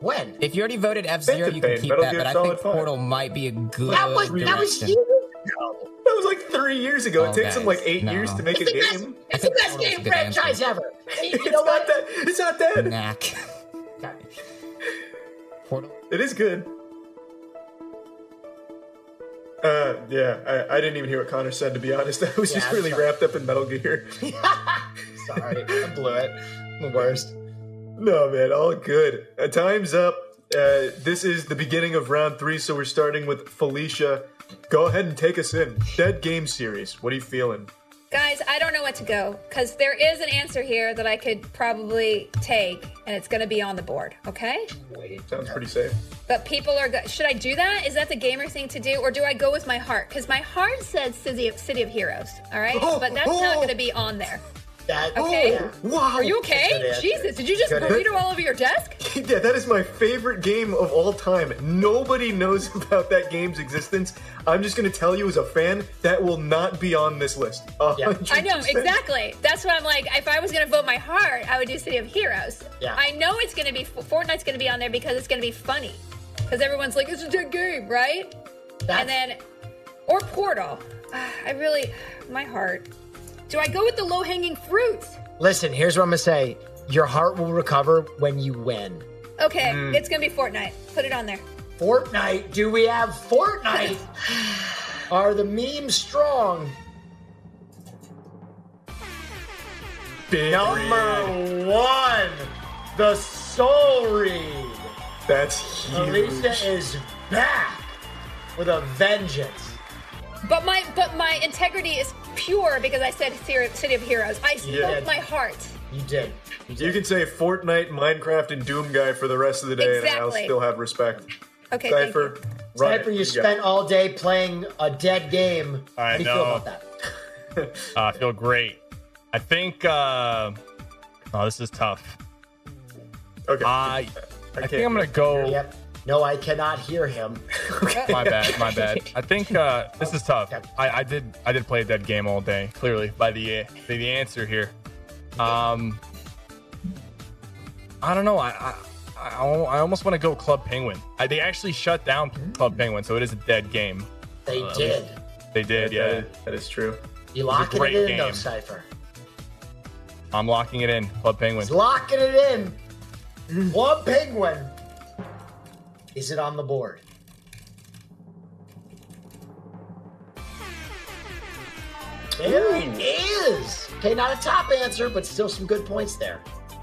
Speaker 2: When?
Speaker 3: if you already voted F Zero, you
Speaker 1: Phantom
Speaker 3: can
Speaker 1: Pain,
Speaker 3: keep
Speaker 1: Metal
Speaker 3: that.
Speaker 1: Gear
Speaker 3: But I
Speaker 1: Solid
Speaker 3: think
Speaker 1: 5.
Speaker 3: Portal might be a good.
Speaker 2: That was, that was
Speaker 3: direction.
Speaker 2: years
Speaker 1: That was like three years ago.
Speaker 3: Oh,
Speaker 1: it takes them
Speaker 3: guys,
Speaker 1: like eight
Speaker 3: no.
Speaker 1: years to make a
Speaker 2: It's the best,
Speaker 1: game. *laughs*
Speaker 2: it's the
Speaker 3: I think
Speaker 2: best
Speaker 3: Portal's a
Speaker 2: game
Speaker 3: good answer.
Speaker 2: franchise ever. You *laughs*
Speaker 1: It's
Speaker 2: know
Speaker 1: not
Speaker 2: what?
Speaker 1: that. It's not dead. *laughs*
Speaker 3: Knack. Portal.
Speaker 1: It is good. Uh, yeah, I, I didn't even hear what Connor said. To be honest, *laughs* I was
Speaker 2: Yeah,
Speaker 1: just
Speaker 2: I'm
Speaker 1: really
Speaker 2: sorry.
Speaker 1: wrapped up in Metal Gear.
Speaker 2: Sorry, I blew it. I'm the worst.
Speaker 1: No, man, all good. Uh, time's up. Uh, this is the beginning of round three, so we're starting with Felicia. Go ahead and take us in. Dead Game Series. What are you feeling?
Speaker 4: Guys, I don't know what to go because there is an answer here that I could probably take, and it's going to be on the board. Okay,
Speaker 1: Sounds pretty safe.
Speaker 4: but people are. Go- Should I do that? Is that the gamer thing to do, or do I go with my heart? Because my heart says City of, City of Heroes. All right,
Speaker 1: Oh,
Speaker 4: but that's not
Speaker 1: oh.
Speaker 4: going to be on there.
Speaker 2: That,
Speaker 4: Okay.
Speaker 2: Yeah.
Speaker 1: Wow.
Speaker 4: Are you
Speaker 2: Good
Speaker 4: okay?
Speaker 2: answer.
Speaker 4: Jesus, did you just
Speaker 2: Good
Speaker 4: burrito all over your desk?
Speaker 1: *laughs* yeah, that is my favorite game of all time. Nobody knows *laughs* about that game's existence. I'm just going to tell you as a fan, that will not be on this list. *laughs* A
Speaker 2: Yeah.
Speaker 1: hundred
Speaker 4: I know
Speaker 1: percent.
Speaker 4: exactly. That's why I'm like, if I was gonna vote my heart, I would do City of Heroes.
Speaker 2: Yeah.
Speaker 4: I know it's gonna be Fortnite's gonna be on there because it's gonna be funny, because everyone's like, it's a dead game, right?
Speaker 2: That's-
Speaker 4: and then Or portal. Ah, I really, my heart. Do I go with the low hanging fruit?
Speaker 2: Listen, here's what I'm gonna say. Your heart will recover when you win.
Speaker 4: Okay,
Speaker 2: Hmm.
Speaker 4: it's gonna be Fortnite. Put it on there.
Speaker 2: Fortnite, do we have Fortnite? Are the memes strong?
Speaker 1: Big read.
Speaker 2: Number one, the soul read.
Speaker 1: That's huge.
Speaker 2: Elisa is back with a vengeance.
Speaker 4: But my but my integrity is pure because I said Cir- City of Heroes. I spoke
Speaker 1: Yeah.
Speaker 4: my heart.
Speaker 2: You did. You did.
Speaker 1: You can say Fortnite, Minecraft, and Doom guy for the rest of the day, and I'll
Speaker 4: Exactly.
Speaker 1: still have respect.
Speaker 4: Okay, thank you.
Speaker 1: Cypher, run
Speaker 2: Sniper,
Speaker 1: it.
Speaker 2: you
Speaker 1: You got
Speaker 2: spent all day playing a dead game. How
Speaker 5: I
Speaker 2: do you feel
Speaker 5: know.
Speaker 2: about that?
Speaker 5: Uh, I feel great. I think. Uh, oh, this is tough.
Speaker 1: it. Okay.
Speaker 5: I I
Speaker 1: can't
Speaker 5: think I'm gonna go.
Speaker 2: Yep. No, I cannot hear him.
Speaker 5: My bad, my bad. I think uh, this is tough. I, I did I did play a dead game all day. Clearly, by the uh, by the answer here. Um, I don't know. I I, I, al- I almost want to go Club Penguin. I, they actually shut down Club Penguin, so it is a dead game.
Speaker 2: They did.
Speaker 5: They did,
Speaker 1: That
Speaker 5: yeah.
Speaker 1: is- that is true.
Speaker 2: You locking it
Speaker 5: great
Speaker 2: in though,
Speaker 5: game.
Speaker 2: Cipher.
Speaker 5: I'm locking it in. Club Penguin.
Speaker 2: He's locking it in. One penguin. Is it on the board? There it is. Okay, not a top answer, but still some good points there.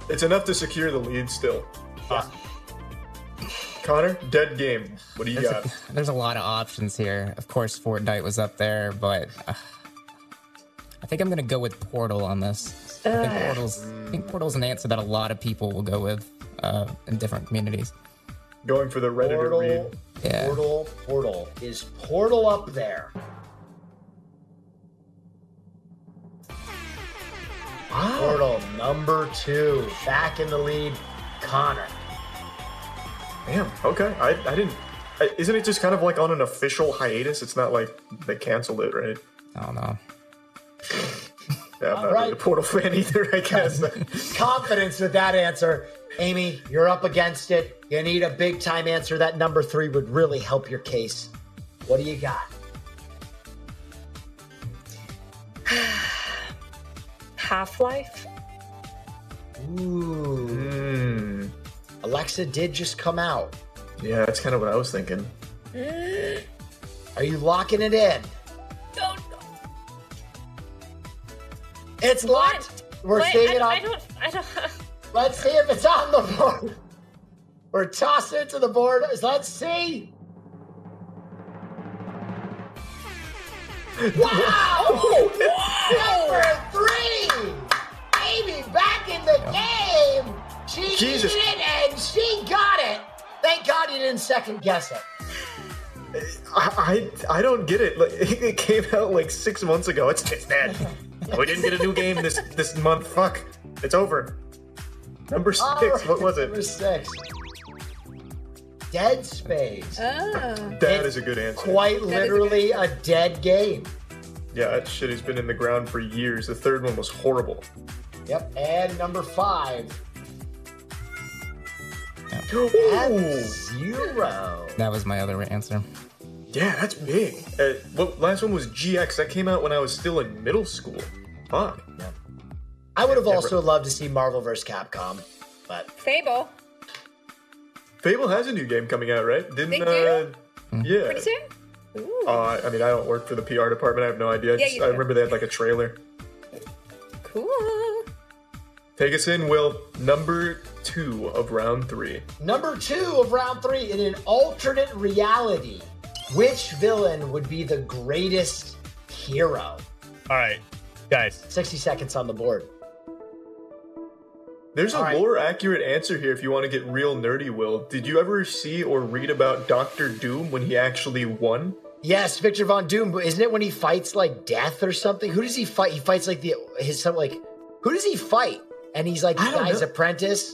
Speaker 1: It's enough to secure the lead still. Ah. Connor, dead game. What do you got?
Speaker 3: There's a lot of options here. Of course, Fortnite was up there, but uh, I think I'm gonna go with Portal on this. I think Portal's I think Portal's an answer that a lot of people will go with uh, in different communities.
Speaker 1: Going for the Redditor
Speaker 2: Portal,
Speaker 1: read.
Speaker 3: Yeah.
Speaker 2: portal, portal. Is portal up there? Portal number two, back in the lead, Connor.
Speaker 1: Damn. Okay. I, I didn't. I, isn't it just kind of like on an official hiatus? It's not like they canceled it, right?
Speaker 3: I don't know.
Speaker 1: Yeah, I'm not really a
Speaker 2: right.
Speaker 1: Portal fan either, I
Speaker 5: *laughs*
Speaker 1: guess.
Speaker 2: confidence with that answer. Amy, you're up against it. You need a big time answer. That number three would really help your case. What do you got?
Speaker 6: Half Life?
Speaker 2: Ooh,
Speaker 1: Hmm.
Speaker 2: Alexa did just come out.
Speaker 1: yeah, that's kind of what I was thinking.
Speaker 2: Are you locking it in?
Speaker 4: Don't
Speaker 2: It's locked. We're
Speaker 6: Wait,
Speaker 2: saving it
Speaker 6: I, I
Speaker 2: up.
Speaker 6: don't. I don't. *laughs*
Speaker 2: Let's see if it's on the board. We're tossing it to the board. Let's see. Wow! Number three! Amy back in the game! She
Speaker 1: Jesus.
Speaker 2: did it and she got it! Thank God you didn't second guess it.
Speaker 1: I, I, I don't get it. Like, *laughs* it came out like six months ago. It's, it's
Speaker 5: *laughs*
Speaker 1: dead. we didn't get a new game this this month. Fuck. It's over. Number six.
Speaker 2: All
Speaker 1: *laughs*
Speaker 2: right,
Speaker 1: What was it?
Speaker 2: Number six. Dead Space.
Speaker 4: Oh.
Speaker 1: That
Speaker 2: It's
Speaker 1: is a good answer.
Speaker 2: Quite
Speaker 4: That is a good
Speaker 2: literally a dead game.
Speaker 1: yeah, that shit has been in the ground for years. The third one was
Speaker 4: *gasps*
Speaker 1: horrible.
Speaker 2: Yep. And number five.
Speaker 1: Ooh.
Speaker 2: Zero.
Speaker 3: That was my other answer.
Speaker 1: Yeah, that's big. Uh, what last one was GX? That came out when I was still in middle school. Fuck.
Speaker 2: I would have also loved to see Marvel vs. Capcom, but
Speaker 4: Fable.
Speaker 1: Fable has a new game coming out, right? Didn't
Speaker 4: They
Speaker 1: uh
Speaker 4: do?
Speaker 1: yeah.
Speaker 4: Pretty soon? Ooh.
Speaker 1: Uh, I mean, I don't work for the PR department. I have no idea. I,
Speaker 4: Yeah,
Speaker 1: just,
Speaker 4: you
Speaker 1: I
Speaker 4: do.
Speaker 1: remember they had like a trailer.
Speaker 4: cool.
Speaker 1: Take us in, Will. Number two of round three.
Speaker 2: number two of round three in an alternate reality, which villain would be the greatest hero?
Speaker 5: All right, guys.
Speaker 2: 60 seconds on the board.
Speaker 1: There's a
Speaker 2: All right.
Speaker 1: lore accurate answer here if you want to get real nerdy, Will. Did you ever see or read about Doctor Doom when he actually won?
Speaker 2: Yes, Victor Von Doom. but Isn't it when he fights like death or something? Who does he fight? He fights like the his some like who does he fight? And he's like the
Speaker 1: I don't
Speaker 2: guy's
Speaker 1: know.
Speaker 2: apprentice.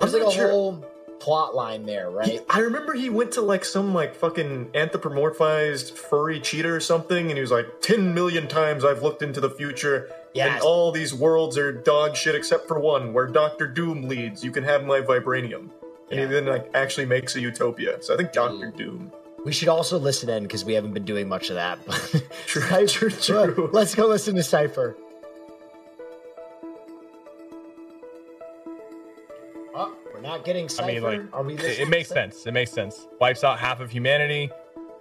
Speaker 2: There's like
Speaker 1: not
Speaker 2: a
Speaker 1: sure.
Speaker 2: whole plot line there, right?
Speaker 1: I remember he went to like some like fucking anthropomorphized furry cheetah or something, and he was like, 10 million times I've looked into the future,
Speaker 2: Yes.
Speaker 1: and all these worlds are dog shit except for one, where Doctor Doom leads. You can have my vibranium. And he then like actually makes a utopia. So I think Doctor Doom. *laughs*
Speaker 2: We should also listen in because we haven't been doing much of that. But Cypher, let's go listen to Cypher. Oh, we're not getting Cypher.
Speaker 5: I mean, like,
Speaker 2: Are we
Speaker 5: it,
Speaker 2: listening
Speaker 5: it makes
Speaker 2: to-
Speaker 5: sense. It makes sense. Wipes out half of humanity.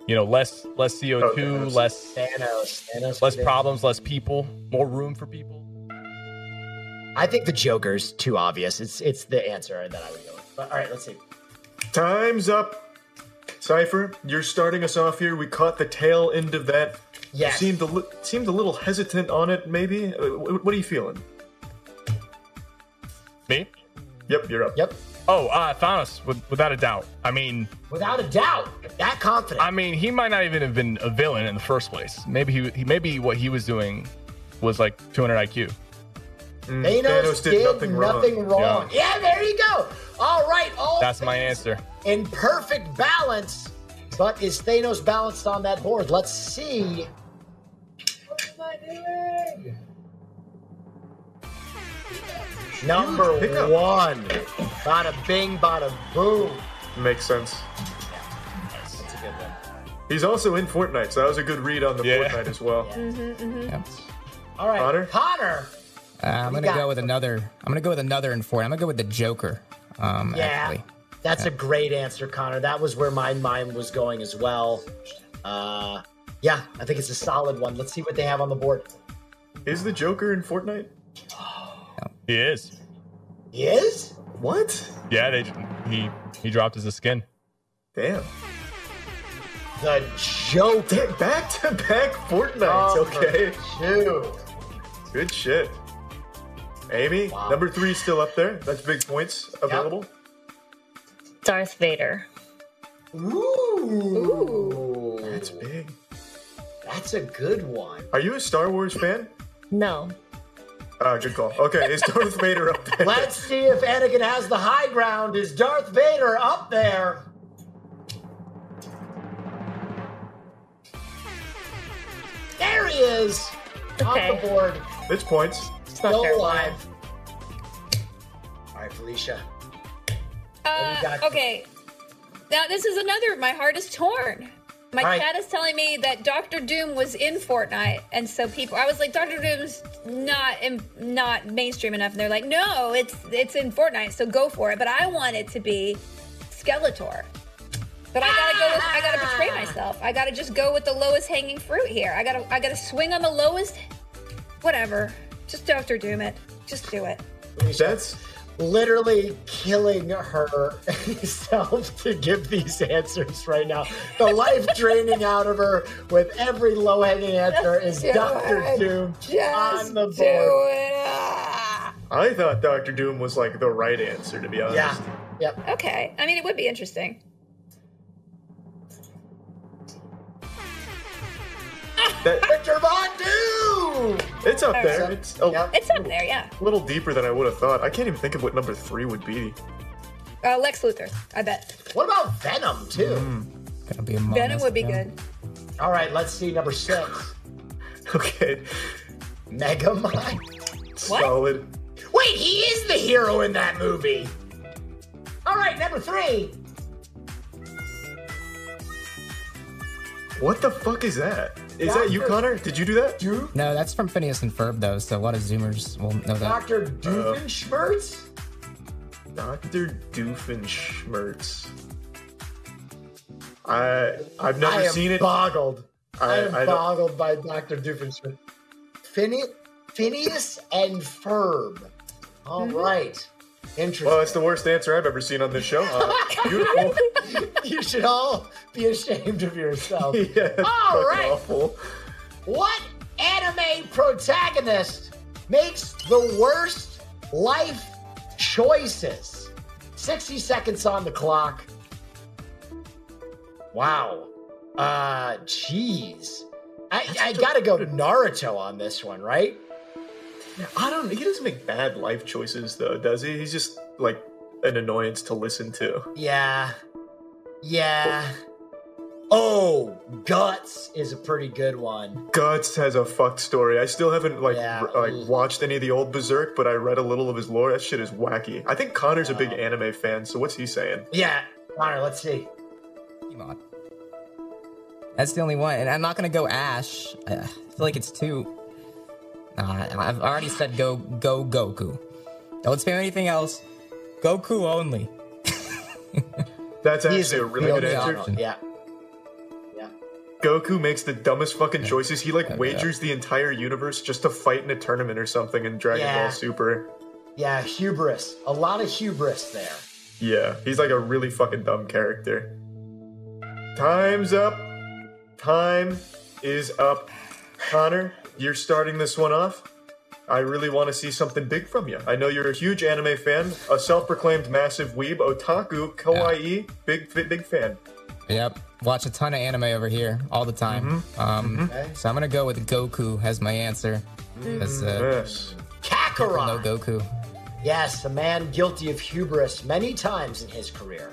Speaker 5: You know, less less CO2,
Speaker 1: Oh, yes.
Speaker 5: less
Speaker 2: Thanos. Thanos
Speaker 5: less
Speaker 2: did it.
Speaker 5: problems, less people, more room for people.
Speaker 2: I think the Joker's too obvious. It's it's the answer that I would go with. But all right, let's see.
Speaker 1: Time's up. Cypher, you're starting us off here. We caught the tail end of that. You
Speaker 2: Yes.
Speaker 1: seemed a, li- seemed a little hesitant on it, maybe. Uh, wh- What are you feeling?
Speaker 5: Me?
Speaker 1: Yep, you're up.
Speaker 2: Yep.
Speaker 5: Oh, uh, Thanos, with, without a doubt. I mean,
Speaker 2: Without a doubt, that confident.
Speaker 5: I mean, he might not even have been a villain in the first place. Maybe he, he maybe what he was doing was like 200 IQ.
Speaker 1: Mm,
Speaker 2: Thanos, did, nothing wrong.
Speaker 5: wrong.
Speaker 2: Yeah. there you go. All right, all
Speaker 5: That's my
Speaker 2: things
Speaker 5: answer.
Speaker 2: In perfect balance, but is Thanos balanced on that board? Let's see. What am I doing? Number
Speaker 1: Huge pickup.
Speaker 2: one. Bada bing, bada boom.
Speaker 1: Makes sense.
Speaker 2: That's a good one.
Speaker 1: He's also in Fortnite, so that was a good read on the
Speaker 5: Yeah.
Speaker 1: Fortnite as
Speaker 2: *laughs*
Speaker 1: well.
Speaker 4: Mm-hmm.
Speaker 3: Yeah.
Speaker 2: All right,
Speaker 1: Connor?
Speaker 2: Connor.
Speaker 3: Uh,
Speaker 2: What
Speaker 3: I'm
Speaker 2: do you
Speaker 3: gonna
Speaker 2: got?
Speaker 3: go with another. I'm gonna go with another in four. I'm gonna go with the Joker. Um,
Speaker 2: Yeah.
Speaker 3: actually.
Speaker 2: That's a great answer, Connor. That was where my mind was going as well. Uh, yeah, I think it's a solid one. Let's see what they have on the board.
Speaker 1: Is the Joker in Fortnite?
Speaker 5: He is.
Speaker 2: He is?
Speaker 1: What?
Speaker 5: Yeah, they he he dropped as a skin.
Speaker 1: Damn.
Speaker 2: The Joker.
Speaker 1: Damn, back to back Fortnites.
Speaker 2: Oh,
Speaker 1: okay.
Speaker 2: Two.
Speaker 1: Good shit. Amy,
Speaker 2: Wow.
Speaker 1: number three is still up there. That's big points available.
Speaker 6: Darth Vader.
Speaker 2: Ooh.
Speaker 1: That's big.
Speaker 2: That's a good one.
Speaker 1: Are you a Star Wars fan?
Speaker 6: No.
Speaker 1: Ah, good call. Okay, is
Speaker 2: *laughs*
Speaker 1: Darth Vader up there?
Speaker 2: Let's see if Anakin has the high ground. Is Darth Vader up there? There he is on
Speaker 6: Okay.
Speaker 2: the board.
Speaker 1: It's points.
Speaker 6: It's not
Speaker 2: Still
Speaker 6: fair.
Speaker 2: alive. All right, Felicia. do you
Speaker 4: Uh,
Speaker 2: got?
Speaker 4: okay. Now this is another. My heart is torn. My
Speaker 2: All right.
Speaker 4: chat is telling me that Doctor Doom was in Fortnite, and so people, I was like, Doctor Doom's not in, not mainstream enough, and they're like, no, it's it's in Fortnite, so go for it. But I want it to be Skeletor. But I gotta go. With, I gotta betray
Speaker 2: Ah.
Speaker 4: myself. I gotta just go with the lowest hanging fruit here. I gotta I gotta swing on the lowest. Whatever. Just Doctor Doom it. Just do it.
Speaker 1: That's
Speaker 2: literally killing *laughs* herself to give these answers right now. The life
Speaker 4: *laughs*
Speaker 2: draining out of her with every low hanging answer is
Speaker 4: Just do
Speaker 2: Doctor
Speaker 4: it.
Speaker 2: Doom
Speaker 4: Just
Speaker 2: on the
Speaker 4: do
Speaker 2: board.
Speaker 4: it. Ah.
Speaker 1: I thought Doctor Doom was like the right answer to be honest.
Speaker 2: Yeah. Yep.
Speaker 4: Okay. I mean, it would be interesting.
Speaker 1: That,
Speaker 2: Victor Von Doom!
Speaker 1: it's up there.
Speaker 2: Alright.
Speaker 1: It's a
Speaker 2: Yep.
Speaker 4: It's up there, yeah.
Speaker 1: little deeper than I would have thought. I can't even think of what number three would be.
Speaker 4: Uh, Lex Luthor, I bet.
Speaker 2: What about Venom, too?
Speaker 1: Hmm.
Speaker 3: Gonna be a
Speaker 2: Oh,
Speaker 3: moment.
Speaker 4: Venom would be good.
Speaker 2: All right, let's see number six
Speaker 1: *laughs* Okay.
Speaker 2: Mega Mind.
Speaker 4: What?
Speaker 1: Solid.
Speaker 2: Wait, he is the hero in that movie. All right, number three.
Speaker 1: What the fuck is that? Is that you,
Speaker 2: Doctor-
Speaker 1: Connor? Did you do that?
Speaker 3: No, that's from Phineas and Ferb though, so a lot of Zoomers will know that.
Speaker 2: Dr.
Speaker 1: Uh,
Speaker 2: Doofenshmirtz?
Speaker 1: Dr. Doofenshmirtz. I I've never
Speaker 2: I am
Speaker 1: seen it.
Speaker 2: boggled. I,
Speaker 1: I-
Speaker 2: am
Speaker 1: I don't-
Speaker 2: boggled by Dr. Doofenshmirtz. Phine- Phineas and Ferb. All right, Interesting.
Speaker 1: well, it's the worst answer I've ever seen on this show. Uh, beautiful.
Speaker 2: *laughs*
Speaker 1: *laughs*
Speaker 2: you should all be ashamed of
Speaker 1: *laughs*
Speaker 2: yourself.
Speaker 1: yeah, it's
Speaker 2: All
Speaker 1: fucking
Speaker 2: right.
Speaker 1: awful.
Speaker 2: what anime protagonist makes the worst life choices? 60 seconds on the clock. Wow. Uh, jeez. I, I gotta go Naruto on this one, right?
Speaker 1: I don't. He doesn't make bad life choices though, does he? He's just like an annoyance to listen to.
Speaker 2: Yeah. Yeah. Oh, Guts is a pretty good one.
Speaker 1: Guts has a fucked story. I still haven't like
Speaker 2: Yeah. mm.
Speaker 1: r- like watched any of the old Berserk, but I read a little of his lore. That shit is wacky. I think
Speaker 2: Oh.
Speaker 1: Connor's a big anime fan, so what's he saying?
Speaker 2: Yeah. Connor, let's see.
Speaker 3: Pokemon. That's the only one, and I'm not gonna go Ash. I I feel like it's too. Nah, I've already said go go Goku. Don't spam anything else. Goku only.
Speaker 1: That's
Speaker 2: He
Speaker 1: actually
Speaker 2: is
Speaker 1: a really
Speaker 2: real
Speaker 1: good answer.
Speaker 2: phenomenal. Yeah.
Speaker 1: Goku makes the dumbest fucking choices. He like
Speaker 3: Yeah.
Speaker 1: wagers the entire universe just to fight in a tournament or something in Dragon
Speaker 2: Yeah.
Speaker 1: Ball Super.
Speaker 2: Yeah, hubris. A lot of hubris there.
Speaker 1: Yeah, he's like a really fucking dumb character. Time's up. Time is up. Connor, you're starting this one off. I really want to see something big from you. I know you're a huge anime fan, a self-proclaimed massive weeb, otaku, kawaii, big big big fan.
Speaker 3: Yep. Watch a ton of anime over here all the time. Um, So I'm gonna go with Goku as my answer. As uh,
Speaker 1: Yes. *laughs*
Speaker 3: no
Speaker 2: Kakarot.
Speaker 3: Goku.
Speaker 2: Yes, a man guilty of hubris many times in his career.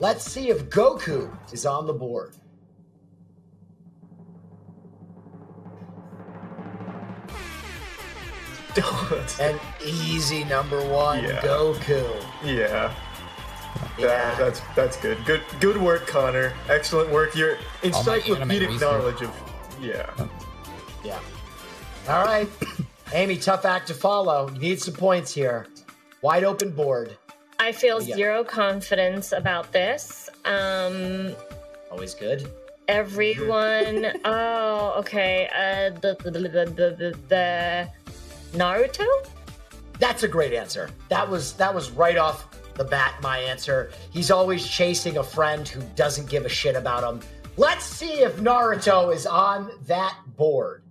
Speaker 2: Let's see if Goku is on the board. An easy number one,
Speaker 1: Yeah.
Speaker 2: Goku.
Speaker 1: yeah.
Speaker 2: Yeah.
Speaker 1: That, that's that's good. Good good work, Connor. Excellent work. Your
Speaker 3: my anime
Speaker 1: encyclopedic
Speaker 3: research.
Speaker 1: knowledge of yeah.
Speaker 2: Yeah. All right. *coughs* Amy, tough act to follow. You need some points here. Wide open board.
Speaker 6: I feel
Speaker 2: Yeah.
Speaker 6: zero confidence about this. Um,
Speaker 2: Always good.
Speaker 6: everyone. oh, okay. Uh, the, the, the, the, the, the Naruto.
Speaker 2: That's a great answer. That was that was right off the bat my answer. He's always chasing a friend who doesn't give a shit about him. Let's see if Naruto is on that board.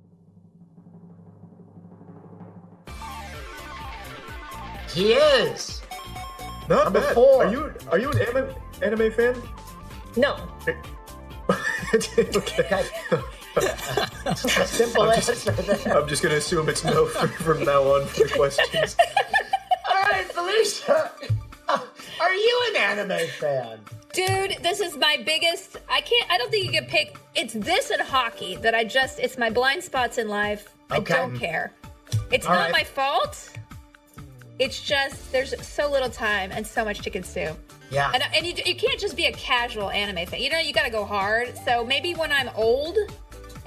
Speaker 2: He is. *laughs*
Speaker 1: Not
Speaker 2: Number
Speaker 1: bad.
Speaker 2: four.
Speaker 1: Are you are you an anime anime fan?
Speaker 6: No,
Speaker 1: *laughs* okay.
Speaker 2: Okay. Simple answer there.
Speaker 1: I'm just gonna assume it's no for, from now on for
Speaker 2: *laughs*
Speaker 1: the questions.
Speaker 2: All right, Felicia. *laughs* Are you an anime fan?
Speaker 4: Dude, this is my biggest. I can't. I don't think you can pick. It's this and hockey that I just. It's my blind spots in life.
Speaker 2: Okay.
Speaker 4: I don't care. It's
Speaker 2: All
Speaker 4: not
Speaker 2: right.
Speaker 4: my fault. It's just there's so little time and so much to consume.
Speaker 2: Yeah.
Speaker 4: And, and you, you can't just be a casual anime fan. You know, you got to go hard. So maybe when I'm old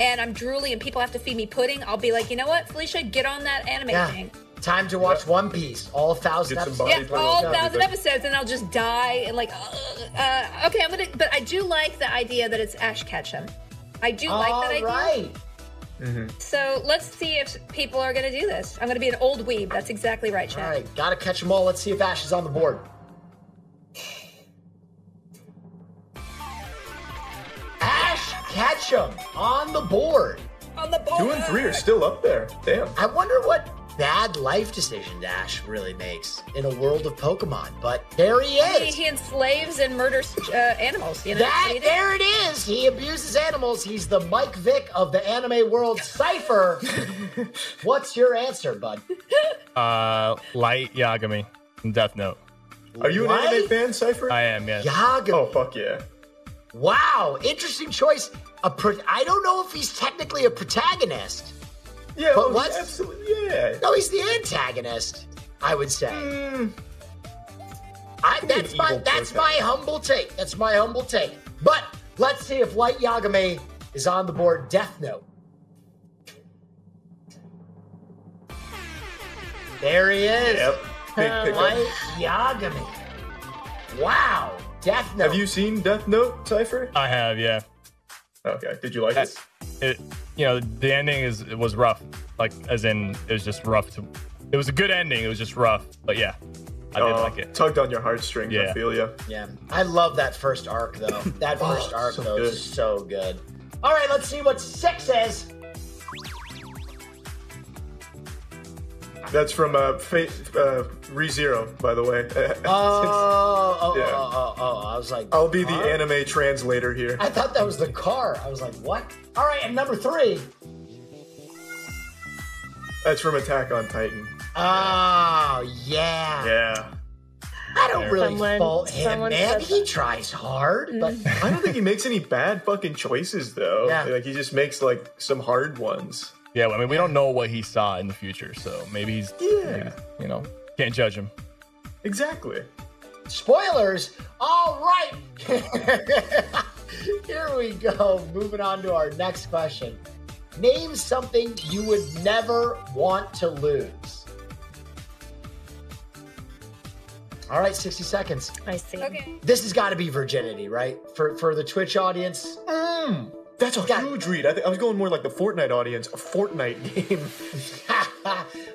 Speaker 4: and I'm drooly and people have to feed me pudding, I'll be like, you know what, Felicia, get on that anime
Speaker 2: yeah.
Speaker 4: thing.
Speaker 2: Time to watch One Piece. All thousand
Speaker 1: Get some
Speaker 2: episodes.
Speaker 1: body
Speaker 4: Yeah,
Speaker 1: Probably
Speaker 4: all
Speaker 1: probably
Speaker 4: thousand
Speaker 1: does.
Speaker 4: episodes, and I'll just die and like, ugh, uh, okay, I'm gonna. But I do like the idea that it's Ash Ketchum. I do like
Speaker 2: All
Speaker 4: that idea.
Speaker 2: right.
Speaker 4: So let's see if people are gonna do this. I'm gonna be an old weeb. That's exactly right,
Speaker 2: All
Speaker 4: Chad.
Speaker 2: right, gotta catch them all. Let's see if Ash is on the board. Ash Ketchum on the board.
Speaker 4: On the board.
Speaker 1: Two and three are still up there. Damn.
Speaker 2: I wonder what bad life decision Ash really makes in a world of Pokemon, but there he
Speaker 4: He,
Speaker 2: is.
Speaker 4: he enslaves and murders uh, animals. You know.
Speaker 2: That
Speaker 4: He did-
Speaker 2: there it is. He abuses animals. He's the Mike Vick of the anime world. Cipher.
Speaker 1: *laughs*
Speaker 2: What's your answer, bud?
Speaker 5: Uh, Light Yagami, from Death Note.
Speaker 1: Are you an anime
Speaker 2: Right?
Speaker 1: fan, Cipher?
Speaker 5: I am yes.
Speaker 2: Yaga.
Speaker 1: Oh fuck yeah.
Speaker 2: Wow, interesting choice. A pro- I don't know if he's technically a protagonist.
Speaker 1: Yeah.
Speaker 2: But
Speaker 1: oh,
Speaker 2: what's-
Speaker 1: Absolutely. Yeah. Mm,
Speaker 2: No, he's the antagonist. I would say. I,
Speaker 1: be an
Speaker 2: that's my
Speaker 1: evil
Speaker 2: that's my humble take. That's my humble take. But let's see if Light Yagami is on the board. Death Note. There he is.
Speaker 1: Yep. Big pickup.
Speaker 2: Light Yagami. Wow, Death Note.
Speaker 1: Have you seen Death Note, Cipher?
Speaker 5: I have yeah.
Speaker 1: Okay. Did you like
Speaker 5: That-
Speaker 1: it?
Speaker 5: It, you know, the ending is it was rough. Like as in it was just rough. To, it was a good ending. It was just rough. But yeah, I did
Speaker 1: Oh,
Speaker 5: like it.
Speaker 1: Tugged on your heartstrings. I
Speaker 5: Yeah.
Speaker 1: feel ya.
Speaker 2: Yeah, I love that first arc though. That first arc
Speaker 1: so
Speaker 2: though
Speaker 1: good.
Speaker 2: is so good. All right, let's see what six is.
Speaker 1: That's from uh, Fate uh, ReZero, by the way. *laughs*
Speaker 2: Oh, oh,
Speaker 1: Yeah.
Speaker 2: oh, oh, oh, I was like,
Speaker 1: I'll be the
Speaker 2: car?
Speaker 1: anime translator here.
Speaker 2: I thought that was the car. I was like, what? All right, and number three.
Speaker 1: That's from Attack on Titan.
Speaker 2: Oh yeah.
Speaker 1: Yeah.
Speaker 2: I don't really
Speaker 6: Someone-
Speaker 2: fault him,
Speaker 6: someone
Speaker 2: man.
Speaker 6: said
Speaker 2: He
Speaker 6: that. Mm-hmm.
Speaker 2: tries hard, but
Speaker 1: I don't think he makes any bad fucking choices though.
Speaker 2: Yeah.
Speaker 1: Like he just makes like some hard ones.
Speaker 5: Yeah, well, I mean, we don't know what he saw in the future, so maybe he's,
Speaker 1: Yeah.
Speaker 5: you know, can't judge him.
Speaker 1: Exactly.
Speaker 2: spoilers. All right. *laughs* Here we go. Moving on to our next question. Name something you would never want to lose. All right, 60 seconds.
Speaker 6: I see.
Speaker 4: Okay.
Speaker 2: This has got to be virginity, right? For for the Twitch audience. *laughs*
Speaker 1: Mm, that's a
Speaker 2: Yeah.
Speaker 1: huge read. I, th- I was going more like the Fortnite audience, a Fortnite *laughs* game.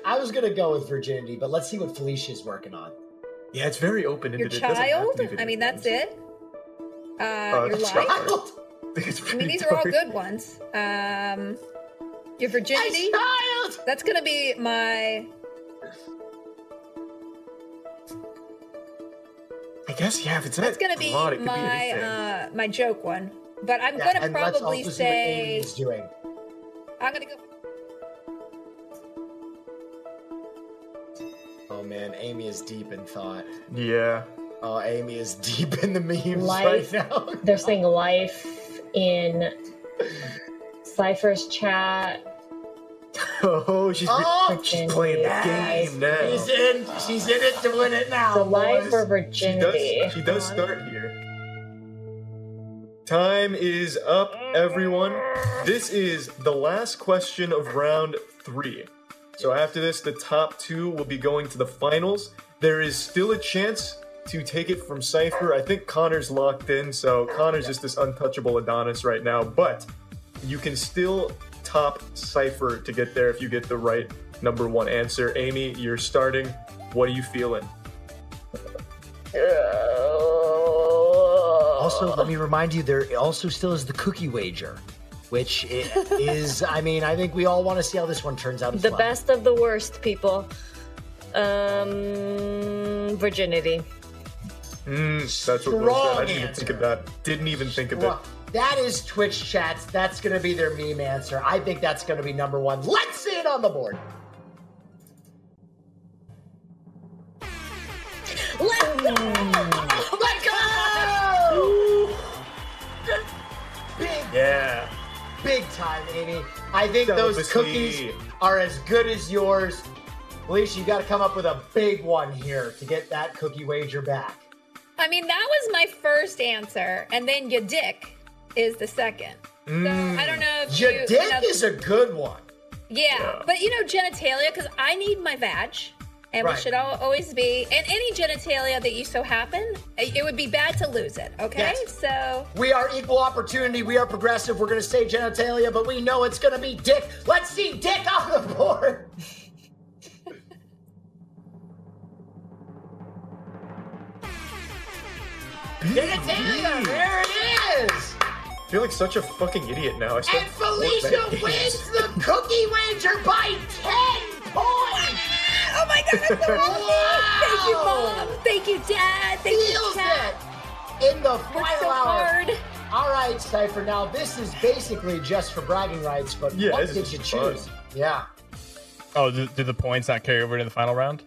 Speaker 2: I was going to go with virginity, but let's see what Felicia's working on. *laughs*
Speaker 1: yeah, it's very open ended.
Speaker 4: Your child? I mean,
Speaker 1: *laughs*
Speaker 4: that's it. Uh, your life.
Speaker 2: Child.
Speaker 1: I
Speaker 4: I mean,
Speaker 1: *laughs*
Speaker 4: these are all good ones. Um, your virginity.
Speaker 2: Child.
Speaker 4: That's gonna be my.
Speaker 1: I guess yeah. If it's
Speaker 4: That's gonna be
Speaker 1: broad, it could
Speaker 4: my
Speaker 1: anything.
Speaker 4: uh, my joke one. But I'm
Speaker 2: Yeah,
Speaker 4: gonna
Speaker 2: and let's
Speaker 4: probably
Speaker 2: also see what
Speaker 4: say
Speaker 2: Amy's doing.
Speaker 4: I'm gonna go.
Speaker 2: Oh man, Amy is deep in thought.
Speaker 1: yeah. *laughs*
Speaker 2: Oh, Amy is deep in the memes
Speaker 6: Life.
Speaker 2: right now. *laughs*
Speaker 6: They're saying life in Cypher's chat.
Speaker 1: Oh, she's
Speaker 2: Oh,
Speaker 1: she's playing the
Speaker 6: yes.
Speaker 1: game now.
Speaker 2: She's in. She's in it to win it now.
Speaker 6: The life
Speaker 2: boys.
Speaker 6: or
Speaker 1: Oh, She
Speaker 6: virginity.
Speaker 1: does. She does start here. Time is up, everyone. This is the last question of round three. So after this, the top two will be going to the finals. There is still a chance to take it from Cypher. I think Connor's locked in, so Connor's just this untouchable Adonis right now, but you can still top Cypher to get there if you get the right number one answer. Amy, you're starting. What are you feeling?
Speaker 2: Also, let me remind you, there also still is the cookie wager, which
Speaker 6: *laughs*
Speaker 2: i- is, I mean, I think we all want to see how this one turns out. as
Speaker 6: The
Speaker 2: well.
Speaker 6: best of the worst, people. Um, virginity.
Speaker 1: Mm, that's what Will said. I
Speaker 2: Strong
Speaker 1: didn't even think of
Speaker 2: answer.
Speaker 1: that. Didn't even think of
Speaker 2: Well,
Speaker 1: it.
Speaker 2: that is Twitch chats. That's going to be their meme answer. I think that's going to be number one. Let's see it on the board.
Speaker 4: Let's go!
Speaker 6: Mm.
Speaker 2: Let's go! Big,
Speaker 1: Yeah.
Speaker 2: big time, Amy. I think those
Speaker 1: Celibacy.
Speaker 2: cookies are as good as yours. Alicia, you got to come up with a big one here to get that cookie wager back.
Speaker 4: I mean, that was my first answer, and then your dick is the second. So I don't know if
Speaker 2: Mm. Your
Speaker 4: you, you
Speaker 2: dick
Speaker 4: know-
Speaker 2: is a good one.
Speaker 4: yeah, but you know genitalia because I need my vag, and
Speaker 2: Right.
Speaker 4: we should all always be. And any genitalia that you so happen, it it would be bad to lose it. Okay,
Speaker 2: Yes.
Speaker 4: so
Speaker 2: We are equal opportunity. We are progressive. We're going to say genitalia, but we know it's going to be dick. Let's see dick on the board. genitalia, there it is.
Speaker 1: I feel like such a fucking idiot now. I still
Speaker 2: And Felicia wins the cookie wager by 10 points.
Speaker 4: oh my god, I'm so
Speaker 2: *laughs*
Speaker 4: happy! Thank you,
Speaker 2: Wow.
Speaker 4: mom. Thank you, dad. Thank you,
Speaker 2: Feels
Speaker 4: dad.
Speaker 2: it in the
Speaker 4: Worked
Speaker 2: final
Speaker 4: so
Speaker 2: hour.
Speaker 4: hard.
Speaker 2: All right, Cypher. Now, this is basically just for bragging rights, but
Speaker 1: Yeah,
Speaker 2: what
Speaker 1: this
Speaker 2: did
Speaker 1: is
Speaker 2: you
Speaker 1: just fun.
Speaker 2: choose? Yeah.
Speaker 5: Oh, do, do the points not carry over to the final round?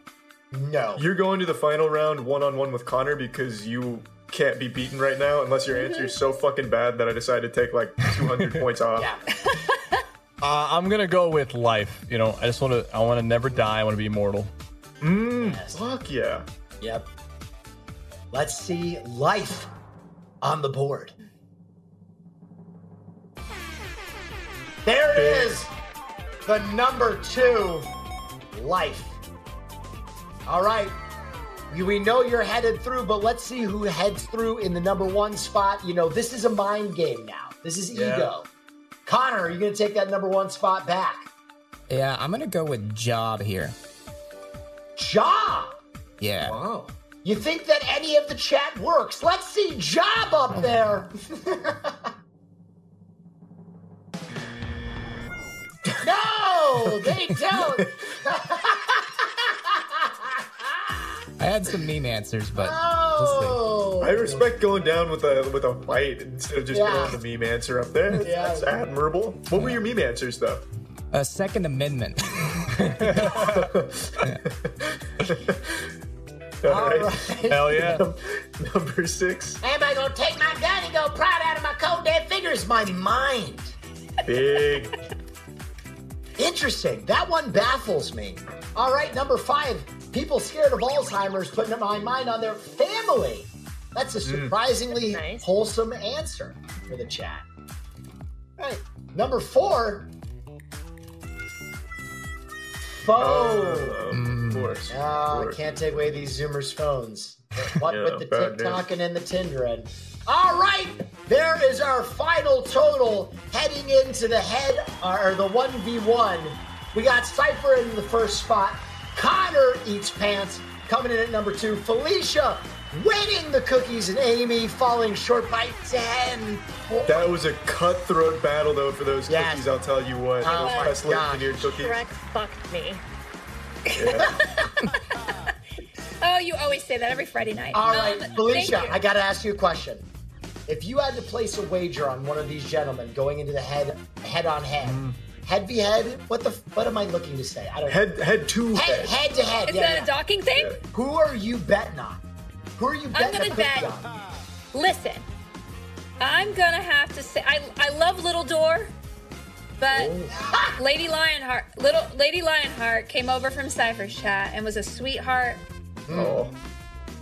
Speaker 2: No.
Speaker 1: *laughs* You're going to the final round one on one with Connor because you can't be beaten right now unless your answer is so fucking bad that I decided to take like
Speaker 2: *laughs*
Speaker 1: 200 points off.
Speaker 2: yeah.
Speaker 5: Uh, I'm gonna go with life. You know, I just want to. I want to never die. I want to be immortal.
Speaker 1: Mm,
Speaker 2: Yes.
Speaker 1: Fuck yeah.
Speaker 2: Yep. Let's see life on the board. There it is. The number two, life. All right. You- We know you're headed through, but let's see who heads through in the number one spot. You know, this is a mind game now. This is
Speaker 1: Yeah.
Speaker 2: ego. Connor, are you going to take that number one spot back?
Speaker 3: Yeah, I'm gonna go with job here.
Speaker 2: Job.
Speaker 3: Yeah.
Speaker 2: Wow. Oh. You think that any of the chat works? Let's see Job up there. *laughs* no, they don't.
Speaker 3: I had some meme answers, but
Speaker 2: Oh.
Speaker 1: I respect going down with a with a bite instead of just
Speaker 2: Yeah.
Speaker 1: throwing the meme answer up there.
Speaker 2: Yeah.
Speaker 1: That's admirable. What were your meme answers
Speaker 2: *laughs*
Speaker 1: though? *laughs*
Speaker 3: a Second Amendment.
Speaker 2: All
Speaker 1: All right.
Speaker 2: right. *laughs*
Speaker 5: Hell *laughs* yeah!
Speaker 1: *laughs* Number six.
Speaker 2: Everybody gonna take my gun and go pry it out of my cold dead fingers, my mind.
Speaker 1: Big.
Speaker 2: Interesting. That one baffles me. All right, number five. People scared of Alzheimer's putting my mind on their family. That's a surprisingly
Speaker 6: Nice.
Speaker 2: wholesome answer. for the chat. All right, number four. Phone.
Speaker 1: Oh, Of course.
Speaker 2: Ah,
Speaker 1: of
Speaker 2: I
Speaker 1: course.
Speaker 2: can't take away these Zoomers'
Speaker 1: *laughs*
Speaker 2: phones. What
Speaker 1: Yeah,
Speaker 2: with the
Speaker 1: bad
Speaker 2: TikTok and the Tinder and all right, there is our final total heading into the head or the one v one. We got Cipher in the first spot. Connor eats pants coming in at number two. Felicia winning the cookies and Amy falling short by ten. po-
Speaker 1: That was a cutthroat battle, though, for those
Speaker 2: Yes.
Speaker 1: cookies. I'll tell you what.
Speaker 2: Oh
Speaker 1: those
Speaker 2: my
Speaker 1: Tesla
Speaker 2: gosh.
Speaker 1: engineered cookies.
Speaker 6: Shrek fucked me.
Speaker 4: Oh, you always say that every Friday night.
Speaker 2: All
Speaker 4: Um,
Speaker 2: right,
Speaker 4: thank
Speaker 2: Felicia,
Speaker 4: you.
Speaker 2: I got to ask you a question. If you had to place a wager on one of these gentlemen going into the head head on head,
Speaker 5: Mm.
Speaker 2: head v head, what the f- what am I looking to say? I don't
Speaker 1: Head, head to
Speaker 2: head
Speaker 1: head.
Speaker 2: head to head.
Speaker 4: Is
Speaker 2: yeah,
Speaker 4: that
Speaker 2: yeah.
Speaker 4: a docking thing?
Speaker 2: Who are you betting on? Who are you betting
Speaker 4: gonna
Speaker 2: a
Speaker 4: bet-
Speaker 2: bet on?
Speaker 4: Listen, I'm gonna have to say I I love Little Door, but
Speaker 2: Oh.
Speaker 4: *laughs* Lady Lionheart, little Lady Lionheart came over from Cypher's chat and was a sweetheart,
Speaker 1: Oh,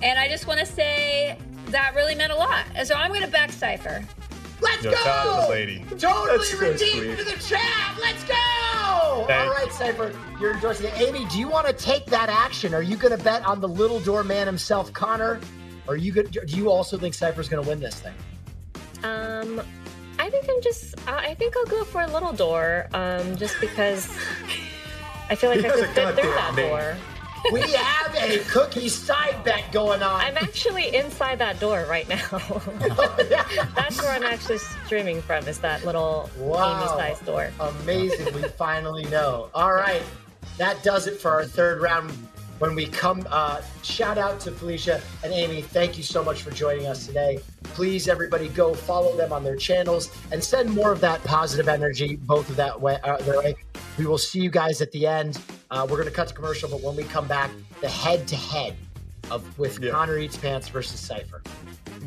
Speaker 4: and I just want to say that really meant a lot. And so I'm gonna back Cypher.
Speaker 2: Let's
Speaker 5: Yo,
Speaker 2: go!
Speaker 5: shout out to the lady.
Speaker 2: Totally
Speaker 1: That's so
Speaker 2: redeemed
Speaker 1: sweet.
Speaker 2: for the champ. Let's go!
Speaker 5: Thank
Speaker 2: All right, Cypher, you're endorsing it. Amy, do you want to take that action? Are you going to bet on the little door man himself, Connor? Are you good? Do you also think Cypher's going to win this thing?
Speaker 6: Um, I think I'm just. I I think I'll go for a little door. Um, just because I feel like
Speaker 1: He
Speaker 6: I
Speaker 1: has
Speaker 6: could
Speaker 1: a
Speaker 6: fit through
Speaker 1: goddamn
Speaker 6: that
Speaker 1: name.
Speaker 6: door.
Speaker 2: We have a cookie side bet going on.
Speaker 6: I'm actually inside that door right now. *laughs* That's where I'm actually streaming from. Is that little
Speaker 2: Wow.
Speaker 6: Amy-sized door?
Speaker 2: *laughs* Amazing, we finally know. All right, that does it for our third round. When we come, uh, shout out to Felicia and Amy. Thank you so much for joining us today. Please, everybody, go follow them on their channels and send more of that positive energy both of that way. Uh, their way. We will see you guys at the end. Uh, we're going to cut to commercial, but when we come back, the head to head of with
Speaker 1: Yeah.
Speaker 2: Connor Eats Pants versus Cypher.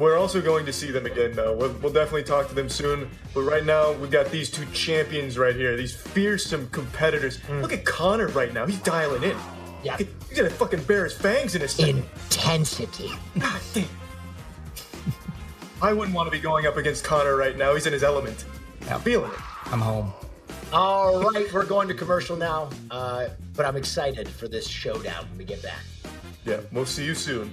Speaker 1: We're also going to see them again, though. We'll, we'll definitely talk to them soon. But right now, we've got these two champions right here, these fearsome competitors.
Speaker 2: Hmm.
Speaker 1: Look at Connor right now. He's dialing in.
Speaker 2: Yeah.
Speaker 1: Look at- He's gonna fucking bear his fangs in a second.
Speaker 2: Intensity.
Speaker 1: God damn. *laughs* I wouldn't want to be going up against Connor right now. He's in his element.
Speaker 3: Yep.
Speaker 1: Feeling it.
Speaker 3: I'm home.
Speaker 2: All right, we're going to commercial now, uh, but I'm excited for this showdown when we get back.
Speaker 1: Yeah, we'll see you soon.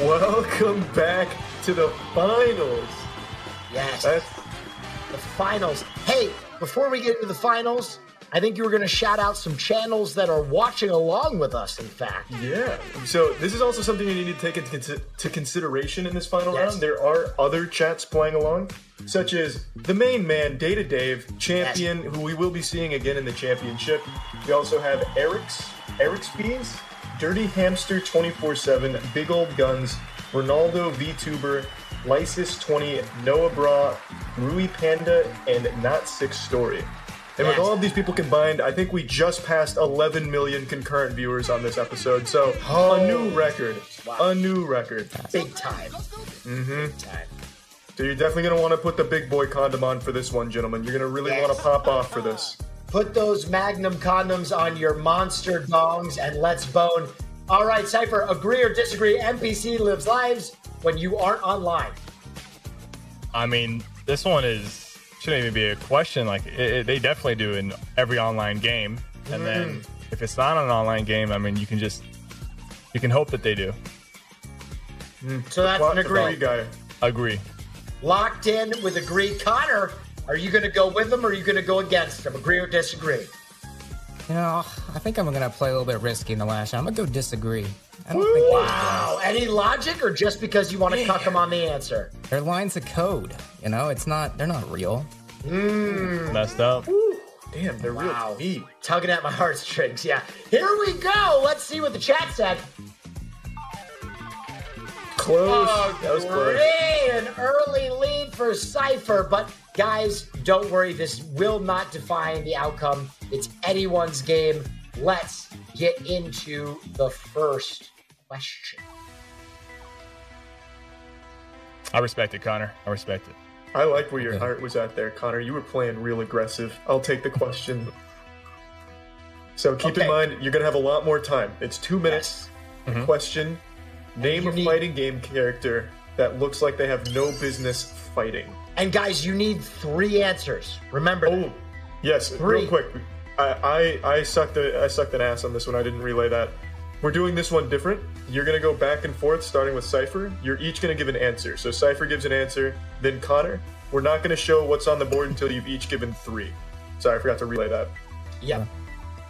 Speaker 1: Welcome back to the finals.
Speaker 2: Yes.
Speaker 1: That's,
Speaker 2: the finals. Hey, before we get into the finals, I think you were going to shout out some channels that are watching along with us, in fact.
Speaker 1: yeah. So this is also something you need to take into consi- to consideration in this final
Speaker 2: Yes.
Speaker 1: round. There are other chats playing along, such as the main man, Data Dave, champion, who we will be seeing again in the championship. We also have Eric's, Eric's Beans, Dirty Hamster 24-7, Big Old Guns, Ronaldo VTuber, Lysis20, Noah Bra, Rui Panda, and Not Six Story. And with
Speaker 2: Yes.
Speaker 1: all of these people combined, I think we just passed 11 million concurrent viewers on this episode. So
Speaker 2: Oh.
Speaker 1: a new record, a new record.
Speaker 2: Big time. Mm-hmm. Big time.
Speaker 1: So you're definitely gonna want to put the big boy condom on for this one, gentlemen. You're gonna really
Speaker 2: Yes.
Speaker 1: want to pop off for this.
Speaker 2: Put those magnum condoms on your monster dongs and let's bone. All right, Cypher, agree or disagree? NPC lives lives when you aren't online.
Speaker 5: I mean, this one is shouldn't even be a question. Like it, it- they definitely do in every online game, and then if it's not an online game, I mean, you can just you can hope that they do.
Speaker 2: So that's
Speaker 1: Plot
Speaker 2: an
Speaker 1: to
Speaker 2: agree.
Speaker 1: Free guy.
Speaker 5: Agree.
Speaker 2: Locked in with agree. Connor, are you going to go with them or are you going to go against them? Agree or disagree?
Speaker 3: You know, I think I'm gonna play a little bit risky in the last round. I'm gonna go disagree. I don't think
Speaker 2: Wow. Any logic or just because you want to cuck them on the answer?
Speaker 3: they're lines of code. You know, it's not. They're not real.
Speaker 5: Messed up.
Speaker 1: Damn, they're
Speaker 2: Wow.
Speaker 1: real deep.
Speaker 2: Tugging at my heartstrings. Yeah. Here we go. Let's see what the chat said.
Speaker 1: Close. Oh, that was close.
Speaker 2: Oh, Great. An early lead for Cypher. But guys, don't worry. This will not define the outcome. It's anyone's game. Let's get into the first question.
Speaker 5: I respect it, Connor. I respect it.
Speaker 1: I like where your heart was at there, Connor. You were playing real aggressive. I'll take the question. So keep
Speaker 2: Okay.
Speaker 1: in mind, you're gonna have a lot more time. It's two minutes. The Question: Name
Speaker 2: you
Speaker 1: a
Speaker 2: need-
Speaker 1: fighting game character that looks like they have no business fighting.
Speaker 2: And guys, you need three answers. Remember, that.
Speaker 1: Oh, yes.
Speaker 2: Three.
Speaker 1: Real quick, I, I I sucked a, I sucked an ass on this one. I didn't relay that. We're doing this one different. You're gonna go back and forth, starting with Cipher. You're each gonna give an answer. So Cipher gives an answer, then Connor. We're not gonna show what's on the board until you've each given three. Sorry, I forgot to relay that.
Speaker 2: Yep.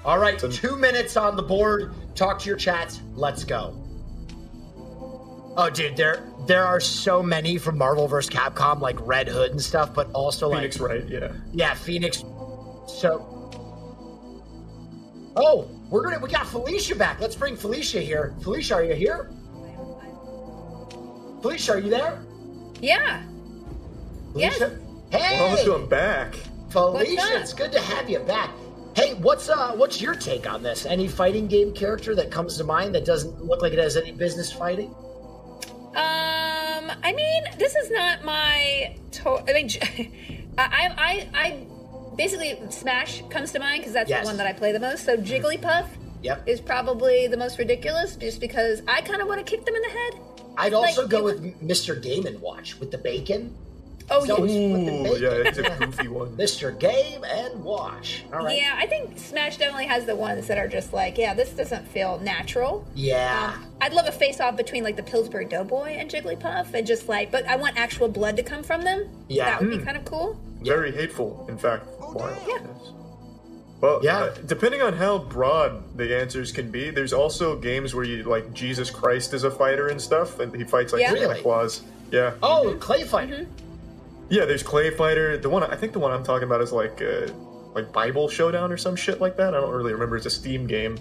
Speaker 2: All right, two minutes on the board. Talk to your chats. Let's go. Oh, dude, there there are so many from Marvel vs. Capcom, like Red Hood and stuff, but also like
Speaker 1: Phoenix, right? Yeah.
Speaker 2: yeah, Phoenix. So, oh, we're gonna we got Felicia back. Let's bring Felicia here. Felicia, are you here? Felicia, are you there?
Speaker 4: Yeah. Yes.
Speaker 2: Felicia? Hey,
Speaker 1: Welcome back.
Speaker 2: Felicia,
Speaker 4: What's up?
Speaker 2: it's good to have you back. Hey, what's uh, what's your take on this? Any fighting game character that comes to mind that doesn't look like it has any business fighting?
Speaker 4: Um, I mean, this is not my. To- I mean, *laughs* j- I, I, I, I basically Smash comes to mind because that's
Speaker 2: Yes. Mm-hmm.
Speaker 4: the one that I play the most. So Jigglypuff
Speaker 2: Yep.
Speaker 4: is probably the most ridiculous, just because I kind of want to kick them in the head.
Speaker 2: I'd also
Speaker 4: like-
Speaker 2: go with Mr. Game and Watch with the bacon.
Speaker 4: Oh
Speaker 2: So-
Speaker 4: yeah.
Speaker 1: Ooh,
Speaker 2: Flippin'
Speaker 1: yeah,
Speaker 2: bacon.
Speaker 1: it's a goofy one.
Speaker 2: Mr. Game and Watch. All right.
Speaker 4: Yeah, I think Smash definitely has the ones that are just like, yeah, this doesn't feel natural.
Speaker 2: Yeah.
Speaker 4: Um, I'd love a face off between like the Pillsbury Doughboy and Jigglypuff, and just like, but I want actual blood to come from them.
Speaker 2: Yeah.
Speaker 4: Oh, that would be kind of cool.
Speaker 1: Very hateful, in fact. Wild.
Speaker 4: Yeah.
Speaker 1: yes. Well,
Speaker 2: Yeah.
Speaker 1: uh, depending on how broad the answers can be, there's also games where you like Jesus Christ is a fighter and stuff, and he fights like
Speaker 4: Yeah.
Speaker 1: Santa
Speaker 2: Really?
Speaker 1: Claus. Yeah,
Speaker 4: Mm-hmm.
Speaker 2: Oh, Clay Fighter.
Speaker 1: yeah. There's Clay Fighter. The one I think the one I'm talking about is like uh, like Bible Showdown or some shit like that. I don't really remember. It's a Steam game.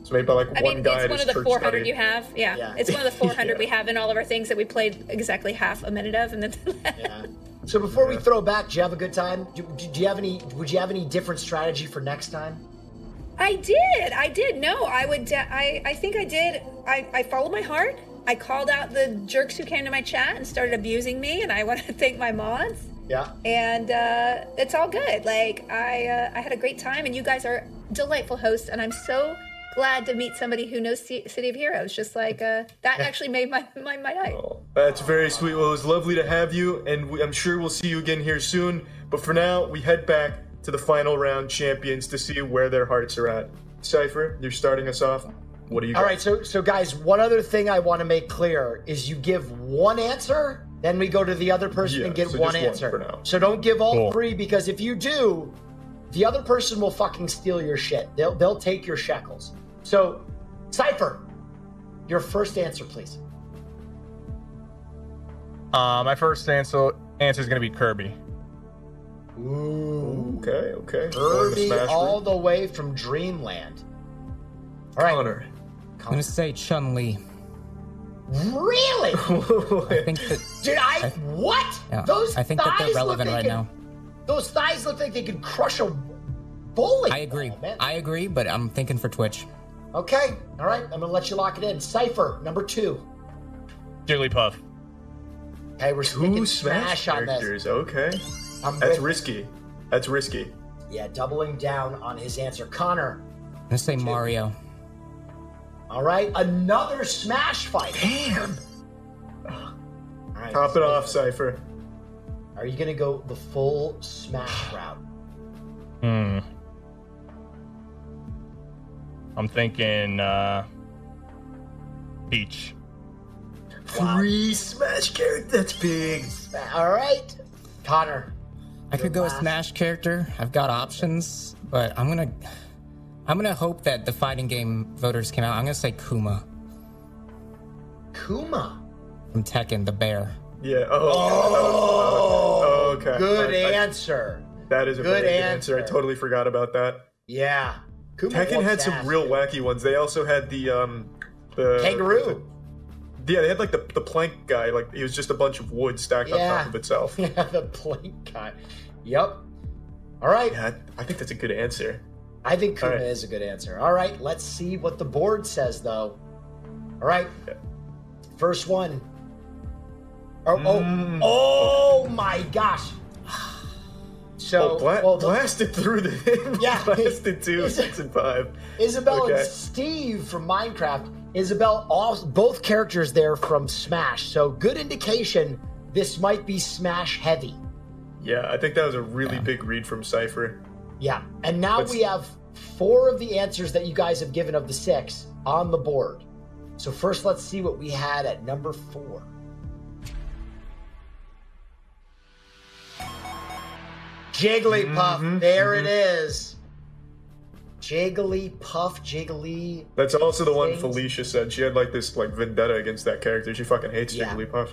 Speaker 1: It's made by like
Speaker 4: I
Speaker 1: one
Speaker 4: mean,
Speaker 1: guy
Speaker 4: it's
Speaker 1: at
Speaker 4: one
Speaker 1: his
Speaker 4: of the
Speaker 1: church
Speaker 4: 400
Speaker 1: study.
Speaker 4: you have. Yeah.
Speaker 2: Yeah.
Speaker 4: It's one of the 400
Speaker 1: Yeah.
Speaker 4: we have in all of our things that we played exactly half a minute of. And then *laughs*
Speaker 2: Yeah. So before we throw back, do you have a good time? Do, do, do you have any? Would you have any different strategy for next time?
Speaker 4: I did. I did. No, I would. De- I, I think I did. I, I followed my heart. I called out the jerks who came to my chat and started abusing me. And I *laughs* want to thank my mods.
Speaker 2: Yeah.
Speaker 4: And uh, it's all good. Like, I, uh, I had a great time, and you guys are delightful hosts. And I'm so glad to meet somebody who knows C- City of Heroes. Just like uh, that actually made my, my, my night.
Speaker 1: That's very sweet. Well, it was lovely to have you, and we, I'm sure we'll see you again here soon. But for now, we head back to the final round champions to see where their hearts are at. Cypher, you're starting us off. What do you?
Speaker 2: All
Speaker 1: got?
Speaker 2: right, so so guys, one other thing I want to make clear is you give one answer, then we go to the other person
Speaker 1: Yeah,
Speaker 2: and get
Speaker 1: so
Speaker 2: one
Speaker 1: just one
Speaker 2: answer.
Speaker 1: for now.
Speaker 2: So don't give all
Speaker 5: Cool.
Speaker 2: three because if you do, the other person will fucking steal your shit. They'll they'll take your shackles. So, Cipher, your first answer, please.
Speaker 5: Uh, my first answer answer is gonna be Kirby.
Speaker 2: Ooh,
Speaker 1: Okay. Okay. Going to
Speaker 2: Kirby
Speaker 1: Smash
Speaker 2: all
Speaker 1: Bros.
Speaker 2: the way from Dreamland. All right,
Speaker 1: Connor.
Speaker 3: I'm gonna say Chun Li.
Speaker 2: really,
Speaker 1: *laughs*
Speaker 3: I think that.
Speaker 2: dude? I
Speaker 3: I-
Speaker 2: what?
Speaker 3: Yeah,
Speaker 2: Those
Speaker 3: I think that
Speaker 2: thighs
Speaker 3: they're
Speaker 2: look
Speaker 3: relevant
Speaker 2: like
Speaker 3: right
Speaker 2: they-
Speaker 3: now.
Speaker 2: Those thighs look like they could crush a bullet.
Speaker 3: I agree.
Speaker 2: Oh, man.
Speaker 3: I agree, but I'm thinking for Twitch.
Speaker 2: okay. All right. I'm going to let you lock it in. Cypher, number two.
Speaker 5: Jigglypuff.
Speaker 2: Okay. We're
Speaker 1: Two
Speaker 2: sneaking
Speaker 1: Smash,
Speaker 2: smash, on this.
Speaker 1: characters. Okay.
Speaker 2: I'm
Speaker 1: That's
Speaker 2: with-
Speaker 1: risky. That's risky.
Speaker 2: Yeah. Doubling down on his answer. Connor.
Speaker 3: I'm gonna say Mario.
Speaker 2: All right. Another smash fight. Damn. All right.
Speaker 1: Top it
Speaker 2: Cypher,
Speaker 1: off, Cipher.
Speaker 2: Are you going to go the full smash route?
Speaker 5: Hmm. I'm thinking uh, Peach.
Speaker 1: Three Smash characters. That's big.
Speaker 2: All right. Connor.
Speaker 3: I could go a
Speaker 2: last-
Speaker 3: Smash character. I've got options, but I'm gonna. I'm gonna hope that the fighting game voters came out. I'm gonna say Kuma
Speaker 2: Kuma.
Speaker 3: from Tekken, the bear.
Speaker 1: Yeah. Oh. okay.
Speaker 2: Good
Speaker 1: I- I-
Speaker 2: answer.
Speaker 1: That is a
Speaker 2: Good
Speaker 1: very good answer. I
Speaker 2: answer.
Speaker 1: totally forgot about that.
Speaker 2: Yeah. Kuma
Speaker 1: Tekken
Speaker 2: whoops
Speaker 1: had some
Speaker 2: ass,
Speaker 1: real
Speaker 2: dude.
Speaker 1: wacky ones. They also had the um the
Speaker 2: Kangaroo.
Speaker 1: Yeah, they had like the the plank guy. Like it was just a bunch of wood stacked on
Speaker 2: Yeah.
Speaker 1: top of itself.
Speaker 2: Yeah, *laughs* the plank guy. Yep. All right.
Speaker 1: Yeah, I I think that's a good answer.
Speaker 2: I think Kuma
Speaker 1: All right.
Speaker 2: is a good answer. All right. Let's see what the board says, though. All right. First one. Oh, oh,
Speaker 1: Mm.
Speaker 2: oh my gosh. So,
Speaker 1: Oh, bla-
Speaker 2: well, the-
Speaker 1: blasted through the
Speaker 2: Yeah.
Speaker 1: blasted
Speaker 2: *laughs*
Speaker 1: two
Speaker 2: Is it-
Speaker 1: six and five.
Speaker 2: Isabel
Speaker 1: Okay.
Speaker 2: and Steve from Minecraft. Isabel, all both characters there from Smash. So, good indication this might be Smash heavy.
Speaker 1: Yeah, I think that was a really big read from Cipher.
Speaker 2: Yeah. And now
Speaker 1: Let's-
Speaker 2: we have four of the answers that you guys have given of the six on the board. So first let's see what we had at number four. Jigglypuff, there it is. Jigglypuff, Jiggly.
Speaker 1: That's also the one
Speaker 2: Things.
Speaker 1: Felicia said. She had like this like vendetta against that character. She fucking hates
Speaker 2: Yeah.
Speaker 1: Jigglypuff.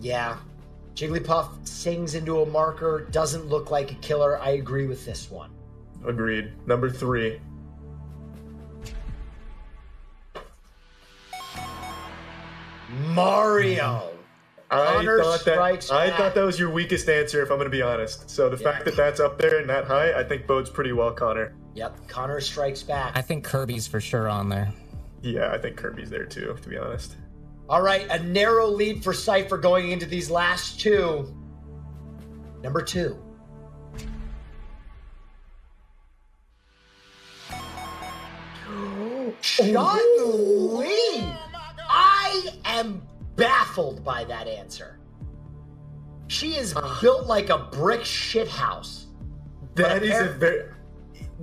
Speaker 2: Yeah. Jigglypuff sings into a marker, doesn't look like a killer. I agree with this one.
Speaker 1: Agreed. Number three.
Speaker 2: Mario.
Speaker 1: I
Speaker 2: Honor
Speaker 1: thought that
Speaker 2: strikes
Speaker 1: I
Speaker 2: back.
Speaker 1: thought that was your weakest answer, if I'm going to be honest. So the
Speaker 2: Yeah.
Speaker 1: fact that that's up there and that high, I think bodes pretty well, Connor.
Speaker 2: Yep, Connor strikes back.
Speaker 3: I think Kirby's for sure on there.
Speaker 1: Yeah, I think Kirby's there too, to be honest.
Speaker 2: All right, a narrow lead for Cypher going into these last two. Number two. Chun Li! I am baffled by that answer. She is
Speaker 1: Ah.
Speaker 2: built like a brick shithouse.
Speaker 1: That is a
Speaker 2: appar-
Speaker 1: very.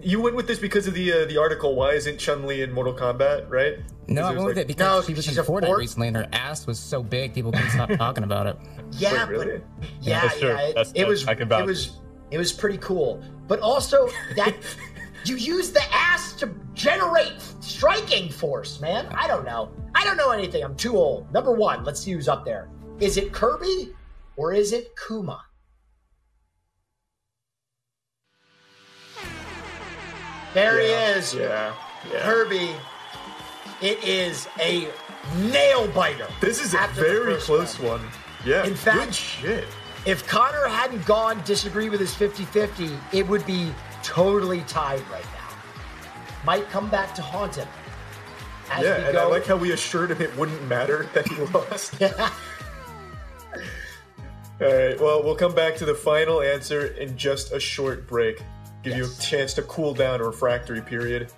Speaker 1: You went with this because of the uh, the article. Why isn't Chun Li in Mortal Kombat? Right?
Speaker 3: No, I
Speaker 1: it was
Speaker 3: went with
Speaker 1: like-
Speaker 3: it because
Speaker 2: No,
Speaker 3: she was in
Speaker 2: she's a
Speaker 3: Fortnite
Speaker 2: fort-
Speaker 3: recently, and her ass was so big people
Speaker 1: *laughs*
Speaker 3: couldn't stop talking about it.
Speaker 2: Yeah,
Speaker 1: Wait, really?
Speaker 2: but yeah,
Speaker 5: That's true.
Speaker 2: yeah, it,
Speaker 5: That's-
Speaker 2: it was
Speaker 5: I can
Speaker 2: it
Speaker 5: vouch.
Speaker 2: was it was pretty cool. But also
Speaker 1: *laughs*
Speaker 2: that you use the ass to generate striking force, man. I don't know. I don't know anything. I'm too old. Number one, let's see who's up there. Is it Kirby or is it Kuma? There he is,
Speaker 1: Yeah. Yeah.
Speaker 2: Kirby. It is a nail biter.
Speaker 1: this is a
Speaker 2: After the
Speaker 1: very
Speaker 2: first
Speaker 1: close one. Yeah.
Speaker 2: In
Speaker 1: good
Speaker 2: fact-
Speaker 1: shit.
Speaker 2: If Connor hadn't gone disagree with his 50 50, it would be totally tied right now. Might come back to haunt him. As
Speaker 1: Yeah,
Speaker 2: we
Speaker 1: and I
Speaker 2: go- *laughs*
Speaker 1: like how we assured him it wouldn't matter *laughs* that he lost. All right. Well, we'll come back to the final answer in just a short break. Give you a
Speaker 2: Yes.
Speaker 1: chance to cool down a refractory period.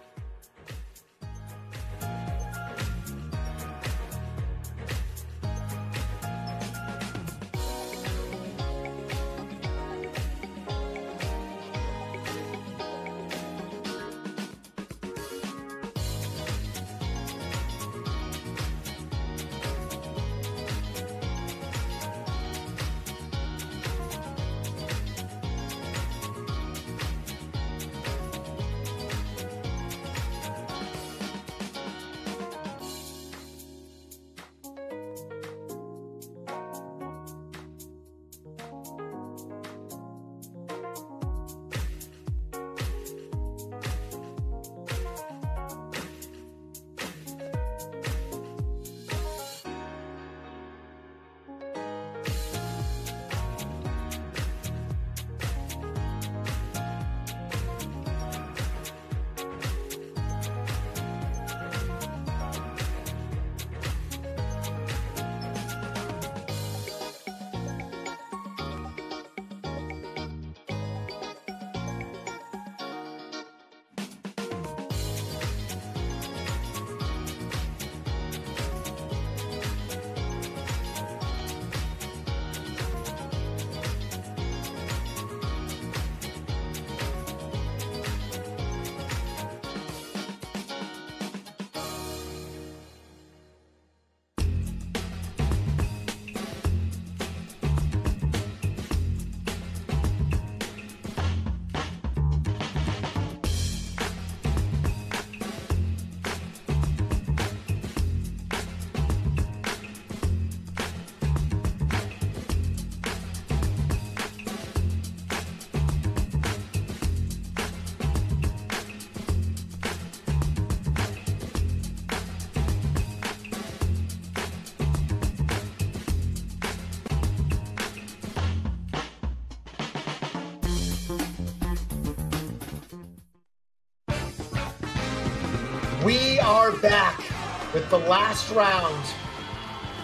Speaker 2: We are back with the last round,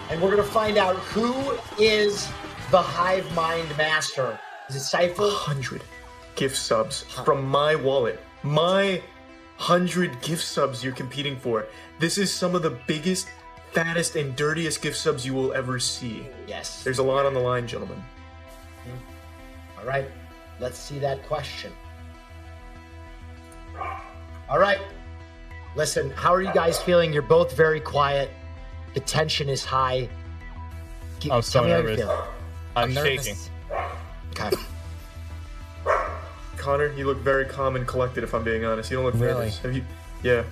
Speaker 2: and we're going to find out who is the hive mind master. Is it Cypher?
Speaker 1: 100 gift subs from my wallet. My 100 gift subs you're competing for. This is some of the biggest, fattest, and dirtiest gift subs you will ever see.
Speaker 2: Yes.
Speaker 1: There's a lot on the line, gentlemen.
Speaker 2: All right, let's see that question. All right, listen, how are you guys feeling? You're both very quiet. The tension is high. G-
Speaker 3: Oh,
Speaker 5: I'm so
Speaker 2: tell me how you're
Speaker 5: nervous.
Speaker 2: feeling.
Speaker 5: I'm
Speaker 3: nervous.
Speaker 5: shaking.
Speaker 2: Okay.
Speaker 1: Connor, you look very calm and collected, if I'm being honest. You don't look
Speaker 3: Really?
Speaker 1: nervous. Have you, yeah.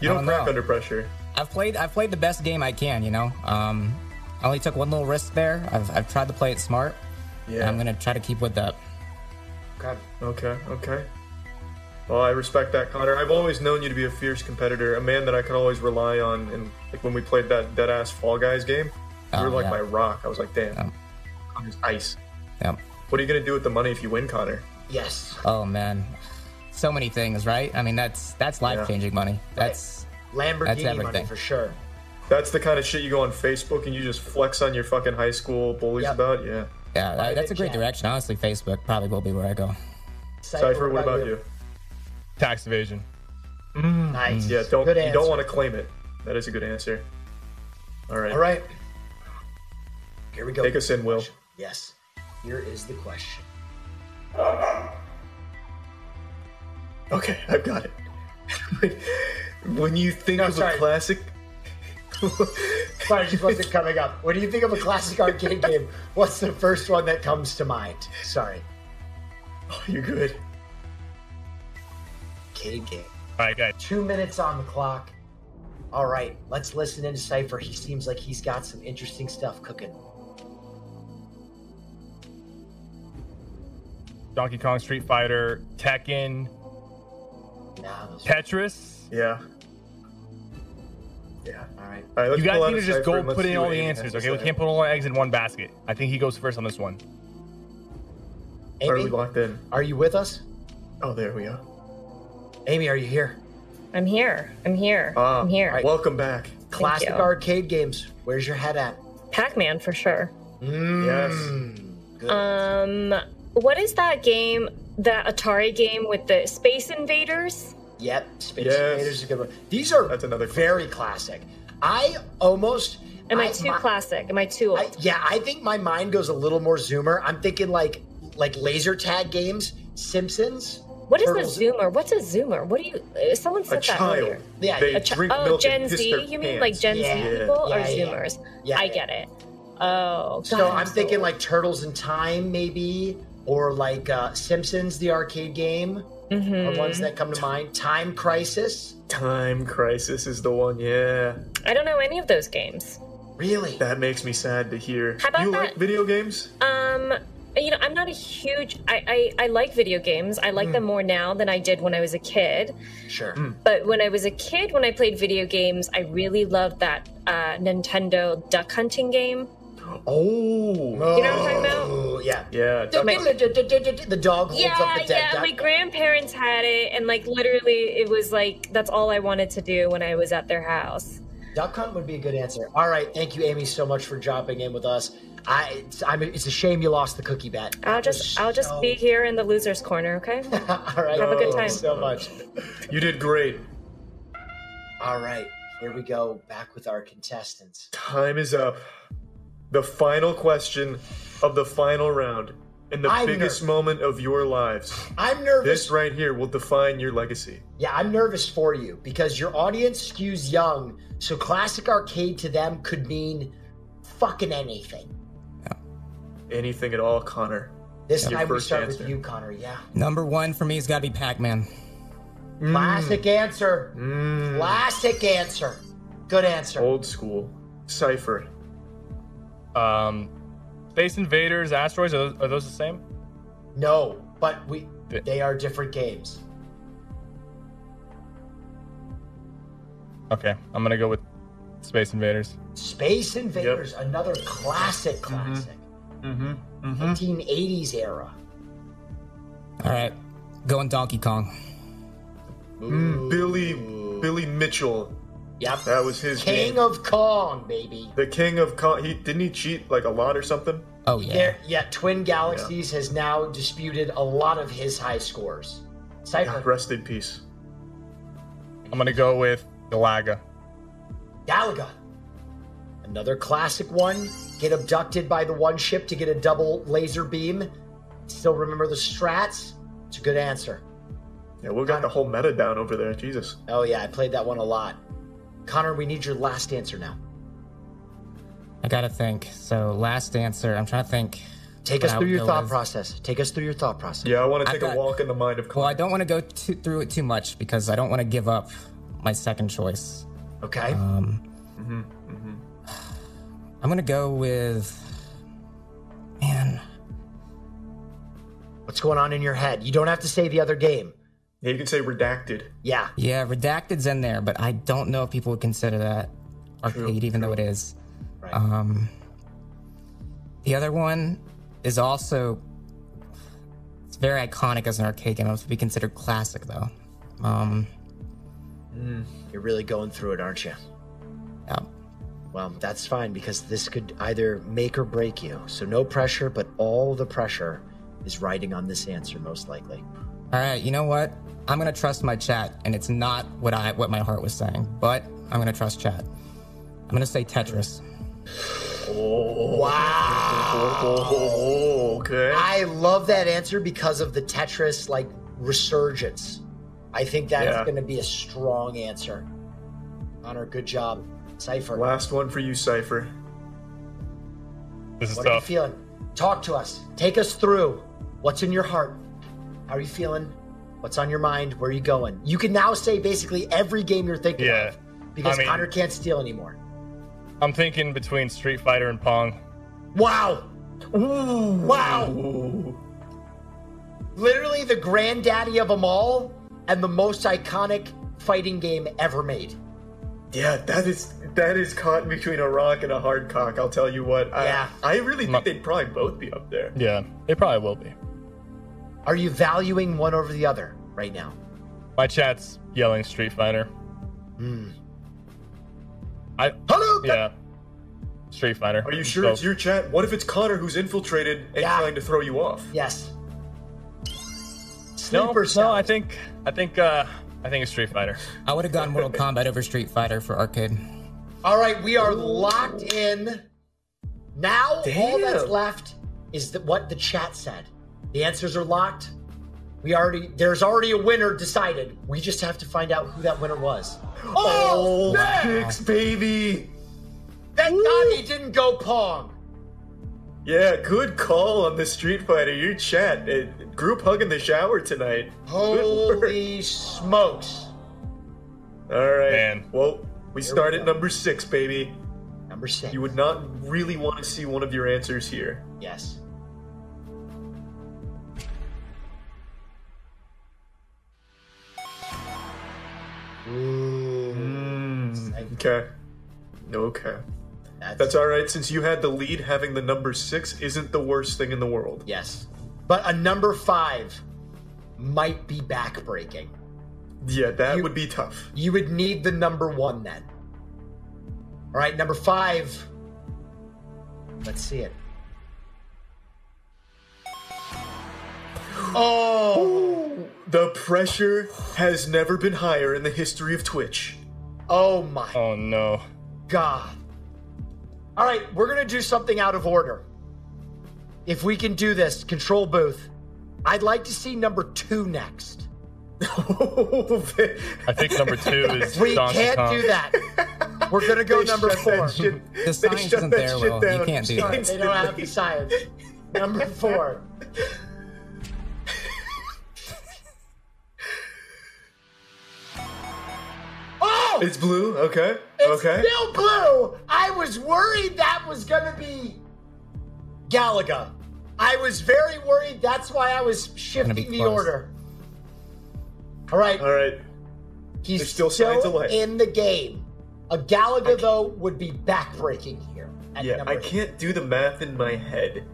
Speaker 1: You
Speaker 3: I
Speaker 1: don't
Speaker 3: don't
Speaker 1: crack
Speaker 3: know.
Speaker 1: under pressure.
Speaker 3: I've played I've played the best game I can, you know. Um, I only took one little risk there. I've, I've tried to play it smart.
Speaker 1: Yeah.
Speaker 3: I'm gonna try to keep with that.
Speaker 2: Okay.
Speaker 1: Okay, okay. Well, I respect that, Connor. I've always known you to be a fierce competitor, a man that I could always rely on. And like when we played that dead ass Fall Guys game, you
Speaker 3: Oh,
Speaker 1: were like
Speaker 3: yeah.
Speaker 1: my rock. I was like, damn,
Speaker 3: Oh.
Speaker 1: Connor's ice.
Speaker 3: Yep.
Speaker 1: What are you gonna do with the money if you win, Connor?
Speaker 2: Yes.
Speaker 3: Oh man, so many things, right? I mean, that's that's life changing money. That's
Speaker 2: Lamborghini money
Speaker 3: everything.
Speaker 2: for sure.
Speaker 1: That's the kind of shit you go on Facebook and you just flex on your fucking high school bullies
Speaker 2: Yep.
Speaker 1: about. Yeah.
Speaker 3: yeah, that, that's a great
Speaker 2: chat.
Speaker 3: direction. Honestly, Facebook probably will be where I go.
Speaker 1: Cipher, what about you?
Speaker 5: Tax evasion.
Speaker 2: Nice.
Speaker 1: Mm. Yeah, don't
Speaker 2: Good
Speaker 1: you
Speaker 2: answer.
Speaker 1: don't want to claim it. That is a good answer. All right.
Speaker 2: All right. Here we go.
Speaker 1: Take us in, Will.
Speaker 2: Yes. Here is the question.
Speaker 1: Okay, I've got it. *laughs* when you think
Speaker 2: No,
Speaker 1: of
Speaker 2: sorry.
Speaker 1: a classic. *laughs*
Speaker 2: Sorry, just wasn't coming up. When you think of a classic
Speaker 1: *laughs*
Speaker 2: arcade game, what's the first one that comes to mind? Sorry.
Speaker 1: *laughs* You're good.
Speaker 2: Arcade game.
Speaker 5: All right, guys.
Speaker 2: Two minutes on the clock. All right, let's listen in to Cypher. He seems like he's got some interesting stuff cooking.
Speaker 5: Donkey Kong, Street Fighter, Tekken,
Speaker 2: Nah, those-
Speaker 5: Tetris.
Speaker 1: Yeah. Yeah.
Speaker 2: all right.
Speaker 1: All right, let's
Speaker 5: You
Speaker 1: pull
Speaker 5: guys
Speaker 1: out
Speaker 5: need
Speaker 1: a
Speaker 5: to just
Speaker 1: cipher
Speaker 5: go
Speaker 1: and let's
Speaker 5: put
Speaker 1: see
Speaker 5: in all
Speaker 1: what
Speaker 5: the
Speaker 1: Aiden
Speaker 5: answars,
Speaker 1: has to
Speaker 5: okay? We
Speaker 1: say.
Speaker 5: can't put all our eggs in one basket. I think he goes first on this one.
Speaker 1: Are we
Speaker 2: Amy,
Speaker 1: locked in?
Speaker 2: are you with us?
Speaker 1: Oh, there we are.
Speaker 2: Amy, are you here?
Speaker 6: I'm here. I'm here.
Speaker 1: Ah,
Speaker 6: I'm here.
Speaker 1: Welcome back.
Speaker 2: Classic
Speaker 6: you.
Speaker 2: arcade games. Where's your head at?
Speaker 6: Pac-Man for sure.
Speaker 5: Mm.
Speaker 1: Yes.
Speaker 6: Um, what is that game? That Atari game with the Space Invaders?
Speaker 2: Yep, Space
Speaker 1: Yes.
Speaker 2: Invaders is a good one. These are
Speaker 1: That's another classic.
Speaker 2: very classic. I almost
Speaker 6: Am I, too
Speaker 2: my-
Speaker 6: classic? Am I too old?
Speaker 2: I, yeah, I think my mind goes a little more zoomer. I'm thinking like like laser tag games, Simpsons.
Speaker 6: what is
Speaker 2: Turtles-
Speaker 6: a zoomer? What's a zoomer? What do you? uh, Someone
Speaker 1: A
Speaker 6: said that
Speaker 1: child.
Speaker 6: earlier.
Speaker 2: Yeah,
Speaker 1: they
Speaker 2: a
Speaker 6: Chi-
Speaker 1: drink
Speaker 6: oh,
Speaker 1: milk
Speaker 6: Gen
Speaker 1: and piss
Speaker 6: Z.
Speaker 1: their
Speaker 6: You
Speaker 1: pants.
Speaker 6: mean like Gen
Speaker 2: Yeah.
Speaker 6: Z people
Speaker 2: Yeah,
Speaker 6: are
Speaker 2: yeah, yeah.
Speaker 6: zoomers?
Speaker 2: Yeah,
Speaker 6: I
Speaker 2: yeah.
Speaker 6: get it. Oh, God,
Speaker 2: So I'm
Speaker 6: so
Speaker 2: thinking
Speaker 6: old.
Speaker 2: like Turtles in Time, maybe, or like uh, Simpsons, the arcade game, are ones
Speaker 6: Mm-hmm.
Speaker 2: that come to mind. Time Crisis,
Speaker 1: Time Crisis is the one. Yeah.
Speaker 6: I don't know any of those games.
Speaker 2: really?
Speaker 1: That makes me sad to hear.
Speaker 6: How about
Speaker 1: you
Speaker 6: that-
Speaker 1: like video games?
Speaker 6: Um, you know, I'm not a huge. I I, I like video games. I like
Speaker 1: Hmm.
Speaker 6: them more now than I did when I was a kid.
Speaker 2: Sure.
Speaker 6: But when I was a kid, when I played video games, I really loved that uh, Nintendo duck hunting game.
Speaker 1: Oh.
Speaker 6: You know what I'm talking about?
Speaker 2: Ooh, yeah.
Speaker 1: Yeah. duck-
Speaker 2: The dog holds up
Speaker 6: Yeah,
Speaker 2: the dead
Speaker 6: yeah.
Speaker 2: duck.
Speaker 6: My grandparents had it, and like literally, it was like that's all I wanted to do when I was at their house.
Speaker 2: Duck hunt would be a good answer. All right, thank you, Amy, so much for dropping in with us. I, it's, I'm, it's a shame you lost the cookie bet.
Speaker 6: I'll
Speaker 2: That was
Speaker 6: just, I'll just
Speaker 2: so- *laughs*
Speaker 6: be here in the losers' corner, okay?
Speaker 2: All right,
Speaker 6: Have a
Speaker 2: thank you
Speaker 6: good time.
Speaker 2: so much.
Speaker 1: You did great.
Speaker 2: All right, here we go. Back with our contestants.
Speaker 1: Time is up. The final question of the final round and the
Speaker 2: I'm
Speaker 1: biggest
Speaker 2: nervous.
Speaker 1: moment of your lives.
Speaker 2: I'm nervous.
Speaker 1: This right here will define your legacy.
Speaker 2: Yeah, I'm nervous for you because your audience skews young, so classic arcade to them could mean fucking anything.
Speaker 1: Anything at all, Connor.
Speaker 2: This
Speaker 1: Your
Speaker 2: time we
Speaker 1: first
Speaker 2: start
Speaker 1: answer.
Speaker 2: with you, Connor. Yeah.
Speaker 3: Number one for me has got to be Pac-Man.
Speaker 2: Classic answer. Classic answer. Good answer.
Speaker 1: Old school. Cipher.
Speaker 5: Um, Space Invaders, Asteroids, are those, are those the same?
Speaker 2: No, but we
Speaker 5: Th-
Speaker 2: they are different games.
Speaker 5: Okay, I'm gonna go with Space Invaders.
Speaker 2: Space Invaders, another classic classic. Mm-hmm. 1980s era.
Speaker 3: All right, going Donkey Kong.
Speaker 1: Billy Billy Mitchell.
Speaker 2: Yep.
Speaker 1: That was his
Speaker 2: King
Speaker 1: name.
Speaker 2: of Kong, baby.
Speaker 1: the king of con. He didn't he cheat like a lot or something.
Speaker 3: Oh yeah.
Speaker 2: There, yeah, Twin Galaxies has now disputed a lot of his high scores. Cypher,
Speaker 1: Rest in peace.
Speaker 5: I'm gonna go with Galaga.
Speaker 2: Galaga. Another classic one. Get abducted by the one ship to get a double laser beam. Still remember the strats? It's a good answer.
Speaker 1: Yeah, we got the whole meta down over there. Jesus.
Speaker 2: Oh, yeah, I played that one a lot. Connor, we need your last answer now.
Speaker 3: I gotta think. So last answer. I'm trying to think.
Speaker 2: Take us
Speaker 3: what I
Speaker 2: through
Speaker 3: would
Speaker 2: your
Speaker 3: go
Speaker 2: thought
Speaker 3: with.
Speaker 2: process. Take us through your thought process.
Speaker 1: Yeah, I want to
Speaker 3: I
Speaker 1: take
Speaker 3: got-
Speaker 1: a walk in the mind of.
Speaker 3: Well, I don't want to go too, through it too much because I don't want to give up my second choice.
Speaker 2: Okay.
Speaker 3: Um, I'm gonna go with. Man,
Speaker 2: What's going on in your head? You don't have to say the other game.
Speaker 1: Yeah, you can say redacted.
Speaker 2: Yeah.
Speaker 3: yeah, redacted's in there, but I don't know if people would consider that arcade, even though it is.
Speaker 2: Right.
Speaker 3: Um, the other one is also it's very iconic as an arcade game. It would be considered classic, though. Um,
Speaker 2: You're really going through it, aren't you?
Speaker 3: yeah.
Speaker 2: Well, that's fine because this could either make or break you. So no pressure, but all the pressure is riding on this answer, most likely.
Speaker 3: All right, you know what? I'm gonna trust my chat, and it's not what I what my heart was saying, but I'm gonna trust chat. I'm gonna say Tetris.
Speaker 1: Oh, okay.
Speaker 2: I love that answer because of the Tetris like resurgence. I think that's
Speaker 1: Yeah.
Speaker 2: going to be a strong answer. Honor, good job, Cipher.
Speaker 1: Last one for you, Cipher.
Speaker 5: This is
Speaker 2: What are you
Speaker 5: tough.
Speaker 2: feeling? Talk to us. Take us through. What's in your heart? How are you feeling? What's on your mind? Where are you going? You can now say basically every game you're thinking
Speaker 5: Yeah.
Speaker 2: of because
Speaker 5: I mean-
Speaker 2: Connor can't steal anymore.
Speaker 5: I'm thinking between Street Fighter and Pong.
Speaker 2: Wow. Wow.
Speaker 1: Ooh.
Speaker 2: Literally the granddaddy of them all and the most iconic fighting game ever made.
Speaker 1: Yeah, that is that is caught in between a rock and a hard cock. I'll tell you what. I,
Speaker 2: Yeah.
Speaker 1: I really
Speaker 5: Ma-
Speaker 1: think they'd probably both be up there.
Speaker 5: Yeah, they probably will be.
Speaker 2: Are you valuing one over the other right now?
Speaker 5: My chat's yelling Street Fighter.
Speaker 1: Hmm.
Speaker 5: I
Speaker 2: Hello.
Speaker 5: yeah. Street Fighter.
Speaker 1: Are you sure
Speaker 5: So-
Speaker 1: it's your chat? What if it's Connor who's infiltrated and
Speaker 2: Yeah.
Speaker 1: trying to throw you off?
Speaker 2: Yes.
Speaker 5: No,
Speaker 2: Sleeper
Speaker 5: no,
Speaker 2: cell.
Speaker 5: I think I think uh I think it's Street Fighter.
Speaker 3: I would have
Speaker 2: *laughs*
Speaker 3: gone Mortal Kombat over Street Fighter for arcade.
Speaker 2: All right, we are locked in. Now all that's
Speaker 1: Damn.
Speaker 2: left is the, what the chat said. The answers are locked. We already there's already a winner decided. We just have to find out who that winner was.
Speaker 1: Oh,
Speaker 2: Oh,
Speaker 1: six, baby.
Speaker 2: thank God he didn't go Pong.
Speaker 1: Yeah, good call on the Street Fighter. Your chat uh, group hug in the shower tonight. Good work.
Speaker 2: Holy
Speaker 1: *laughs*
Speaker 2: smokes!
Speaker 1: All right.
Speaker 5: Man.
Speaker 1: Well, we start at
Speaker 2: go.
Speaker 1: number six, baby.
Speaker 2: Number six.
Speaker 1: You would not really want to see one of your answers here.
Speaker 2: yes. Ooh, Hmm.
Speaker 1: Okay. Okay.
Speaker 2: that's,
Speaker 1: That's all right. Since you had the lead, having the number six isn't the worst thing in the world.
Speaker 2: Yes. But a number five might be backbreaking.
Speaker 1: Yeah, that
Speaker 2: You-
Speaker 1: would be tough.
Speaker 2: You would need the number one then. All right, number five. Let's see it. Oh,
Speaker 1: The pressure has never been higher in the history of Twitch. *laughs*
Speaker 2: oh my
Speaker 5: Oh no.
Speaker 2: God. All right, we're going to do something out of order. If we can do this, control booth, I'd like to see number two next.
Speaker 5: I think
Speaker 2: *laughs*
Speaker 5: number two is
Speaker 2: We
Speaker 5: Donkey
Speaker 2: can't
Speaker 5: Kong.
Speaker 2: do that. We're going to go
Speaker 1: *laughs* They
Speaker 2: number
Speaker 1: shut
Speaker 2: four.
Speaker 1: That shit,
Speaker 3: The
Speaker 1: they
Speaker 3: science
Speaker 1: shut
Speaker 3: isn't
Speaker 1: that
Speaker 3: there,
Speaker 1: shit
Speaker 3: Will. You
Speaker 1: down.
Speaker 3: can't do that.
Speaker 2: They don't have the science. Number four. oh! It's
Speaker 1: It's blue. Okay. okay.
Speaker 2: still blue! I was worried that was gonna be Galaga. I was very worried. That's why I was shifting
Speaker 3: be
Speaker 2: the
Speaker 3: close.
Speaker 2: order. All right,
Speaker 1: All right.
Speaker 2: he's
Speaker 1: there's
Speaker 2: still,
Speaker 1: still signs of life.
Speaker 2: in the game. A Galaga, though, would be backbreaking here. At
Speaker 1: Yeah,
Speaker 2: number
Speaker 1: I
Speaker 2: eight.
Speaker 1: can't do the math in my head.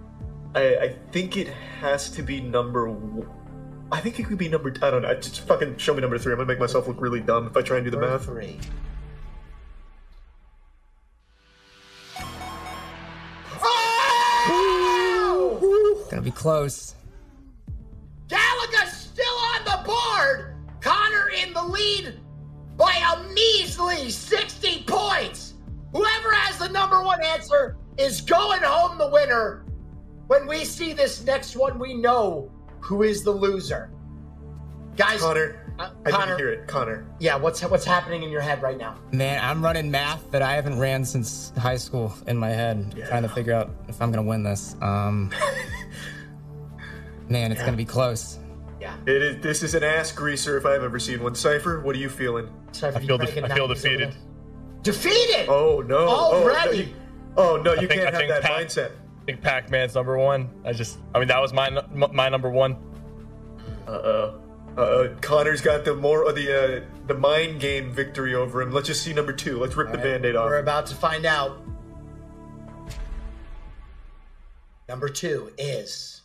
Speaker 1: I, I think it has to be number. w- I think it could be number. I don't know. Just fucking show me number three. I'm gonna make myself look really dumb if I try and do the math.
Speaker 2: Three.
Speaker 3: Gonna be close.
Speaker 8: Gallagher's still on the board. Connor in the lead by a measly 60 points. Whoever has the number one answer is going home the winner.
Speaker 2: When we see this next one, we know who is the loser. Guys,
Speaker 1: Connor,
Speaker 2: uh,
Speaker 1: I
Speaker 2: Connor,
Speaker 1: didn't hear it. Connor,
Speaker 2: yeah, what's what's happening in your head right now?
Speaker 3: Man, I'm running math that I haven't ran since high school in my head, trying to figure out if I'm gonna win this.
Speaker 2: *laughs*
Speaker 3: Um, man, it's gonna be close.
Speaker 1: it is. This is an ass greaser if I've ever seen one. Cipher, what are you feeling?
Speaker 2: Sorry for
Speaker 5: I feel,
Speaker 2: you breaking
Speaker 5: de- I feel
Speaker 2: knives over
Speaker 5: defeated.
Speaker 8: Defeated.
Speaker 1: Oh no!
Speaker 2: Already?
Speaker 1: Oh, no, you, oh, no, you
Speaker 5: think- I
Speaker 1: can't have
Speaker 5: think
Speaker 1: that
Speaker 5: Pat-
Speaker 1: mindset.
Speaker 5: I think Pac-Man's number one. I just, I mean, that was my nu- m- my number one.
Speaker 1: Uh, uh, Connor's got the more of the uh, the mind game victory over him. Let's just see number two. Let's rip the band-aid
Speaker 2: there. We're
Speaker 1: off.
Speaker 2: about to find out. Number two is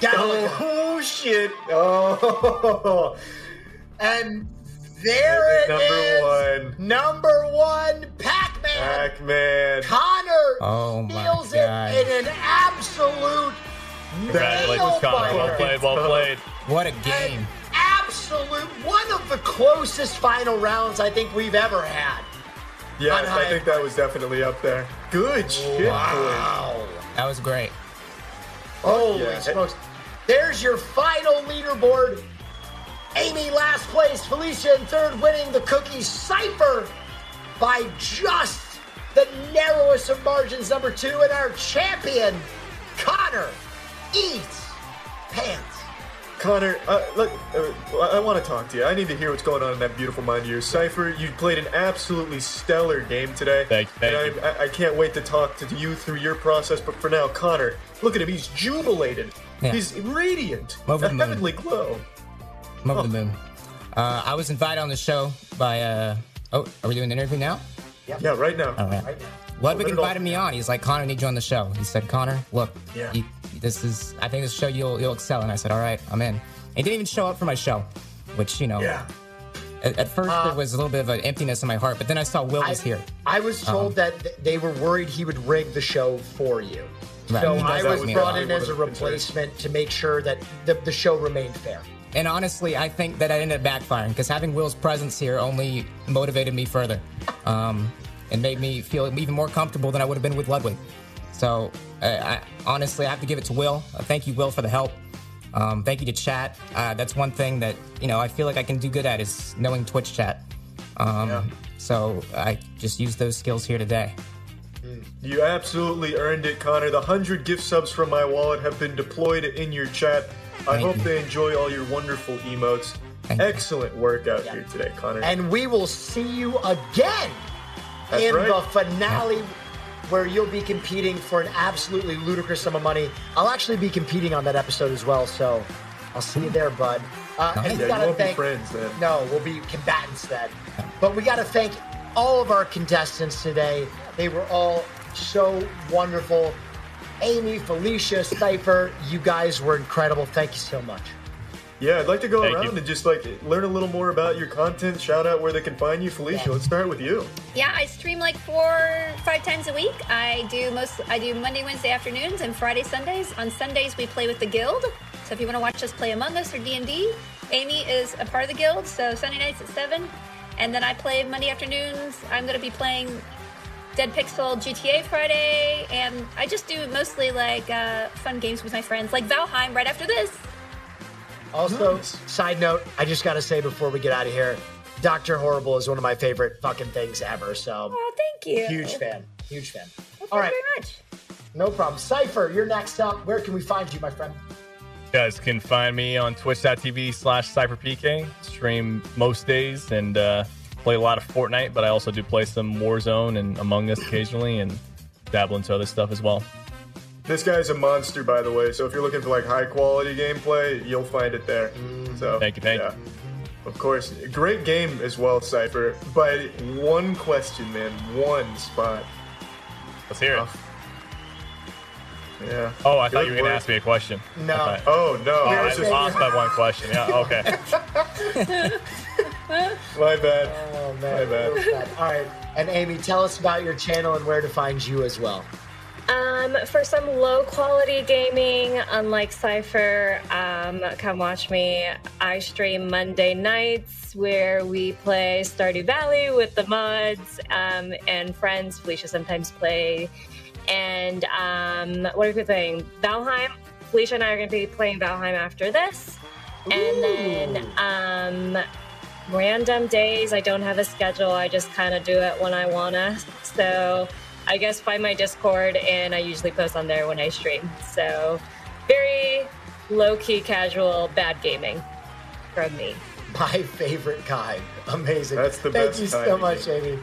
Speaker 2: Gallagher.
Speaker 1: Oh shit! Oh,
Speaker 2: *laughs* And there it
Speaker 1: number
Speaker 2: is.
Speaker 1: one,
Speaker 2: Number one, Pac Man.
Speaker 1: Pac-Man.
Speaker 2: Connor
Speaker 3: Oh my
Speaker 2: steals it
Speaker 3: God.
Speaker 2: in an absolute,
Speaker 5: Congratulations, Connor. Well
Speaker 2: Nail-biter.
Speaker 5: played. Well played.
Speaker 3: What a game!
Speaker 2: absolute, one of the closest final rounds I think we've ever had.
Speaker 1: Yes,
Speaker 2: high.
Speaker 1: I think that was definitely up there. Good shit, boy.
Speaker 2: Wow.
Speaker 3: That was great.
Speaker 2: Holy
Speaker 1: yeah.
Speaker 2: smokes. There's your final leaderboard. Amy last place, Felicia in third, winning the cookie cipher by just the narrowest of margins, number two, and our champion, Connor Eats Pants.
Speaker 1: Connor, uh, look, uh, I, I want to talk to you. I need to hear what's going on in that beautiful mind of yours. Cypher, you played an absolutely stellar game today.
Speaker 5: Thank- thank
Speaker 1: and
Speaker 5: you.
Speaker 1: I, I, I can't wait to talk to you through your process, but for now, Connor, look at him. He's jubilated.
Speaker 3: Yeah.
Speaker 1: He's radiant.
Speaker 3: Over
Speaker 1: a
Speaker 3: the moon.
Speaker 1: heavenly glow.
Speaker 3: I'm over the
Speaker 2: Oh.
Speaker 3: moon. Uh, I was invited on the show by. Uh, oh, are we doing the interview now?
Speaker 1: Yeah, right now.
Speaker 3: Oh, yeah. Ludwig
Speaker 1: Well,
Speaker 3: invited me on. He's like, Connor, I need you on the show. He said, Connor, look,
Speaker 1: Yeah.
Speaker 3: you, this is. I think this show you'll you'll excel. And I said, all right, I'm in. And he didn't even show up for my show, which you know.
Speaker 1: yeah. Uh,
Speaker 3: At, at first, there was a little bit of an emptiness in my heart, but then I saw Will was here. Uh-huh.
Speaker 2: I was told that th- they were worried he would rig the show for you.
Speaker 3: Right.
Speaker 2: So
Speaker 3: He does
Speaker 2: I
Speaker 3: that
Speaker 2: was
Speaker 3: with me a
Speaker 2: brought
Speaker 3: lot.
Speaker 2: in as a replacement to make sure that the, the show remained fair.
Speaker 3: And honestly, I think that I ended up backfiring because having Will's presence here only motivated me further, um, and made me feel even more comfortable than I would have been with Ludwig. So, uh, I, honestly, I have to give it to Will. Uh, thank you, Will, for the help. Um, thank you to chat. Uh, that's one thing that you know I feel like I can do good at is knowing Twitch chat. Um, So I just use those skills here today.
Speaker 1: You absolutely earned it, Connor. The 100 gift subs from my wallet have been deployed in your chat. I
Speaker 3: Thank
Speaker 1: hope
Speaker 3: you.
Speaker 1: they enjoy all your wonderful emotes.
Speaker 3: Thank you.
Speaker 1: Excellent work out here today, Connor.
Speaker 2: And we will see you again
Speaker 1: That's
Speaker 2: in
Speaker 1: right.
Speaker 2: the finale where you'll be competing for an absolutely ludicrous sum of money. I'll actually be competing on that episode as well, so I'll see you there, bud. Uh, and
Speaker 3: Nice.
Speaker 2: we
Speaker 1: yeah,
Speaker 2: gotta
Speaker 1: you won't be
Speaker 2: thank-
Speaker 1: friends then.
Speaker 2: No, we'll be combatants then. But we got to thank all of our contestants today. They were all so wonderful. Amy, Felicia, Cypher, you guys were incredible. Thank you so much.
Speaker 1: Yeah, I'd like to go
Speaker 5: Thank
Speaker 1: around
Speaker 5: you.
Speaker 1: and just like learn a little more about your content. Shout out where they can find you, Felicia. Let's start with you.
Speaker 4: Yeah, I stream like four, five times a week. I do most. I do Monday, Wednesday afternoons, and Friday, Sundays. On Sundays, we play with the guild. So if you want to watch us play Among Us or D and D, Amy is a part of the guild. So Sunday nights at seven, and then I play Monday afternoons. I'm going to be playing Dead Pixel GTA Friday, and I just do mostly like uh, fun games with my friends, like Valheim. Right after this,
Speaker 2: Also,
Speaker 1: Nice.
Speaker 2: side note, I just got to say before we get out of here, Dr. Horrible is one of my favorite fucking things ever. So,
Speaker 4: oh, thank you.
Speaker 2: huge fan. Huge fan.
Speaker 4: Thank
Speaker 2: All right,
Speaker 4: you very much.
Speaker 2: no problem. Cypher, you're next up. Where can we find you, my friend?
Speaker 5: You guys can find me on twitch.tv slash cypherpk. Stream most days and uh, play a lot of Fortnite, but I also do play some Warzone and Among Us occasionally and dabble into other stuff as well.
Speaker 1: This guy's a monster, by the way. So if you're looking for like high quality gameplay, you'll find it there. So
Speaker 5: Mm. Thank you, thank you.
Speaker 1: Of course, great game as well, Cipher. But one
Speaker 2: Oh.
Speaker 1: question, man, one spot.
Speaker 5: Let's hear it.
Speaker 1: Yeah.
Speaker 5: Oh, I thought
Speaker 1: Good
Speaker 5: you were going to
Speaker 1: work.
Speaker 5: ask me a question.
Speaker 2: No.
Speaker 5: I thought-
Speaker 1: Oh no,
Speaker 5: Oh, I
Speaker 1: this
Speaker 5: was
Speaker 1: is
Speaker 5: lost by one question. Yeah, okay.
Speaker 1: my bad.
Speaker 2: Oh
Speaker 1: My *laughs* bad.
Speaker 2: All right, and Amy, tell us about your channel and where to find you as well. *laughs*
Speaker 6: Um, for some low quality gaming, unlike Cypher, um, come watch me. I stream Monday nights where we play Stardew Valley with the mods um, and friends. Felicia sometimes play. And um, what are we playing? Valheim. Felicia and I are going to be playing Valheim after this. And then um, random days. I don't have a schedule. I just kind of do it when I wanna. So I guess find my Discord, and I usually post on there when I stream. So very low key, casual, bad gaming from me.
Speaker 2: My favorite kind. Amazing.
Speaker 1: That's the
Speaker 2: Thank
Speaker 1: best
Speaker 2: you
Speaker 1: kind
Speaker 2: so
Speaker 1: of
Speaker 2: much, Amy.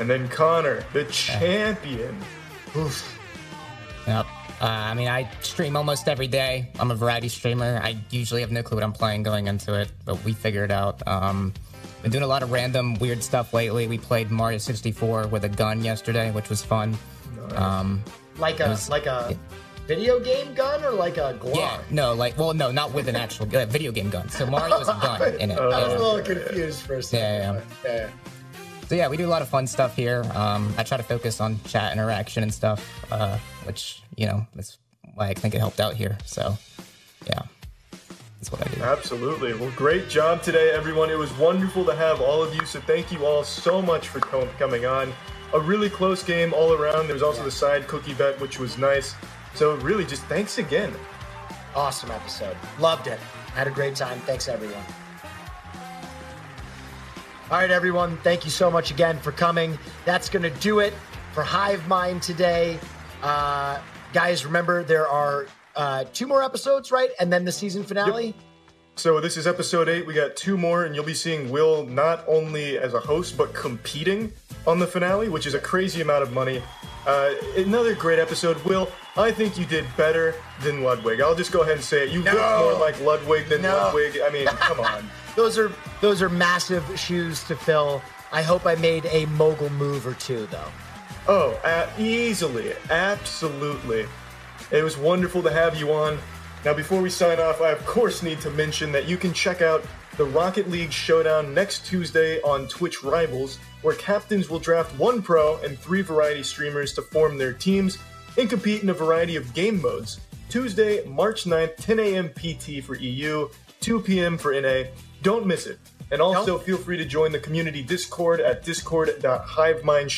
Speaker 1: And then Connor, the champion.
Speaker 2: Oof.
Speaker 3: Yep. Uh, I mean, I stream almost every day. I'm a variety streamer. I usually have no clue what I'm playing going into it, but we figure it out. Um, been doing a lot of random weird stuff lately. We played Mario 64 with a gun yesterday, which was fun. Um,
Speaker 2: Like a like a video game gun or like a Glock?
Speaker 3: yeah, no, like, well, no, not with an actual uh, video game gun. So Mario is a gun in it.
Speaker 2: I was a
Speaker 3: Yeah.
Speaker 2: little confused for a second.
Speaker 3: Yeah,
Speaker 2: yeah. yeah.
Speaker 3: So yeah, we do a lot of fun stuff here. Um, I try to focus on chat interaction and stuff, uh, which you know that's why I think it helped out here. So yeah, that's what I do.
Speaker 1: Absolutely. Well, great job today, everyone. It was wonderful to have all of you. So thank you all so much for co- coming on. A really close game all around. There was also the side cookie bet, which was nice. So really, just thanks again.
Speaker 2: Awesome episode. Loved it. Had a great time. Thanks, everyone. All right, everyone. Thank you so much again for coming. That's going to do it for Hive Mind today. Uh, guys, remember there are uh, two more episodes, right? And then the season finale.
Speaker 1: So this is episode eight. We got two more, and you'll be seeing Will not only as a host but competing on the finale, which is a crazy amount of money. Uh, another great episode, Will. I think you did better than Ludwig. I'll just go ahead and say it. You look more like Ludwig than
Speaker 2: No.
Speaker 1: Ludwig. I mean, come on.
Speaker 2: Those are those are massive shoes to fill. I hope I made a mogul move or two, though.
Speaker 1: Oh, uh, easily. Absolutely. It was wonderful to have you on. Now, before we sign off, I of course need to mention that you can check out the Rocket League Showdown next Tuesday on Twitch Rivals, where captains will draft one pro and three variety streamers to form their teams and compete in a variety of game modes. Tuesday, March 9th, 10 a.m. PT for E EU, 2 p.m. for NA. Don't miss it. And also feel free to join the community Discord at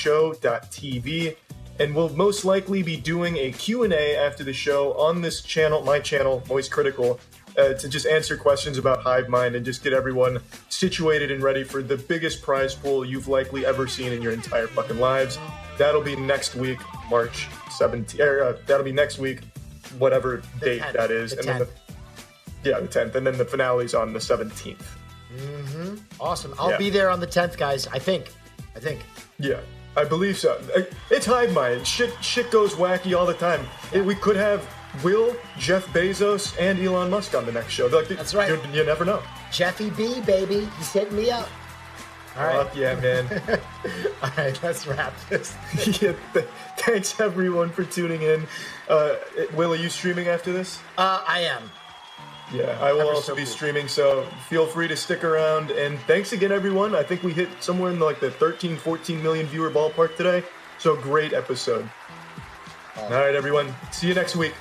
Speaker 1: discord.hivemindshow.tv. And we'll most likely be doing a Q&A after the show on this channel, my channel, Voice Critical, uh, to just answer questions about Hive Mind and just get everyone situated and ready for the biggest prize pool you've likely ever seen in your entire fucking lives. That'll be next week, March 17th. Or, uh, that'll be next week, whatever date
Speaker 2: 10th,
Speaker 1: that is.
Speaker 2: the
Speaker 1: and then the, yeah, the 10th. And then the finale's on the 17th.
Speaker 2: Awesome. I'll
Speaker 1: Yeah.
Speaker 2: be there on the tenth, guys. I think. I think.
Speaker 1: Yeah, I believe so. Uh, It's hive mind. Shit, shit goes wacky all the time. It- we could have Will, Jeff Bezos, and Elon Musk on the next show. Like,
Speaker 2: That's right.
Speaker 1: You, you never know.
Speaker 2: Jeffy B, baby, he's hitting me up. *laughs* All right.
Speaker 1: Fuck yeah,
Speaker 2: *laughs*
Speaker 1: man. *laughs*
Speaker 2: All right, let's wrap this.
Speaker 1: yeah, th- thanks everyone for tuning in. Uh, Will, are you streaming after this?
Speaker 2: Uh, I am.
Speaker 1: Yeah, I will
Speaker 2: Ever
Speaker 1: also
Speaker 2: so
Speaker 1: be
Speaker 2: cool.
Speaker 1: streaming, so feel free to stick around. And thanks again, everyone. I think we hit somewhere in like the 13, 14 million viewer ballpark today. So great episode. All right, everyone. See you next week.